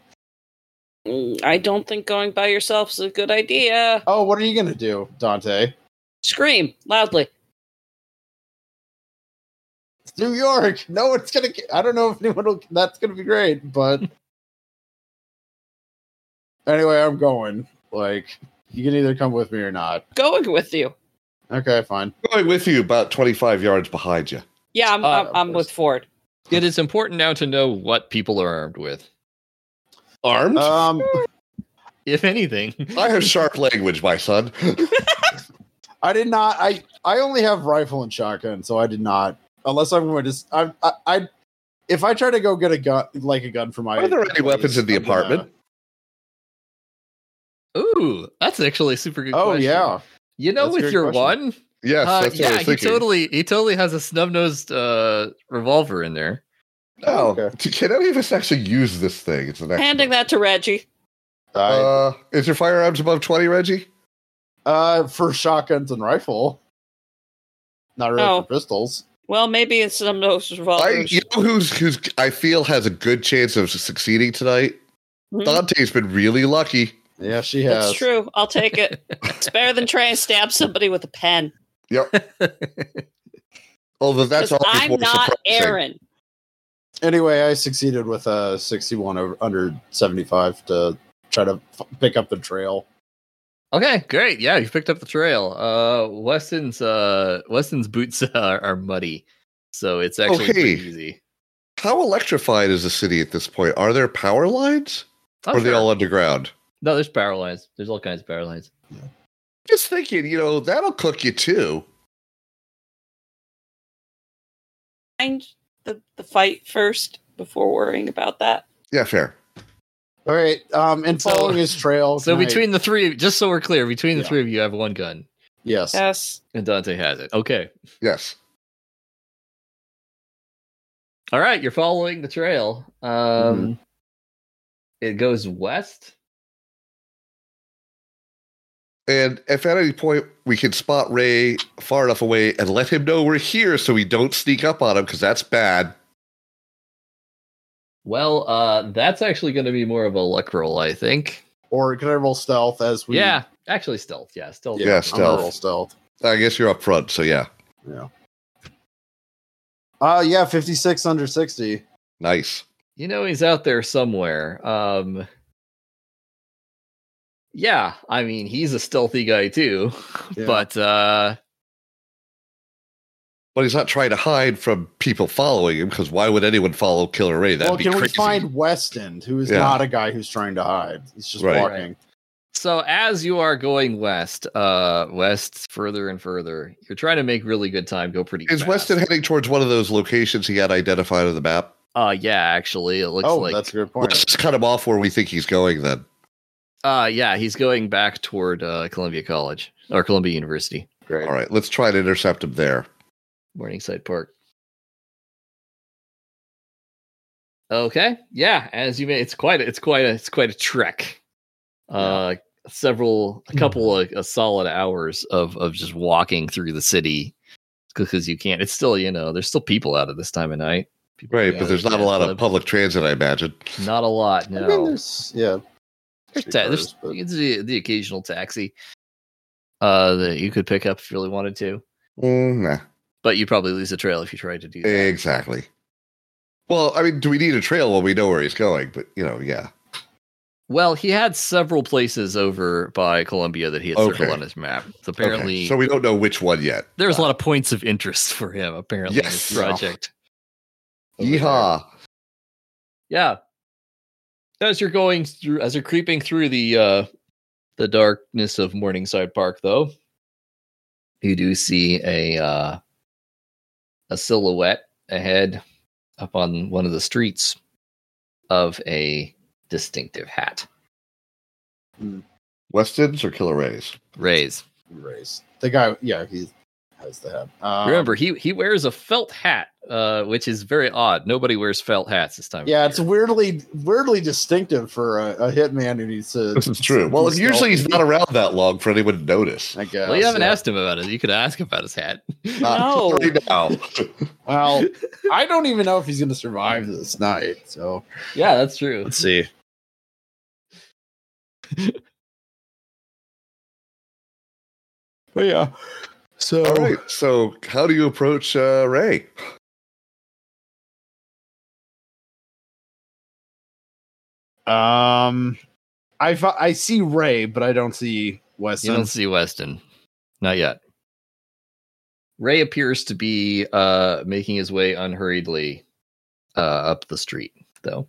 Speaker 3: Mm, I don't think going by yourself is a good idea.
Speaker 5: Oh, what are you going to do, Dante?
Speaker 3: Scream loudly.
Speaker 5: It's New York. No, it's gonna. I don't know if anyone will. That's gonna be great, <laughs> but anyway, I'm going. Like, you can either come with me or not.
Speaker 3: Going with you.
Speaker 5: Okay, fine.
Speaker 4: Going with you about 25 yards behind you.
Speaker 3: Yeah, I'm,
Speaker 2: Uh,
Speaker 3: I'm,
Speaker 5: of
Speaker 3: I'm
Speaker 5: course.
Speaker 3: with Ford.
Speaker 2: It is important now to know what people are armed with,
Speaker 4: Armed?
Speaker 2: Uh,
Speaker 5: Um,
Speaker 2: if anything. <laughs>
Speaker 4: I have sharp <laughs> language, my son.
Speaker 5: I did not. I I only have rifle and shotgun, so I did not. Unless I'm going to. s- I I. I if I try to go get a gun, like a gun for my,
Speaker 4: Are there any weapons in the
Speaker 5: I'm gonna-
Speaker 4: apartment?
Speaker 2: Ooh, that's actually a super good.
Speaker 5: oh
Speaker 2: question.
Speaker 5: yeah,
Speaker 2: you know,
Speaker 5: That's a
Speaker 2: with
Speaker 5: good
Speaker 2: your
Speaker 5: question.
Speaker 2: one,
Speaker 4: Yes,
Speaker 2: uh,
Speaker 4: that's what I
Speaker 2: yeah,
Speaker 4: was
Speaker 2: he
Speaker 4: thinking.
Speaker 2: totally, he totally has a snub nosed uh, revolver in <laughs> there.
Speaker 4: No,
Speaker 5: Okay.
Speaker 4: Oh, <laughs> can any of us actually use this thing? It's an
Speaker 3: Handing that to Reggie.
Speaker 5: I,
Speaker 4: Uh, is your firearms above 20, Reggie?
Speaker 5: uh, for shotguns and rifle. Not really
Speaker 3: Oh.
Speaker 5: for pistols.
Speaker 3: Well, maybe it's some of those
Speaker 4: I,
Speaker 3: revolvers.
Speaker 4: you know who's who's I feel has a good chance of succeeding tonight.
Speaker 3: Mhm.
Speaker 4: Dante's been really lucky.
Speaker 5: Yeah, she has.
Speaker 3: That's true. I'll take it. It's better than trying to stab somebody with a pen.
Speaker 4: Although that's
Speaker 3: 'Cause
Speaker 4: always more
Speaker 3: I'm not
Speaker 4: surprising.
Speaker 3: Aaron.
Speaker 5: Anyway, I succeeded with a 61 over, under 75 to try to f- pick up the trail.
Speaker 2: Okay, great. Yeah, you picked up the trail. Uh, Weston's uh, Weston's boots <laughs> are, are muddy, so it's actually
Speaker 4: hey.
Speaker 2: pretty easy.
Speaker 4: How electrified is the city at this point? Are there power lines?
Speaker 2: I'm
Speaker 4: or are they
Speaker 2: sure.
Speaker 4: all underground?
Speaker 2: no, there's power lines. There's all kinds of power lines.
Speaker 4: Just thinking, you know, that'll cook you too.
Speaker 3: Mind the, the fight first before worrying about that.
Speaker 4: Yeah, fair.
Speaker 5: All right. Um, and
Speaker 2: So-
Speaker 5: following his trail.
Speaker 2: So
Speaker 5: can I-
Speaker 2: between the three, just so we're clear, between the
Speaker 5: Yeah.
Speaker 2: three of you, have one gun,
Speaker 5: yes.
Speaker 3: Yes.
Speaker 2: and Dante has it. Okay,
Speaker 4: Yes.
Speaker 2: all right. You're following the trail. Um,
Speaker 5: Mm-hmm.
Speaker 2: it goes west.
Speaker 4: And if at any point we can spot Ray far enough away and let him know we're here so we don't sneak up on him, because that's bad.
Speaker 2: Well, uh, that's actually going to be more of a luck roll, I think.
Speaker 5: Or can I roll stealth as we.
Speaker 2: yeah, actually, stealth. Yeah, stealth.
Speaker 4: Yeah,
Speaker 5: I'm gonna
Speaker 4: stealth.
Speaker 5: Roll stealth.
Speaker 4: I guess you're up front, so yeah.
Speaker 5: Yeah. Uh, yeah, 56 under 60.
Speaker 4: Nice.
Speaker 2: You know he's out there somewhere. Um, yeah, I mean he's a stealthy guy too, <laughs> <laughs>
Speaker 5: Yeah.
Speaker 2: but uh,
Speaker 4: But he's not trying to hide from people following him because why would anyone follow Killer Ray? That'd
Speaker 5: well,
Speaker 4: be
Speaker 5: can we
Speaker 4: crazy.
Speaker 5: find Weston, who is
Speaker 4: Yeah.
Speaker 5: not a guy who's trying to hide? He's just
Speaker 4: Right.
Speaker 5: walking.
Speaker 2: so as you are going west, uh, west further and further, you're trying to make really good time, go pretty.
Speaker 4: Is
Speaker 2: fast.
Speaker 4: Weston heading towards one of those locations he had identified on the map?
Speaker 2: Uh, yeah, actually, it looks
Speaker 5: oh,
Speaker 2: like
Speaker 5: that's a good
Speaker 4: Let's
Speaker 5: point.
Speaker 4: just cut him off where we think he's going then.
Speaker 2: Uh, yeah, he's going back toward uh, Columbia College or Columbia University,
Speaker 5: Great.
Speaker 4: All right, let's try to intercept him there.
Speaker 2: Morningside Park. Okay, yeah, as you may, it's quite a, it's quite a it's quite a trek. Uh, several
Speaker 4: Hmm.
Speaker 2: a couple of a solid hours of of just walking through the city because you can't. It's still you know there's still people out at this time of night. People
Speaker 4: Right,
Speaker 2: out
Speaker 4: but
Speaker 2: at
Speaker 4: there's
Speaker 2: the
Speaker 4: not a lot of
Speaker 2: nightclub.
Speaker 4: public transit, I imagine.
Speaker 2: Not a lot.
Speaker 5: I
Speaker 2: No,
Speaker 5: mean, there's yeah.
Speaker 2: There's,
Speaker 5: Street
Speaker 2: ta- there's
Speaker 5: cars, but-
Speaker 2: it's the, the occasional taxi uh, that you could pick up if you really wanted to,
Speaker 4: Mm, nah.
Speaker 2: but you'd probably lose the trail if you tried to do that.
Speaker 4: Exactly. Well, I mean, do we need a trail when we know where he's going? But you know, yeah.
Speaker 2: Well, he had several places over by Columbia that he had circled
Speaker 4: Okay.
Speaker 2: on his map. So
Speaker 4: Okay,
Speaker 2: apparently,
Speaker 4: so we don't know which one yet.
Speaker 2: there was a lot of points of interest for him. Apparently, in this
Speaker 4: Yes.
Speaker 2: project. over there.
Speaker 4: Yeehaw!
Speaker 2: yeah as you're going through as you're creeping through the uh the darkness of morningside park though you do see a uh a silhouette ahead up on one of the streets of a distinctive hat
Speaker 4: Westons or Killer Rays?
Speaker 2: rays
Speaker 5: Race. The guy, yeah, he has the hat. Um,
Speaker 2: remember he he wears a felt hat uh which is very odd nobody wears felt hats this time of
Speaker 5: Yeah, it's
Speaker 2: year.
Speaker 5: weirdly weirdly distinctive for a, a hitman who needs to.
Speaker 4: This is true. Well,
Speaker 5: He's
Speaker 4: usually he's not around that long for anyone to notice.
Speaker 5: I guess.
Speaker 2: well you haven't
Speaker 5: yeah.
Speaker 2: asked him about it you could ask about his
Speaker 5: <laughs>
Speaker 2: hat
Speaker 4: Not
Speaker 3: No.
Speaker 4: right now.
Speaker 5: Well,
Speaker 2: <laughs>
Speaker 5: I don't even know if he's going to survive this night. So
Speaker 2: yeah that's true
Speaker 5: see. but yeah,
Speaker 4: <laughs>
Speaker 5: so
Speaker 4: All right. So, how do you approach uh, Ray?
Speaker 5: um, I fi- I see Ray, but I don't see
Speaker 2: You
Speaker 5: Weston.
Speaker 2: don't see Weston. Not yet. Ray appears to be uh, making his way unhurriedly uh, up the street, though.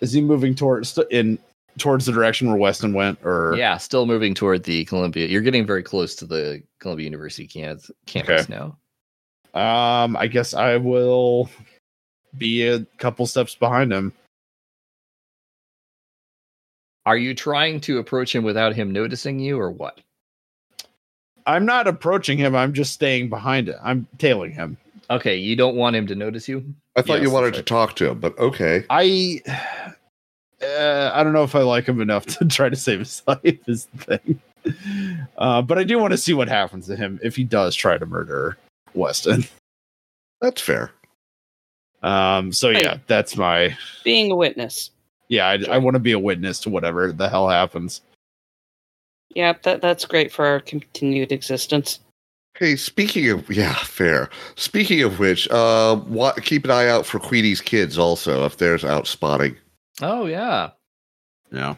Speaker 5: Is he moving towards the- in towards the direction where Weston went, or
Speaker 2: Yeah, still moving toward the Columbia. You're getting very close to the Columbia University campus, campus now.
Speaker 5: Um, I guess I will be a couple steps behind him.
Speaker 2: Are you trying to approach him without him noticing you, or what?
Speaker 5: I'm not approaching him. I'm just staying behind it. I'm tailing him.
Speaker 2: Okay, you don't want him to notice you.
Speaker 4: I thought you
Speaker 5: Yes,
Speaker 4: wanted
Speaker 5: that's
Speaker 4: to talk to him, but okay.
Speaker 5: I, uh, I don't know if I like him enough <laughs> to try to save his life. Is the thing. Uh, but I do want to see what happens to him if he does try to murder Weston.
Speaker 4: That's fair.
Speaker 5: Um, so yeah,
Speaker 3: Right.
Speaker 5: that's my
Speaker 3: Being a witness.
Speaker 5: yeah. I, I want to be a witness to whatever the hell happens.
Speaker 3: Yep, that that's great for our continued existence.
Speaker 4: Hey, speaking of <laughs> yeah, fair. Speaking of which, uh, wa- keep an eye out for Queenie's kids also if there's out spotting.
Speaker 2: Oh yeah.
Speaker 5: Yeah.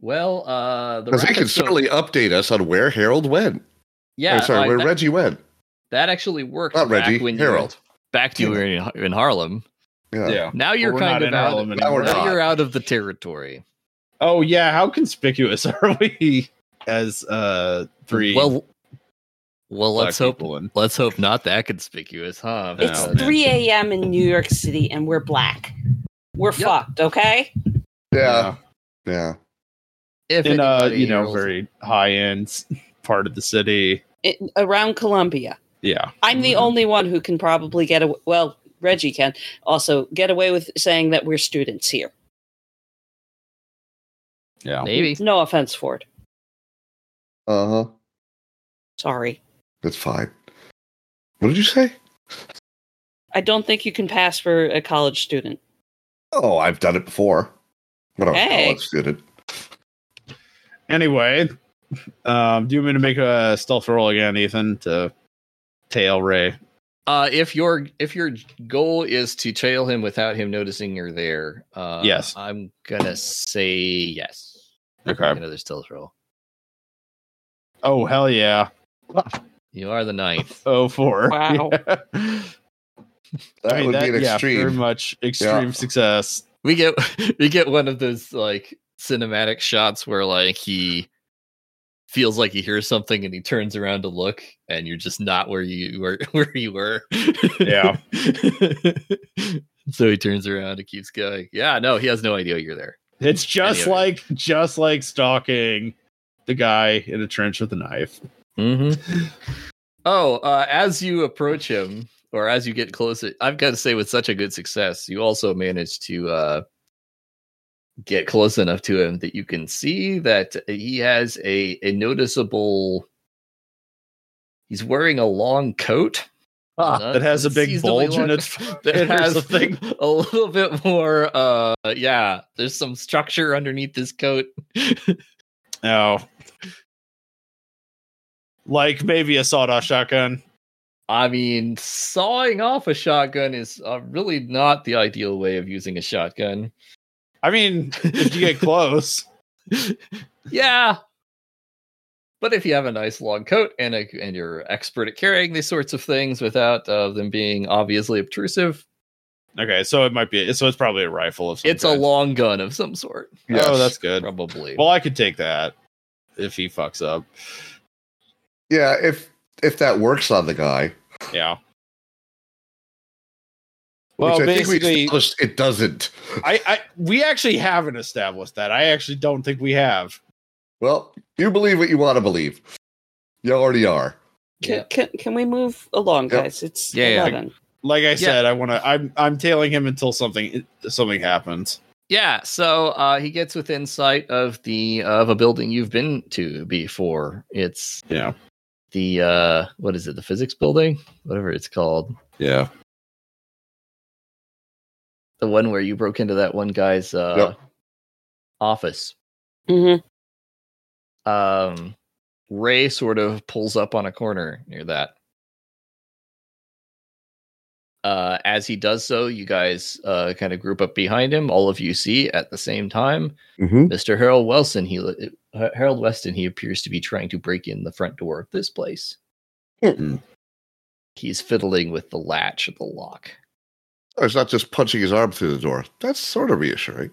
Speaker 2: Well, uh, the
Speaker 4: Because they can
Speaker 2: rapids don't-
Speaker 4: certainly update us on where Harold went.
Speaker 2: Yeah,
Speaker 4: I'm sorry,
Speaker 2: like
Speaker 4: where
Speaker 2: that,
Speaker 4: Reggie went.
Speaker 2: that actually worked.
Speaker 4: Not
Speaker 2: back
Speaker 4: Reggie,
Speaker 2: when you were-
Speaker 4: Harold.
Speaker 2: Back to you were in, in Harlem.
Speaker 4: Yeah.
Speaker 5: Yeah.
Speaker 2: Now you're
Speaker 5: we're
Speaker 2: kind
Speaker 5: not
Speaker 2: of
Speaker 5: in
Speaker 2: out.
Speaker 5: Harlem
Speaker 4: now we're
Speaker 5: anymore.
Speaker 2: now
Speaker 4: not.
Speaker 2: you're out of the territory.
Speaker 5: Oh yeah, how conspicuous <laughs> are we as uh three?
Speaker 2: Well, well,
Speaker 5: black
Speaker 2: let's hope.
Speaker 5: people in-
Speaker 2: Let's hope not that conspicuous, huh?
Speaker 5: No,
Speaker 3: it's
Speaker 5: man.
Speaker 3: 3 a.m. in New York City and we're black. We're
Speaker 2: Yep.
Speaker 3: fucked, okay?
Speaker 4: Yeah. Yeah.
Speaker 2: if
Speaker 5: in uh
Speaker 2: anybody
Speaker 5: you know
Speaker 2: rolls-
Speaker 5: very high end <laughs> part of the city.
Speaker 3: It, around Columbia.
Speaker 5: Yeah,
Speaker 3: I'm the
Speaker 2: Mhm.
Speaker 3: only one who can probably get away. Well, Reggie can also get away with saying that we're students here.
Speaker 5: yeah.
Speaker 2: maybe.
Speaker 3: No offense, Ford.
Speaker 4: Uh huh.
Speaker 3: Sorry.
Speaker 4: That's fine. What did you say?
Speaker 3: I don't think you can pass for a college student.
Speaker 4: Oh, I've done it before. When I was
Speaker 3: Hey.
Speaker 4: a college student.
Speaker 5: Anyway, um, do you want me to make a stealth roll again, Ethan, to tail Ray?
Speaker 2: Uh, if your if your goal is to trail him without him noticing you're there, uh,
Speaker 5: Yes.
Speaker 2: I'm gonna say yes.
Speaker 5: Okay.
Speaker 2: Make Another stealth roll.
Speaker 5: Oh hell yeah!
Speaker 2: You are the ninth.
Speaker 5: Oh four.
Speaker 3: Wow.
Speaker 5: <laughs> Yeah.
Speaker 4: That
Speaker 5: I mean,
Speaker 4: would
Speaker 5: that,
Speaker 4: be an
Speaker 5: yeah,
Speaker 4: extreme.
Speaker 5: very much extreme
Speaker 4: Yeah.
Speaker 5: success.
Speaker 2: we get <laughs> we get one of those like cinematic shots where like he feels like he hears something and he turns around to look and you're just not where you were <laughs> where you were.
Speaker 5: Yeah.
Speaker 2: <laughs> so he turns around and keeps going. Yeah, no, he has no idea you're there.
Speaker 5: It's just
Speaker 2: Anyway.
Speaker 5: like just like stalking the guy in a trench with a knife.
Speaker 2: Mm-hmm. Oh, uh, as you approach him or as you get closer, I've got to say, with such a good success, you also manage to uh, get close enough to him that you can see that he has a, a noticeable. He's wearing a long coat Uh,
Speaker 5: Ah,
Speaker 2: Not
Speaker 5: that has a big
Speaker 2: seasonally
Speaker 5: bulge in
Speaker 2: long- <laughs>
Speaker 5: its <laughs>
Speaker 2: that
Speaker 5: it or
Speaker 2: has
Speaker 5: something.
Speaker 2: a little bit more. Uh, yeah, there's some structure underneath this coat.
Speaker 5: No. Like maybe a sawdust shotgun.
Speaker 2: I mean, sawing off a shotgun is uh, really not the ideal way of using a shotgun.
Speaker 5: I mean, if
Speaker 2: <laughs>
Speaker 5: you get close.
Speaker 2: yeah. But if you have a nice long coat and a, and you're expert at carrying these sorts of things without uh, them being obviously obtrusive,
Speaker 5: Okay, so it might be so it's probably a rifle of some
Speaker 2: it's a
Speaker 5: kind.
Speaker 2: long gun of some sort,
Speaker 5: Oh,
Speaker 4: Yes.
Speaker 5: that's good.
Speaker 2: probably.
Speaker 5: Well, I could take that if he fucks up.
Speaker 4: Yeah, if if that works on the guy,
Speaker 5: Yeah.
Speaker 4: which
Speaker 5: Well,
Speaker 4: I think we
Speaker 5: basically,
Speaker 4: established it doesn't.
Speaker 5: I, I we actually haven't established that. I actually don't think we have.
Speaker 4: Well, you believe what you want to believe. You already are.
Speaker 3: Can,
Speaker 2: Yeah.
Speaker 3: can, can we move along,
Speaker 4: Yep.
Speaker 3: guys? It's
Speaker 2: Yeah, yeah.
Speaker 3: 11.
Speaker 5: Like I said, I want to. I'm I'm tailing him until something something happens.
Speaker 2: yeah, so uh, he gets within sight of the of a building you've been to before. It's
Speaker 5: Yeah.
Speaker 2: the uh, what is it? The physics building, whatever it's called.
Speaker 5: Yeah.
Speaker 2: the one where you broke into that one guy's uh
Speaker 4: Yep.
Speaker 2: office
Speaker 3: Mhm.
Speaker 2: um ray sort of pulls up on a corner near that uh as he does so you guys uh kind of group up behind him all of you see at the same time
Speaker 4: Mm-hmm.
Speaker 2: mr harold wilson he uh, harold weston he appears to be trying to break in the front door of this place
Speaker 4: Mm-mm.
Speaker 2: he's fiddling with the latch of the lock
Speaker 4: Oh, It's not just punching his arm through the door. That's sort of reassuring.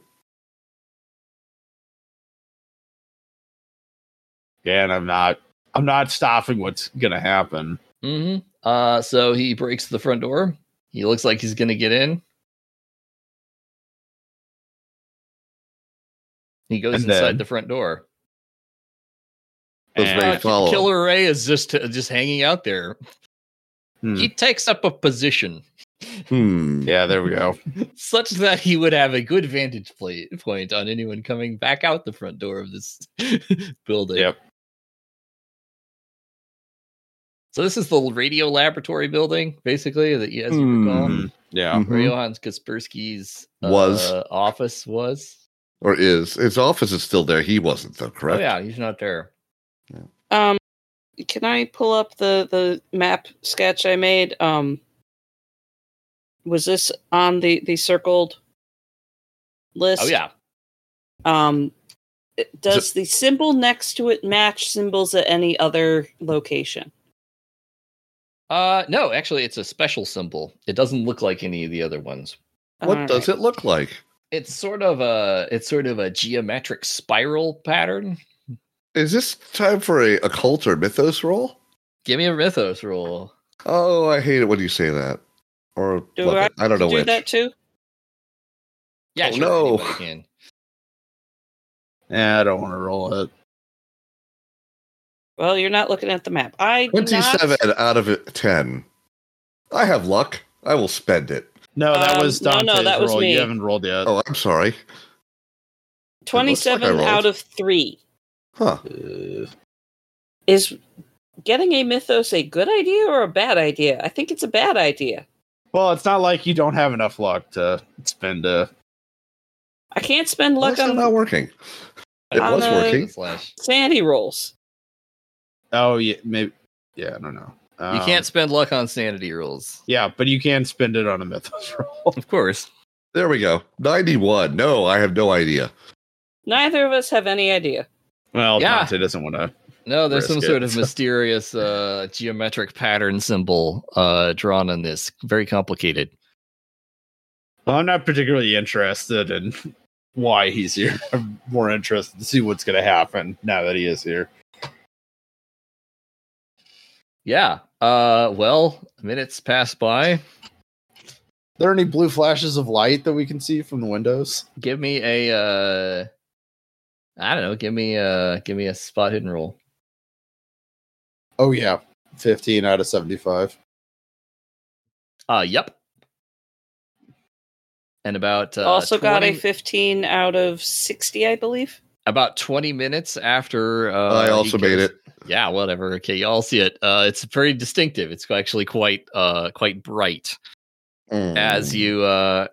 Speaker 5: Yeah, and I'm not. I'm not stopping what's gonna happen.
Speaker 2: hmm Uh, so he breaks the front door. He looks like he's gonna get in. He goes
Speaker 5: And
Speaker 2: inside
Speaker 5: then-
Speaker 2: the front door.
Speaker 4: Those
Speaker 5: And-
Speaker 4: may
Speaker 2: Uh,
Speaker 4: follow.
Speaker 2: Killer Ray is just uh, just hanging out there.
Speaker 5: Hmm.
Speaker 2: He takes up a position <laughs>
Speaker 4: Hmm.
Speaker 5: Yeah, there we go.
Speaker 2: such that he would have a good vantage pla- point on anyone coming back out the front door of this <laughs> building.
Speaker 5: Yep.
Speaker 2: So this is the radio laboratory building, basically, that you as you recall.
Speaker 4: Hmm.
Speaker 5: Yeah.
Speaker 4: Mhm.
Speaker 2: where Johann Kaspersky's
Speaker 4: Was.
Speaker 2: uh, office was.
Speaker 4: Or is his office is still there? He wasn't though, correct?
Speaker 2: Oh yeah, he's not there.
Speaker 3: Um, can I pull up the, the map sketch I made? Um, was this on the, the circled list?
Speaker 2: Oh yeah,
Speaker 3: Um, it- does the symbol next to it match symbols at any other location?
Speaker 2: uh, no, actually, it's a special symbol. It doesn't look like any of the other ones.
Speaker 4: What does it look like?
Speaker 2: It's sort of a it's sort of a geometric spiral pattern.
Speaker 4: Is this time for a occult or mythos roll?
Speaker 2: Give me a mythos roll.
Speaker 4: Oh, I hate it when you say that. Or
Speaker 3: Do
Speaker 4: love
Speaker 3: I
Speaker 4: it. I don't know
Speaker 3: do
Speaker 4: which.
Speaker 3: that too?
Speaker 2: Yeah,
Speaker 4: Oh,
Speaker 2: sure,
Speaker 4: no.
Speaker 2: anybody Can.
Speaker 5: Yeah, I don't want to roll it.
Speaker 3: Well, you're not looking at the map. I do not-
Speaker 4: 27 out of it- 10. I have luck. I will spend it.
Speaker 5: No, that
Speaker 3: Um,
Speaker 5: was
Speaker 3: no,
Speaker 5: Dante's
Speaker 3: no, that was
Speaker 5: roll.
Speaker 3: me.
Speaker 5: You haven't rolled yet.
Speaker 4: Oh, I'm sorry.
Speaker 3: 27
Speaker 4: rolled.
Speaker 3: out of 3.
Speaker 4: Huh.
Speaker 5: Uh,
Speaker 3: Is getting a mythos a good idea or a bad idea? I think it's a bad idea.
Speaker 5: well, it's not like you don't have enough luck to spend a.
Speaker 3: I can't spend
Speaker 4: Why
Speaker 3: luck
Speaker 4: is that
Speaker 3: on
Speaker 4: not working? It
Speaker 3: On
Speaker 4: was
Speaker 3: a-
Speaker 4: working.
Speaker 2: Slash.
Speaker 3: sandy rolls.
Speaker 5: Oh yeah, maybe. Yeah, I don't know.
Speaker 2: You
Speaker 5: Um,
Speaker 2: can't spend luck on sanity rolls,
Speaker 5: Yeah, but you can spend it on a mythos <laughs> roll.
Speaker 2: of course.
Speaker 4: There we go. 91. No, I have no idea.
Speaker 3: Neither of us have any idea.
Speaker 5: Well,
Speaker 2: Yeah.
Speaker 5: Dante doesn't want to.
Speaker 2: No, there's some
Speaker 5: Risk
Speaker 2: sort
Speaker 4: <laughs>
Speaker 5: it.
Speaker 2: of mysterious uh, geometric pattern symbol uh, drawn on this. Very complicated.
Speaker 5: Well, I'm not particularly interested in <laughs> why he's here. I'm more interested to see what's going to happen now that he is here.
Speaker 2: Yeah. Uh, well, minutes pass by.
Speaker 5: there any blue flashes of light that we can see from the windows?
Speaker 2: Give me a. Uh, I don't know. Give me a. Give me a spot hidden roll.
Speaker 5: Oh yeah, fifteen out of seventy-five.
Speaker 2: Uh, yep. And about uh,
Speaker 3: also got a
Speaker 2: 20
Speaker 3: 15 out of 60, I believe.
Speaker 2: about twenty minutes after. Uh,
Speaker 4: I
Speaker 2: he
Speaker 4: also made
Speaker 2: goes-
Speaker 4: it.
Speaker 2: Yeah, whatever. Okay, y'all see it. Uh, it's very distinctive. It's actually quite uh quite bright.
Speaker 4: Mm.
Speaker 2: as you uh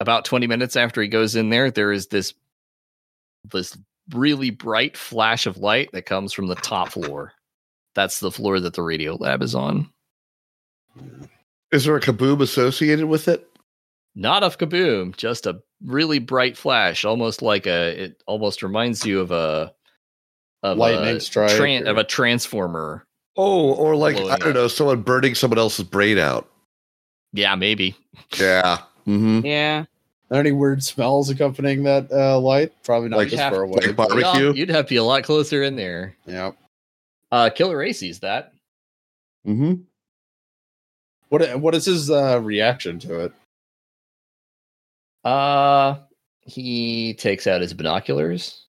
Speaker 2: about 20 minutes after he goes in there there is this this really bright flash of light that comes from the top floor that's the floor that the radio lab is on
Speaker 4: Is there a kaboom associated with it?
Speaker 2: not of kaboom just a really bright flash almost like a it almost reminds you of a of
Speaker 5: Lightning
Speaker 2: a
Speaker 5: strike
Speaker 2: tran-
Speaker 5: or-
Speaker 2: of a transformer
Speaker 4: Oh, or like
Speaker 2: Blowing
Speaker 4: I don't
Speaker 2: up.
Speaker 4: know, someone burning someone else's brain out.
Speaker 2: yeah maybe
Speaker 4: Yeah. Mm-hmm.
Speaker 3: Yeah.
Speaker 5: Are there any weird smells accompanying that uh, light? Probably not
Speaker 4: Like
Speaker 5: this
Speaker 2: half-
Speaker 5: far away.
Speaker 4: like
Speaker 5: but-
Speaker 4: barbecue?
Speaker 2: Yeah, you'd have to be a lot closer in there
Speaker 5: yeah.
Speaker 2: uh killer a sees that
Speaker 4: Mm-hmm.
Speaker 5: What what is his uh, reaction to it?
Speaker 2: Uh he takes out his binoculars.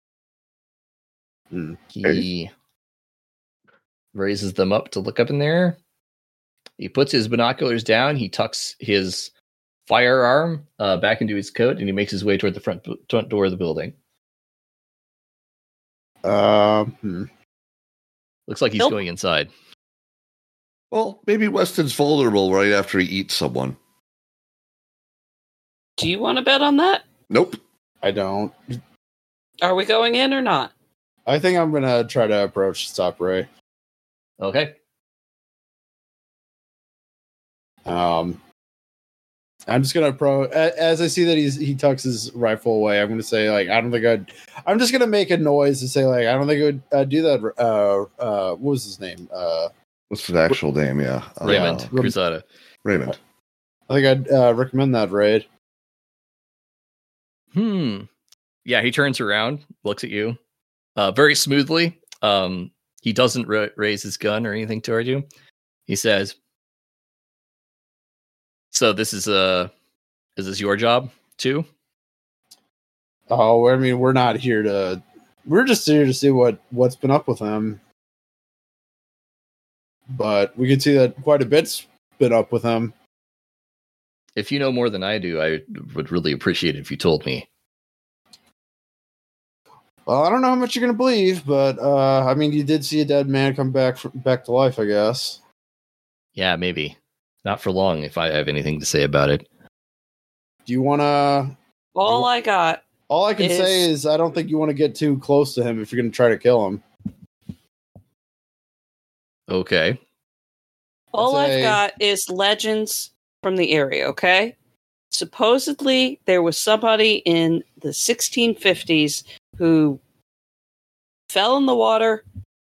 Speaker 5: Hmm.
Speaker 2: He raises them up to look up in there. He puts his binoculars down. He tucks his firearm uh, back into his coat, and he makes his way toward the front front door of the building.
Speaker 5: Um, hmm.
Speaker 2: Looks like he's
Speaker 3: Nope.
Speaker 2: going inside.
Speaker 4: Well, maybe Weston's vulnerable right after he eats someone.
Speaker 3: Do you want to bet on that?
Speaker 4: Nope.
Speaker 5: I don't.
Speaker 3: Are we going in or not?
Speaker 5: I think I'm gonna try to approach Stop Ray.
Speaker 2: Okay.
Speaker 5: Um, I'm just gonna pro a- as I see that he's he tucks his rifle away. I'm gonna say like I don't think I'd. I'm just gonna make a noise to say like I don't think I would uh, do that. Uh, uh, what was his name? Uh,
Speaker 4: What's his actual name? Yeah. Uh,
Speaker 2: Raymond
Speaker 5: Rem-
Speaker 2: Cruzada.
Speaker 4: Raymond.
Speaker 5: I think I'd uh, recommend that raid.
Speaker 2: Hmm. Yeah, he turns around, looks at you, uh, very smoothly. Um, he doesn't ra- raise his gun or anything toward you. He says, "So this is uh, is this your job too?"
Speaker 5: Oh, I mean, we're not here to. We're just here to see what what's been up with him. But we can see that quite a bit's been up with him.
Speaker 2: If you know more than I do, I would really appreciate it if you told me.
Speaker 5: Well, I don't know how much you're gonna believe, but uh, I mean, you did see a dead man come back fr back to life, I guess.
Speaker 2: Yeah, maybe not for long. If I have anything to say about it,
Speaker 5: Do you want to?
Speaker 3: All I got.
Speaker 5: All I can
Speaker 3: Is-
Speaker 5: say is I don't think you want to get too close to him if you're gonna try to kill him.
Speaker 2: okay.
Speaker 3: All
Speaker 5: That's
Speaker 3: I've
Speaker 5: a-
Speaker 3: got is legends from the area, okay? Supposedly, there was somebody in the 1650s who fell in the water,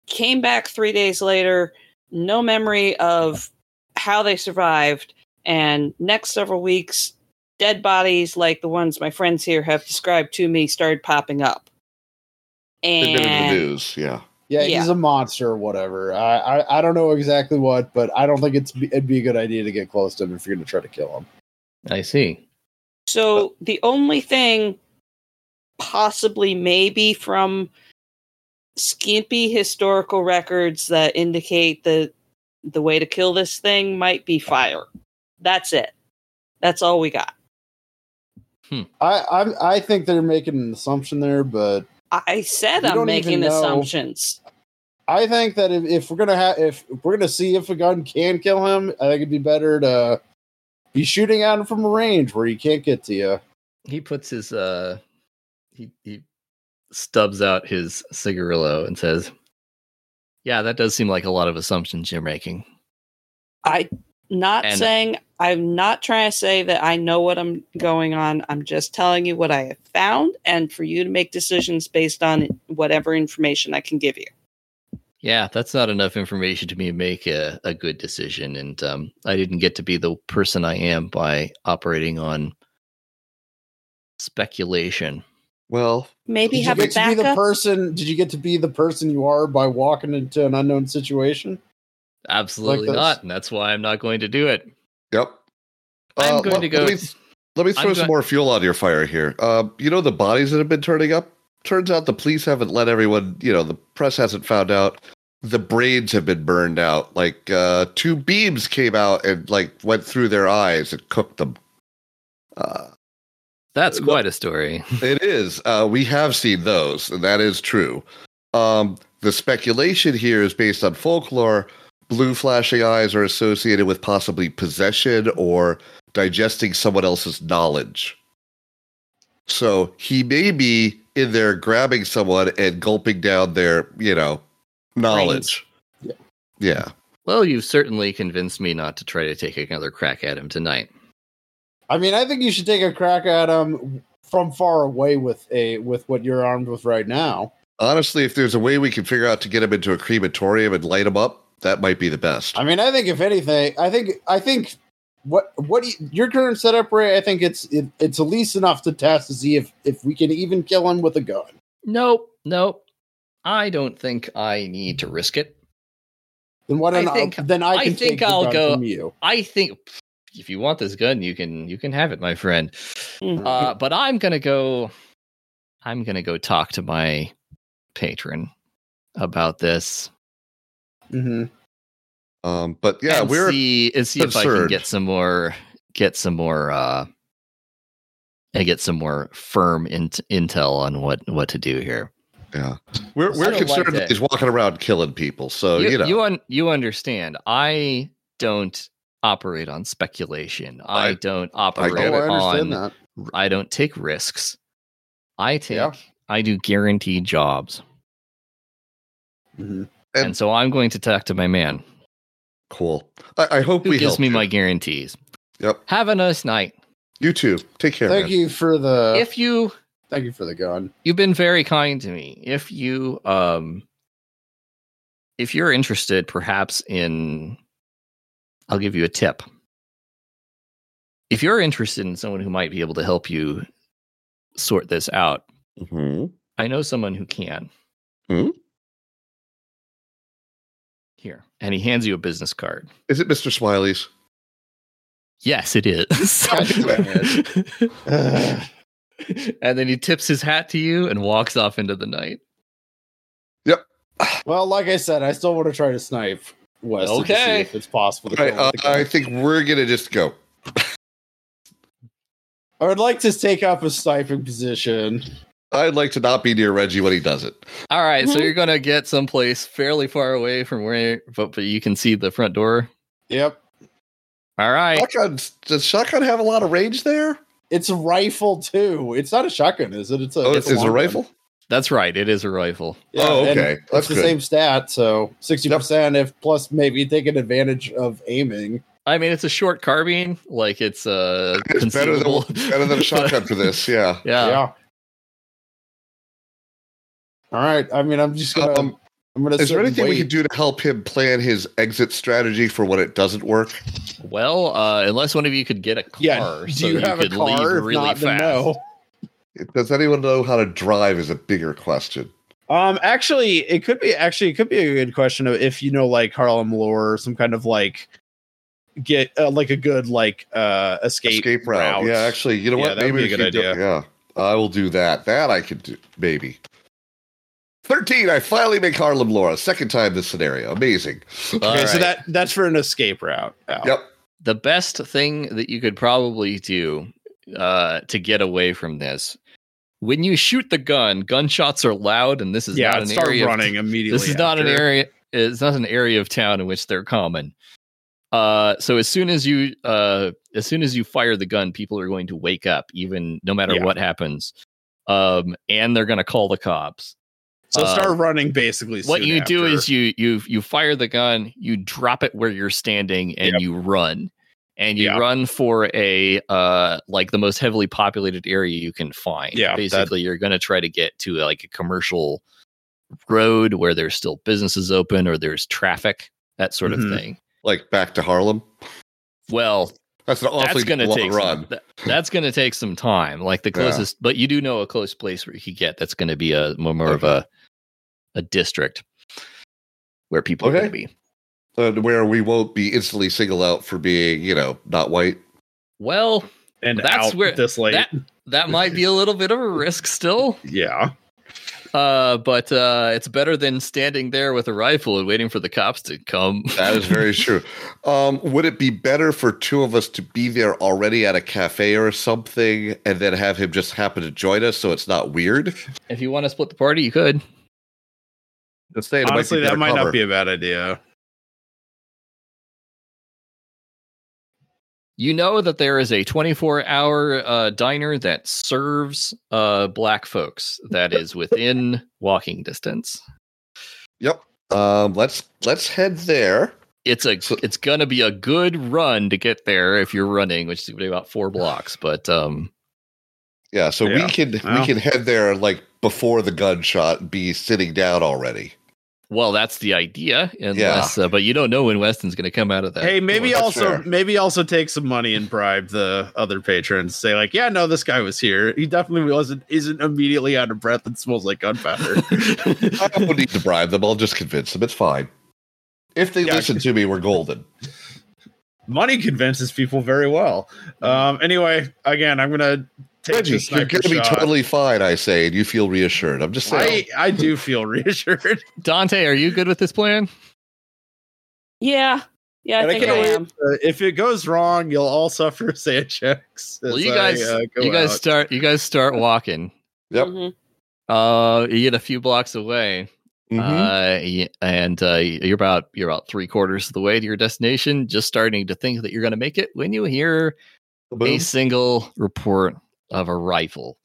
Speaker 3: came back three days later, no memory of how they survived, and next several weeks, dead bodies like the ones my friends here have described to me started popping up.
Speaker 4: They've been in the
Speaker 3: And
Speaker 4: news. Yeah.
Speaker 5: Yeah,
Speaker 3: Yeah.
Speaker 5: he's a monster or whatever. I, I I don't know exactly what, but I don't think it's it'd be a good idea to get close to him if you're gonna try to kill him.
Speaker 2: I see.
Speaker 3: So the only thing, possibly maybe from skimpy historical records that indicate that the way to kill this thing might be fire. That's it. That's all we got.
Speaker 5: I I, I think they're making an assumption there, but
Speaker 3: I said
Speaker 5: We
Speaker 3: I'm
Speaker 5: don't even
Speaker 3: making
Speaker 5: know.
Speaker 3: assumptions.
Speaker 5: I think that if, if we're gonna have if we're gonna see if a gun can kill him, I think it'd be better to be shooting at him from a range where he can't get to you.
Speaker 2: He puts his uh, he he stubs out his cigarillo and says, "Yeah, that does seem like a lot of assumptions you're making."
Speaker 3: I not
Speaker 2: And-
Speaker 3: saying I'm not trying to say that I know what I'm going on. I'm just telling you what I have found and for you to make decisions based on whatever information I can give you.
Speaker 2: Yeah, that's not enough information to me to make a, a good decision. And um, I didn't get to be the person I am by operating on speculation.
Speaker 4: Well,
Speaker 3: Maybe
Speaker 5: did
Speaker 3: have
Speaker 5: you
Speaker 3: a
Speaker 5: get to be the
Speaker 3: backup.
Speaker 5: person? Did you get to be the person you are by walking into an unknown situation?
Speaker 2: Absolutely
Speaker 5: Like this.
Speaker 2: not. And that's why I'm not going to do it.
Speaker 4: Yep.
Speaker 2: I'm
Speaker 4: Uh,
Speaker 2: going
Speaker 4: let-
Speaker 2: to go.
Speaker 4: Let me, let me
Speaker 2: I'm
Speaker 4: throw some
Speaker 2: go-
Speaker 4: more fuel on your fire here. Uh, you know the bodies that have been turning up. Turns out the police haven't let everyone. You know the press hasn't found out. The brains have been burned out. Like uh, two beams came out and like went through their eyes and cooked them. Uh,
Speaker 2: That's
Speaker 4: uh,
Speaker 2: quite a story. <laughs>
Speaker 4: it is. Uh, we have seen those, and that is true. Um, the speculation here is based on folklore. Blue flashing eyes are associated with possibly possession or digesting someone else's knowledge. So he may be in there grabbing someone and gulping down their, you know, knowledge.
Speaker 5: Yeah.
Speaker 4: Yeah.
Speaker 2: Well, you've certainly convinced me not to try to take another crack at him tonight.
Speaker 5: I mean, I think you should take a crack at him from far away with a with what you're armed with right now.
Speaker 4: Honestly, if there's a way we can figure out to get him into a crematorium and light him up, that might be the best.
Speaker 5: I mean, I think if anything, I think I think what what do you, your current setup, Ray. I think it's it, it's at least enough to test to see if if we can even kill him with a gun.
Speaker 2: Nope. Nope. I don't think I need to risk it.
Speaker 5: Then what?
Speaker 2: I
Speaker 5: an-
Speaker 2: think-
Speaker 5: then I,
Speaker 2: I
Speaker 5: can
Speaker 2: think
Speaker 5: take the
Speaker 2: I'll
Speaker 5: gun
Speaker 2: go-
Speaker 5: From you.
Speaker 2: I think if you want this gun, you can you can have it, my friend. Uh, but I'm gonna go. I'm gonna go talk to my patron about this.
Speaker 5: hmm
Speaker 4: Um, but yeah,
Speaker 2: and
Speaker 4: we're
Speaker 2: see and see if I can
Speaker 4: absurd.
Speaker 2: get some more get some more uh and get some more firm int- intel on what what to do here.
Speaker 4: Yeah, we're
Speaker 2: I
Speaker 4: we're
Speaker 2: don't like
Speaker 4: concerned
Speaker 2: that.
Speaker 4: that he's walking around killing people. So you,
Speaker 2: you,
Speaker 4: know,
Speaker 2: you, un- you understand. I don't operate on speculation. I,
Speaker 4: I-
Speaker 2: don't
Speaker 5: Oh, I,
Speaker 4: I
Speaker 2: operate
Speaker 4: get it.
Speaker 2: on
Speaker 5: understand that.
Speaker 2: I don't take risks. I take
Speaker 5: Yeah.
Speaker 2: I do guaranteed jobs.
Speaker 5: Mhm.
Speaker 4: And-
Speaker 2: and so I'm going to talk to my man.
Speaker 4: cool. I, I hope
Speaker 2: who
Speaker 4: we
Speaker 2: gives
Speaker 4: helped
Speaker 2: me
Speaker 4: you.
Speaker 2: my guarantees.
Speaker 4: Yep.
Speaker 2: Have a nice night.
Speaker 4: You too. Take care.
Speaker 5: Thank
Speaker 4: man.
Speaker 5: you for the
Speaker 2: if you
Speaker 5: thank you for the gun. <sighs>
Speaker 2: you've been very kind to me, if you um if you're interested perhaps in I'll give you a tip. If you're interested in someone who might be able to help you sort this out,
Speaker 4: Mhm.
Speaker 2: I know someone who can.
Speaker 4: Hmm?
Speaker 2: Here. And he hands you a business card.
Speaker 4: Is it Mr. Smiley's?
Speaker 2: Yes, it is.
Speaker 5: God
Speaker 2: <laughs>
Speaker 5: damn
Speaker 2: and then he tips his hat to you and walks off into the night.
Speaker 5: Well, like I said, I still want to try to snipe West. to see
Speaker 2: Okay.
Speaker 5: if it's possible. To kill
Speaker 4: I,
Speaker 5: him with
Speaker 4: uh,
Speaker 5: the gun.
Speaker 4: I think we're gonna just go.
Speaker 5: I would like to take up a sniping position.
Speaker 4: I'd like to not be near Reggie when he does it.
Speaker 2: All right, so
Speaker 5: Mm-hmm.
Speaker 3: Mhm.
Speaker 2: you're gonna get someplace fairly far away from where, but, but you can see the front door.
Speaker 5: Yep,
Speaker 2: All right,
Speaker 4: Shotgun? Does shotgun have a lot of range there?
Speaker 5: it's a rifle too. It's not a shotgun, is it? It's a
Speaker 4: Oh,
Speaker 5: it's
Speaker 4: it's, it's
Speaker 5: long
Speaker 4: a
Speaker 5: gun.
Speaker 4: rifle.
Speaker 2: that's right. It is a rifle.
Speaker 5: Yeah,
Speaker 4: oh,
Speaker 5: and
Speaker 4: okay.
Speaker 5: It's
Speaker 4: That's
Speaker 5: the
Speaker 4: good.
Speaker 5: same stat, so sixty percent if plus maybe taking advantage of aiming.
Speaker 2: I mean, it's a short carbine. Like it's uh,
Speaker 4: It's better than
Speaker 2: concealable.
Speaker 4: better than a shotgun for this. Yeah.
Speaker 2: <laughs> yeah.
Speaker 5: yeah. All right. I mean, I'm just gonna.
Speaker 4: Um,
Speaker 5: I'm gonna.
Speaker 4: Is
Speaker 5: sit
Speaker 4: there
Speaker 5: and
Speaker 4: anything we
Speaker 5: wait.
Speaker 4: can do to help him plan his exit strategy for when it doesn't work?
Speaker 2: Well, uh, unless one of you could get a car,
Speaker 5: Yeah.
Speaker 2: so
Speaker 5: do you, have a
Speaker 2: could leave
Speaker 5: car? If
Speaker 2: really
Speaker 5: not, then
Speaker 2: fast.
Speaker 5: no.
Speaker 4: Does anyone know how to drive? Is a bigger question.
Speaker 6: Um, actually, it could be actually it could be a good question of if you know like Harlem lore, or some kind of like get uh, like a good like uh escape
Speaker 4: escape route. Yeah, actually, you know
Speaker 6: Yeah,
Speaker 4: what?
Speaker 6: that would be a
Speaker 4: we
Speaker 6: good
Speaker 4: should do-
Speaker 6: idea.
Speaker 4: yeah, I will do that. That I could do, maybe. Thirteen. I finally make Harlem Laura. Second time this scenario. Amazing.
Speaker 2: All
Speaker 6: Okay, so
Speaker 2: right.
Speaker 6: that that's for an escape route. Al.
Speaker 4: Yep.
Speaker 2: the best thing that you could probably do uh, to get away from this when you shoot the gun gunshots are loud and this is
Speaker 6: Yeah,
Speaker 2: not
Speaker 6: I'd
Speaker 2: an
Speaker 6: start
Speaker 2: area of-
Speaker 6: running immediately.
Speaker 2: this is not an
Speaker 6: after.
Speaker 2: area it's not an area of town in which they're common uh, so as soon as you uh, as soon as you fire the gun people are going to wake up even no matter
Speaker 6: Yeah.
Speaker 2: what happens um, and they're going to call the cops
Speaker 6: So
Speaker 2: uh,
Speaker 6: start running basically.
Speaker 2: what
Speaker 6: soon
Speaker 2: you do
Speaker 6: after.
Speaker 2: is you you you fire the gun you drop it where you're standing and
Speaker 6: Yep.
Speaker 2: you run and you
Speaker 6: Yeah.
Speaker 2: run for a uh like the most heavily populated area you can find
Speaker 6: Yeah, that-
Speaker 2: basically you're going to try to get to like a commercial road where there's still businesses open or there's traffic that sort
Speaker 6: Mhm.
Speaker 2: of thing
Speaker 4: Like back to Harlem.
Speaker 2: well
Speaker 4: That's an awfully
Speaker 2: that's going to
Speaker 4: long
Speaker 2: take
Speaker 4: run.
Speaker 2: Some, that- that's going to take some time. Like the
Speaker 4: Yeah.
Speaker 2: closest, but you do know a close place where you could get. That's going to be a more, more of
Speaker 4: Okay.
Speaker 2: a a district where people are
Speaker 4: Okay.
Speaker 2: going to be.
Speaker 4: uh, where we won't be instantly singled out for being, you know, not white.
Speaker 2: Well,
Speaker 5: and
Speaker 2: That's
Speaker 5: out
Speaker 2: where-
Speaker 5: this late.
Speaker 2: that that might be a little bit of a risk still,
Speaker 5: yeah,
Speaker 2: uh, but uh, it's better than standing there with a rifle and waiting for the cops to come.
Speaker 4: That is very true. Um, would it be better for two of us to be there already at a cafe or something, and then have him just happen to join us so it's not weird?
Speaker 2: if you want to split the party, you could.
Speaker 4: Just saying, it might
Speaker 5: honestly,
Speaker 4: be
Speaker 5: that
Speaker 4: better
Speaker 5: might
Speaker 4: cover.
Speaker 5: not be a bad idea.
Speaker 2: You know that there is a 24 hour uh, diner that serves uh, black folks that is within walking distance.
Speaker 4: Um, let's let's head there.
Speaker 2: It's a
Speaker 4: So-
Speaker 2: it's gonna be a good run to get there if you're running, which is gonna be about four blocks. But um,
Speaker 4: Yeah, so
Speaker 5: Yeah.
Speaker 4: we can
Speaker 5: Well.
Speaker 4: we can head there like before the gunshot, and be sitting down already.
Speaker 2: well, that's the idea. Unless, uh, but you don't know when Weston's gonna come out of that. <laughs>
Speaker 5: hey, maybe
Speaker 2: door.
Speaker 4: that's
Speaker 5: also
Speaker 4: fair.
Speaker 5: maybe also take some money and bribe the other patrons. Say like, yeah, no, this guy was here. He definitely wasn't. Isn't immediately out of breath and smells like gunpowder.
Speaker 4: I don't need to bribe them. I'll just convince them. It's fine. If they
Speaker 5: Yeah.
Speaker 4: listen to me, we're golden.
Speaker 5: <laughs> money convinces people very well. Um, anyway, again, I'm gonna take
Speaker 4: Reggie,
Speaker 5: this
Speaker 4: you're
Speaker 5: sniper
Speaker 4: going to be
Speaker 5: shot.
Speaker 4: totally fine. I say, and you feel reassured. I'm just saying.
Speaker 5: I, I do feel <laughs> reassured.
Speaker 2: Dante, are you good with this
Speaker 5: <laughs>
Speaker 2: plan?
Speaker 3: Yeah. Yeah, I
Speaker 5: And I
Speaker 3: think I,
Speaker 5: can't wait-
Speaker 3: am.
Speaker 5: Uh, if it goes wrong, you'll all suffer <laughs> sand checks.
Speaker 2: Well,
Speaker 5: as
Speaker 2: you
Speaker 5: I,
Speaker 2: guys,
Speaker 5: uh, go
Speaker 2: you guys
Speaker 5: out.
Speaker 2: start, you guys start walking.
Speaker 4: Yep.
Speaker 3: Mhm.
Speaker 2: Uh, you get a few blocks away.
Speaker 5: Mm-hmm.
Speaker 4: Mhm.
Speaker 2: Uh, y- and uh, you're about you're about three quarters of the way to your destination. Just starting to think that you're going to make it when you hear
Speaker 4: Boom.
Speaker 2: a single report of a rifle.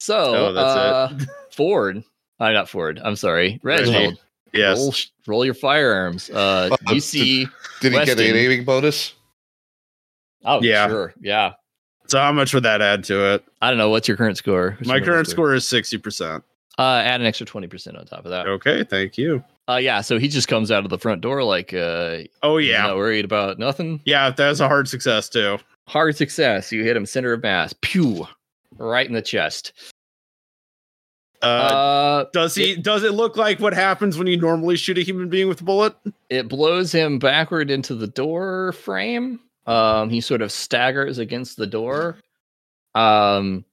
Speaker 2: So
Speaker 5: Oh,
Speaker 2: uh,
Speaker 5: that's it.
Speaker 2: Ford, I'm not Ford. I'm sorry,
Speaker 5: Reggie.
Speaker 2: Reginald.
Speaker 5: yes.
Speaker 2: Roll, sh- roll your firearms.
Speaker 5: <laughs>
Speaker 2: Uh,
Speaker 4: Uh,
Speaker 2: you see?
Speaker 4: Did he get
Speaker 2: Weston.
Speaker 4: an aiming bonus?
Speaker 2: Oh,
Speaker 5: yeah.
Speaker 2: sure, yeah.
Speaker 5: So how much would that add to it?
Speaker 2: I don't know what's your current score. What's
Speaker 5: My
Speaker 2: your
Speaker 5: current score is sixty percent.
Speaker 2: Uh, add an extra twenty percent on top of that.
Speaker 5: Okay, thank you.
Speaker 2: Uh, yeah. So he just comes out of the front door like, uh,
Speaker 5: Oh
Speaker 2: he's
Speaker 5: yeah,
Speaker 2: not worried about nothing.
Speaker 5: yeah. That's a hard success too.
Speaker 2: Hard success. You hit him center of mass. Pew. Right in the chest.
Speaker 5: Uh,
Speaker 2: Uh,
Speaker 5: does he? does it look like what happens when you normally shoot a human being with a bullet?
Speaker 2: it blows him backward into the door frame. Um, he sort of staggers against the door. Um,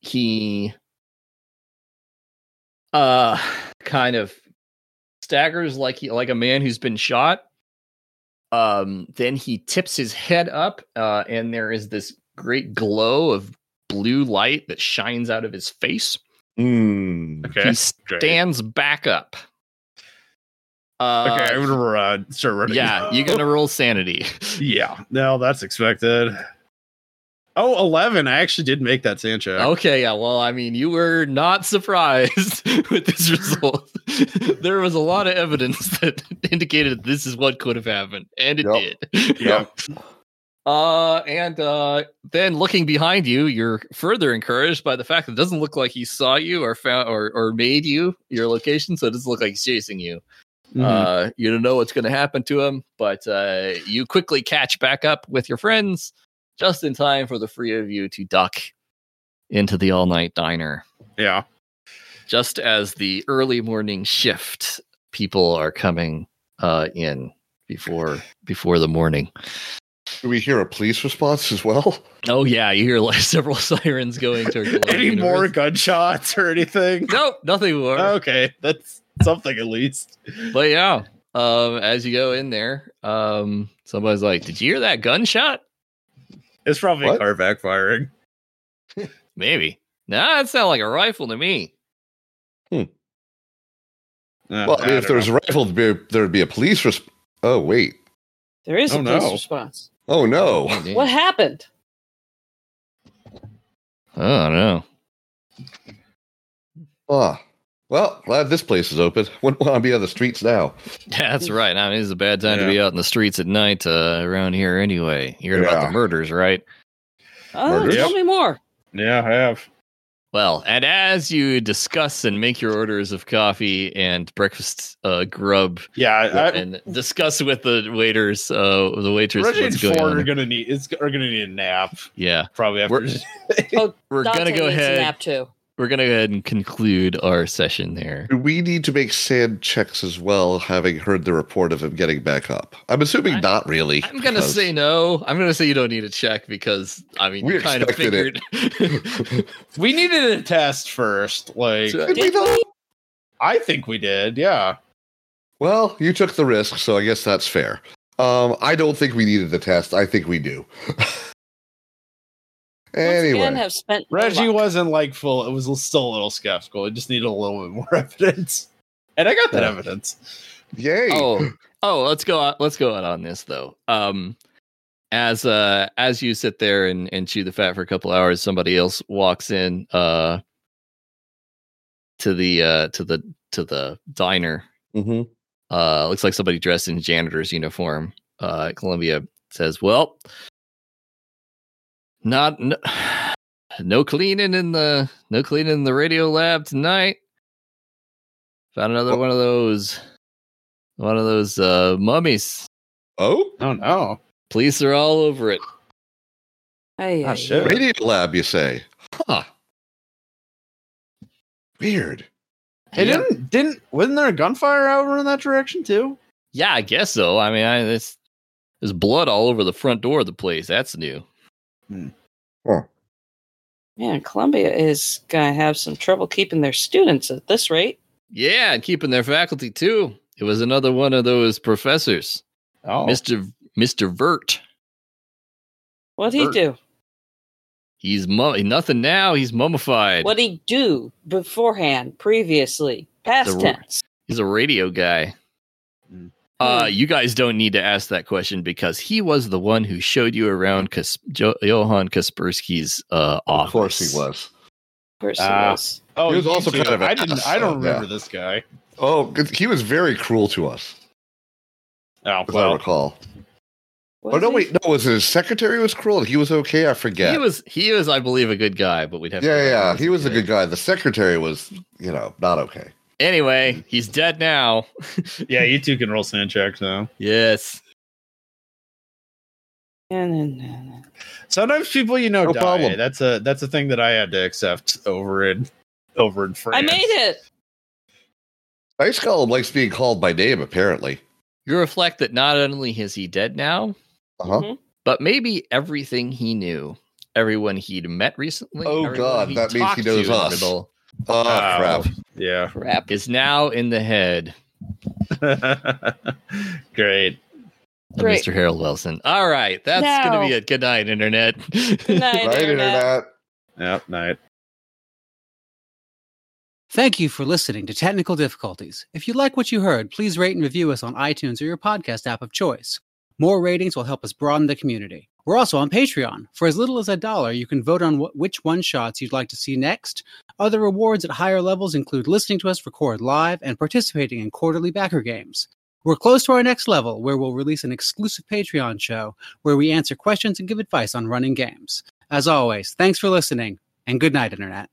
Speaker 2: he uh kind of staggers like he like a man who's been shot. Um, then he tips his head up, uh, and there is this great glow of blue light that shines out of his face.
Speaker 4: Hmm.
Speaker 5: Okay.
Speaker 2: He
Speaker 5: great.
Speaker 2: stands back up.
Speaker 5: Okay,
Speaker 2: Uh,
Speaker 5: I'm gonna run, start running.
Speaker 2: yeah,
Speaker 5: <laughs>
Speaker 2: you're gonna roll sanity.
Speaker 5: yeah. No, that's expected. Oh, 11. I actually did make that sand check.
Speaker 2: Okay, yeah. Well, I mean, you were not surprised <laughs> with this result. <laughs> there was a lot of evidence <laughs> that indicated this is what could have happened, and it
Speaker 4: Yep.
Speaker 2: did. <laughs>
Speaker 5: Yeah.
Speaker 2: Uh, and uh, then looking behind you, you're further encouraged by the fact that it doesn't look like he saw you or found or, or made you your location, so it doesn't look like he's chasing you.
Speaker 5: Mm-hmm.
Speaker 2: Uh, you don't know what's going to happen to him, but uh, you quickly catch back up with your friends just in time for the three of you to duck into the all night diner.
Speaker 5: yeah.
Speaker 2: Just as the early morning shift people are coming uh, in before before the morning.
Speaker 4: Do we hear a police response as well?
Speaker 2: Oh yeah, you hear like <laughs> several sirens going towards the
Speaker 5: <laughs> Any
Speaker 2: London
Speaker 5: more Oh.
Speaker 2: University.
Speaker 5: gunshots or anything? <laughs>
Speaker 2: Nope, nothing more.
Speaker 5: Okay, that's something at least.
Speaker 2: But yeah, um, as you go in there, um, somebody's like, "Did you hear that gunshot?"
Speaker 5: It's probably
Speaker 4: What?
Speaker 5: car backfiring.
Speaker 2: Maybe. Nah, that sounded like a rifle to me.
Speaker 5: Uh,
Speaker 4: well, I mean,
Speaker 5: I
Speaker 4: if
Speaker 5: don't
Speaker 4: there was
Speaker 5: know.
Speaker 4: a rifle, there'd be, there'd be a police response. Oh, wait.
Speaker 3: There is
Speaker 5: Oh,
Speaker 3: a police
Speaker 5: no.
Speaker 3: response.
Speaker 4: Oh, no.
Speaker 2: Oh, damn.
Speaker 3: <laughs> What happened?
Speaker 2: I don't know.
Speaker 4: Ah. Well, glad this place is open. <laughs> Wouldn't want to be on the streets now.
Speaker 2: Yeah, that's right. Now it is a bad time to be out in the streets at night uh, around here anyway. You heard about
Speaker 4: Yeah.
Speaker 2: the murders, right?
Speaker 3: Oh,
Speaker 4: Murder?
Speaker 3: tell me more.
Speaker 5: yeah, I have.
Speaker 2: Well, and as you discuss and make your orders of coffee and breakfast uh, grub
Speaker 5: Yeah, I,
Speaker 2: and discuss with the waiters, uh, the
Speaker 5: I,
Speaker 2: waitress,
Speaker 5: Reggie and
Speaker 2: what's going
Speaker 5: Ford are
Speaker 2: on.
Speaker 5: gonna need. It's are gonna need a nap
Speaker 2: yeah,
Speaker 5: probably after.
Speaker 2: We're- we're
Speaker 3: Dante
Speaker 2: gonna go
Speaker 3: needs a
Speaker 2: ahead.
Speaker 3: nap too.
Speaker 2: we're gonna go ahead and conclude our session there.
Speaker 4: Do we need to make sand checks as well, having heard the report of him getting back up? I'm assuming
Speaker 2: I-
Speaker 4: not really.
Speaker 2: I'm gonna
Speaker 4: because-
Speaker 2: say no. I'm gonna say you don't need a check because I mean
Speaker 4: We
Speaker 2: you kind of
Speaker 4: expected
Speaker 2: figured.
Speaker 4: <laughs>
Speaker 2: <laughs>
Speaker 6: We needed a test first. Like
Speaker 2: So-
Speaker 4: Did we
Speaker 3: Did
Speaker 4: though?
Speaker 3: we?
Speaker 6: I think we did. Yeah.
Speaker 4: Well, you took the risk, so I guess that's fair. Um, I don't think we needed the test. I think we do. <laughs>
Speaker 3: Once again,
Speaker 4: anyway,
Speaker 3: have spent no
Speaker 6: Reggie
Speaker 3: luck.
Speaker 6: wasn't like full. It was still a little skeptical. It just needed a little bit more <laughs> evidence. And I got that
Speaker 4: Yeah.
Speaker 6: evidence.
Speaker 4: yay!
Speaker 2: oh, oh, let's go. On, let's go out on this though. Um, as uh, as you sit there and and chew the fat for a couple hours, somebody else walks in uh to the uh to the to the diner
Speaker 4: hmm
Speaker 2: uh looks like somebody dressed in janitor's uniform uh at columbia says well not no, <sighs> no cleaning in the no cleaning in the radio lab tonight found another one of those one of those uh mummies
Speaker 4: Oh,
Speaker 6: Oh no.
Speaker 2: police are all over it
Speaker 3: Ay,
Speaker 6: Ah,
Speaker 3: ay,
Speaker 6: shit.
Speaker 3: ay.
Speaker 4: radio lab, you say? Huh. Weird.
Speaker 6: Hey,
Speaker 2: Yeah.
Speaker 6: didn't didn't wasn't there a gunfire over in that direction too?
Speaker 2: yeah i guess so i mean I, this there's blood all over the front door of the place that's new
Speaker 3: Man, Columbia is gonna have some trouble keeping their students at this rate.
Speaker 2: yeah and keeping their faculty too it was another one of those professors
Speaker 6: Oh,
Speaker 2: mr mr vert
Speaker 3: What'd he
Speaker 2: Hurt.
Speaker 3: do?
Speaker 2: He's mum- nothing now. He's mummified.
Speaker 3: What'd he do beforehand, previously, past
Speaker 2: The-
Speaker 3: tense?
Speaker 2: He's a radio guy.
Speaker 6: Mm.
Speaker 2: Uh,
Speaker 3: Hmm.
Speaker 2: you guys don't need to ask that question because he was the one who showed you around Kas- jo- Johann Kaspersky's uh, office.
Speaker 4: Of course he was.
Speaker 3: Of course he
Speaker 6: Ah.
Speaker 3: was.
Speaker 6: oh,
Speaker 4: He was
Speaker 6: you
Speaker 4: also
Speaker 6: too.
Speaker 4: kind of an
Speaker 6: I didn't. I
Speaker 4: asshole,
Speaker 6: don't remember
Speaker 4: yeah.
Speaker 6: this guy.
Speaker 4: Oh, he was very cruel to us,
Speaker 6: Oh
Speaker 4: if I
Speaker 6: well,
Speaker 4: recall.
Speaker 3: What
Speaker 4: Oh no,
Speaker 3: is he-
Speaker 4: wait, no, was it his secretary was cruel? He was okay. I forget.
Speaker 2: He was. He was, I believe, a good guy. But we'd have.
Speaker 4: yeah,
Speaker 2: to
Speaker 4: yeah, he was a good guy. The secretary was, you know, not okay. Mm.
Speaker 2: Anyway, he's dead now.
Speaker 6: yeah, you two can roll sand checks now.
Speaker 2: yes.
Speaker 3: No, no, no, no.
Speaker 6: Sometimes people you know
Speaker 4: No
Speaker 6: die.
Speaker 4: problem.
Speaker 6: That's a that's a thing that I had to accept over in over in France.
Speaker 3: I made it.
Speaker 4: Ice Golem likes being called by name, apparently.
Speaker 2: You reflect that not only is he dead now,
Speaker 4: Uh huh.
Speaker 3: Mhm.
Speaker 2: but maybe everything he knew, everyone he'd met recently.
Speaker 4: Oh,
Speaker 2: everyone
Speaker 4: God, that means he
Speaker 2: talked
Speaker 4: knows
Speaker 2: to in
Speaker 4: us.
Speaker 2: Riddle,
Speaker 4: Oh,
Speaker 6: Oh.
Speaker 4: crap.
Speaker 6: Yeah.
Speaker 3: Crap.
Speaker 2: is now in the head
Speaker 6: <laughs> Great.
Speaker 2: of
Speaker 3: Great.
Speaker 2: Mr. Harold Wilson. All right, that's going
Speaker 3: No.
Speaker 2: to be it. Good night, Internet.
Speaker 3: Good night, Internet.
Speaker 4: Right, internet.
Speaker 6: Yep. Night.
Speaker 1: Thank you for listening to Technical Difficulties. If you like what you heard, please rate and review us on iTunes or your podcast app of choice. More ratings will help us broaden the community. We're also on Patreon. For as little as a dollar, you can vote on wh- which one shots you'd like to see next. Other rewards at higher levels include listening to us record live and participating in quarterly backer games. We're close to our next level, where we'll release an exclusive Patreon show where we answer questions and give advice on running games. As always, thanks for listening, and good night, Internet.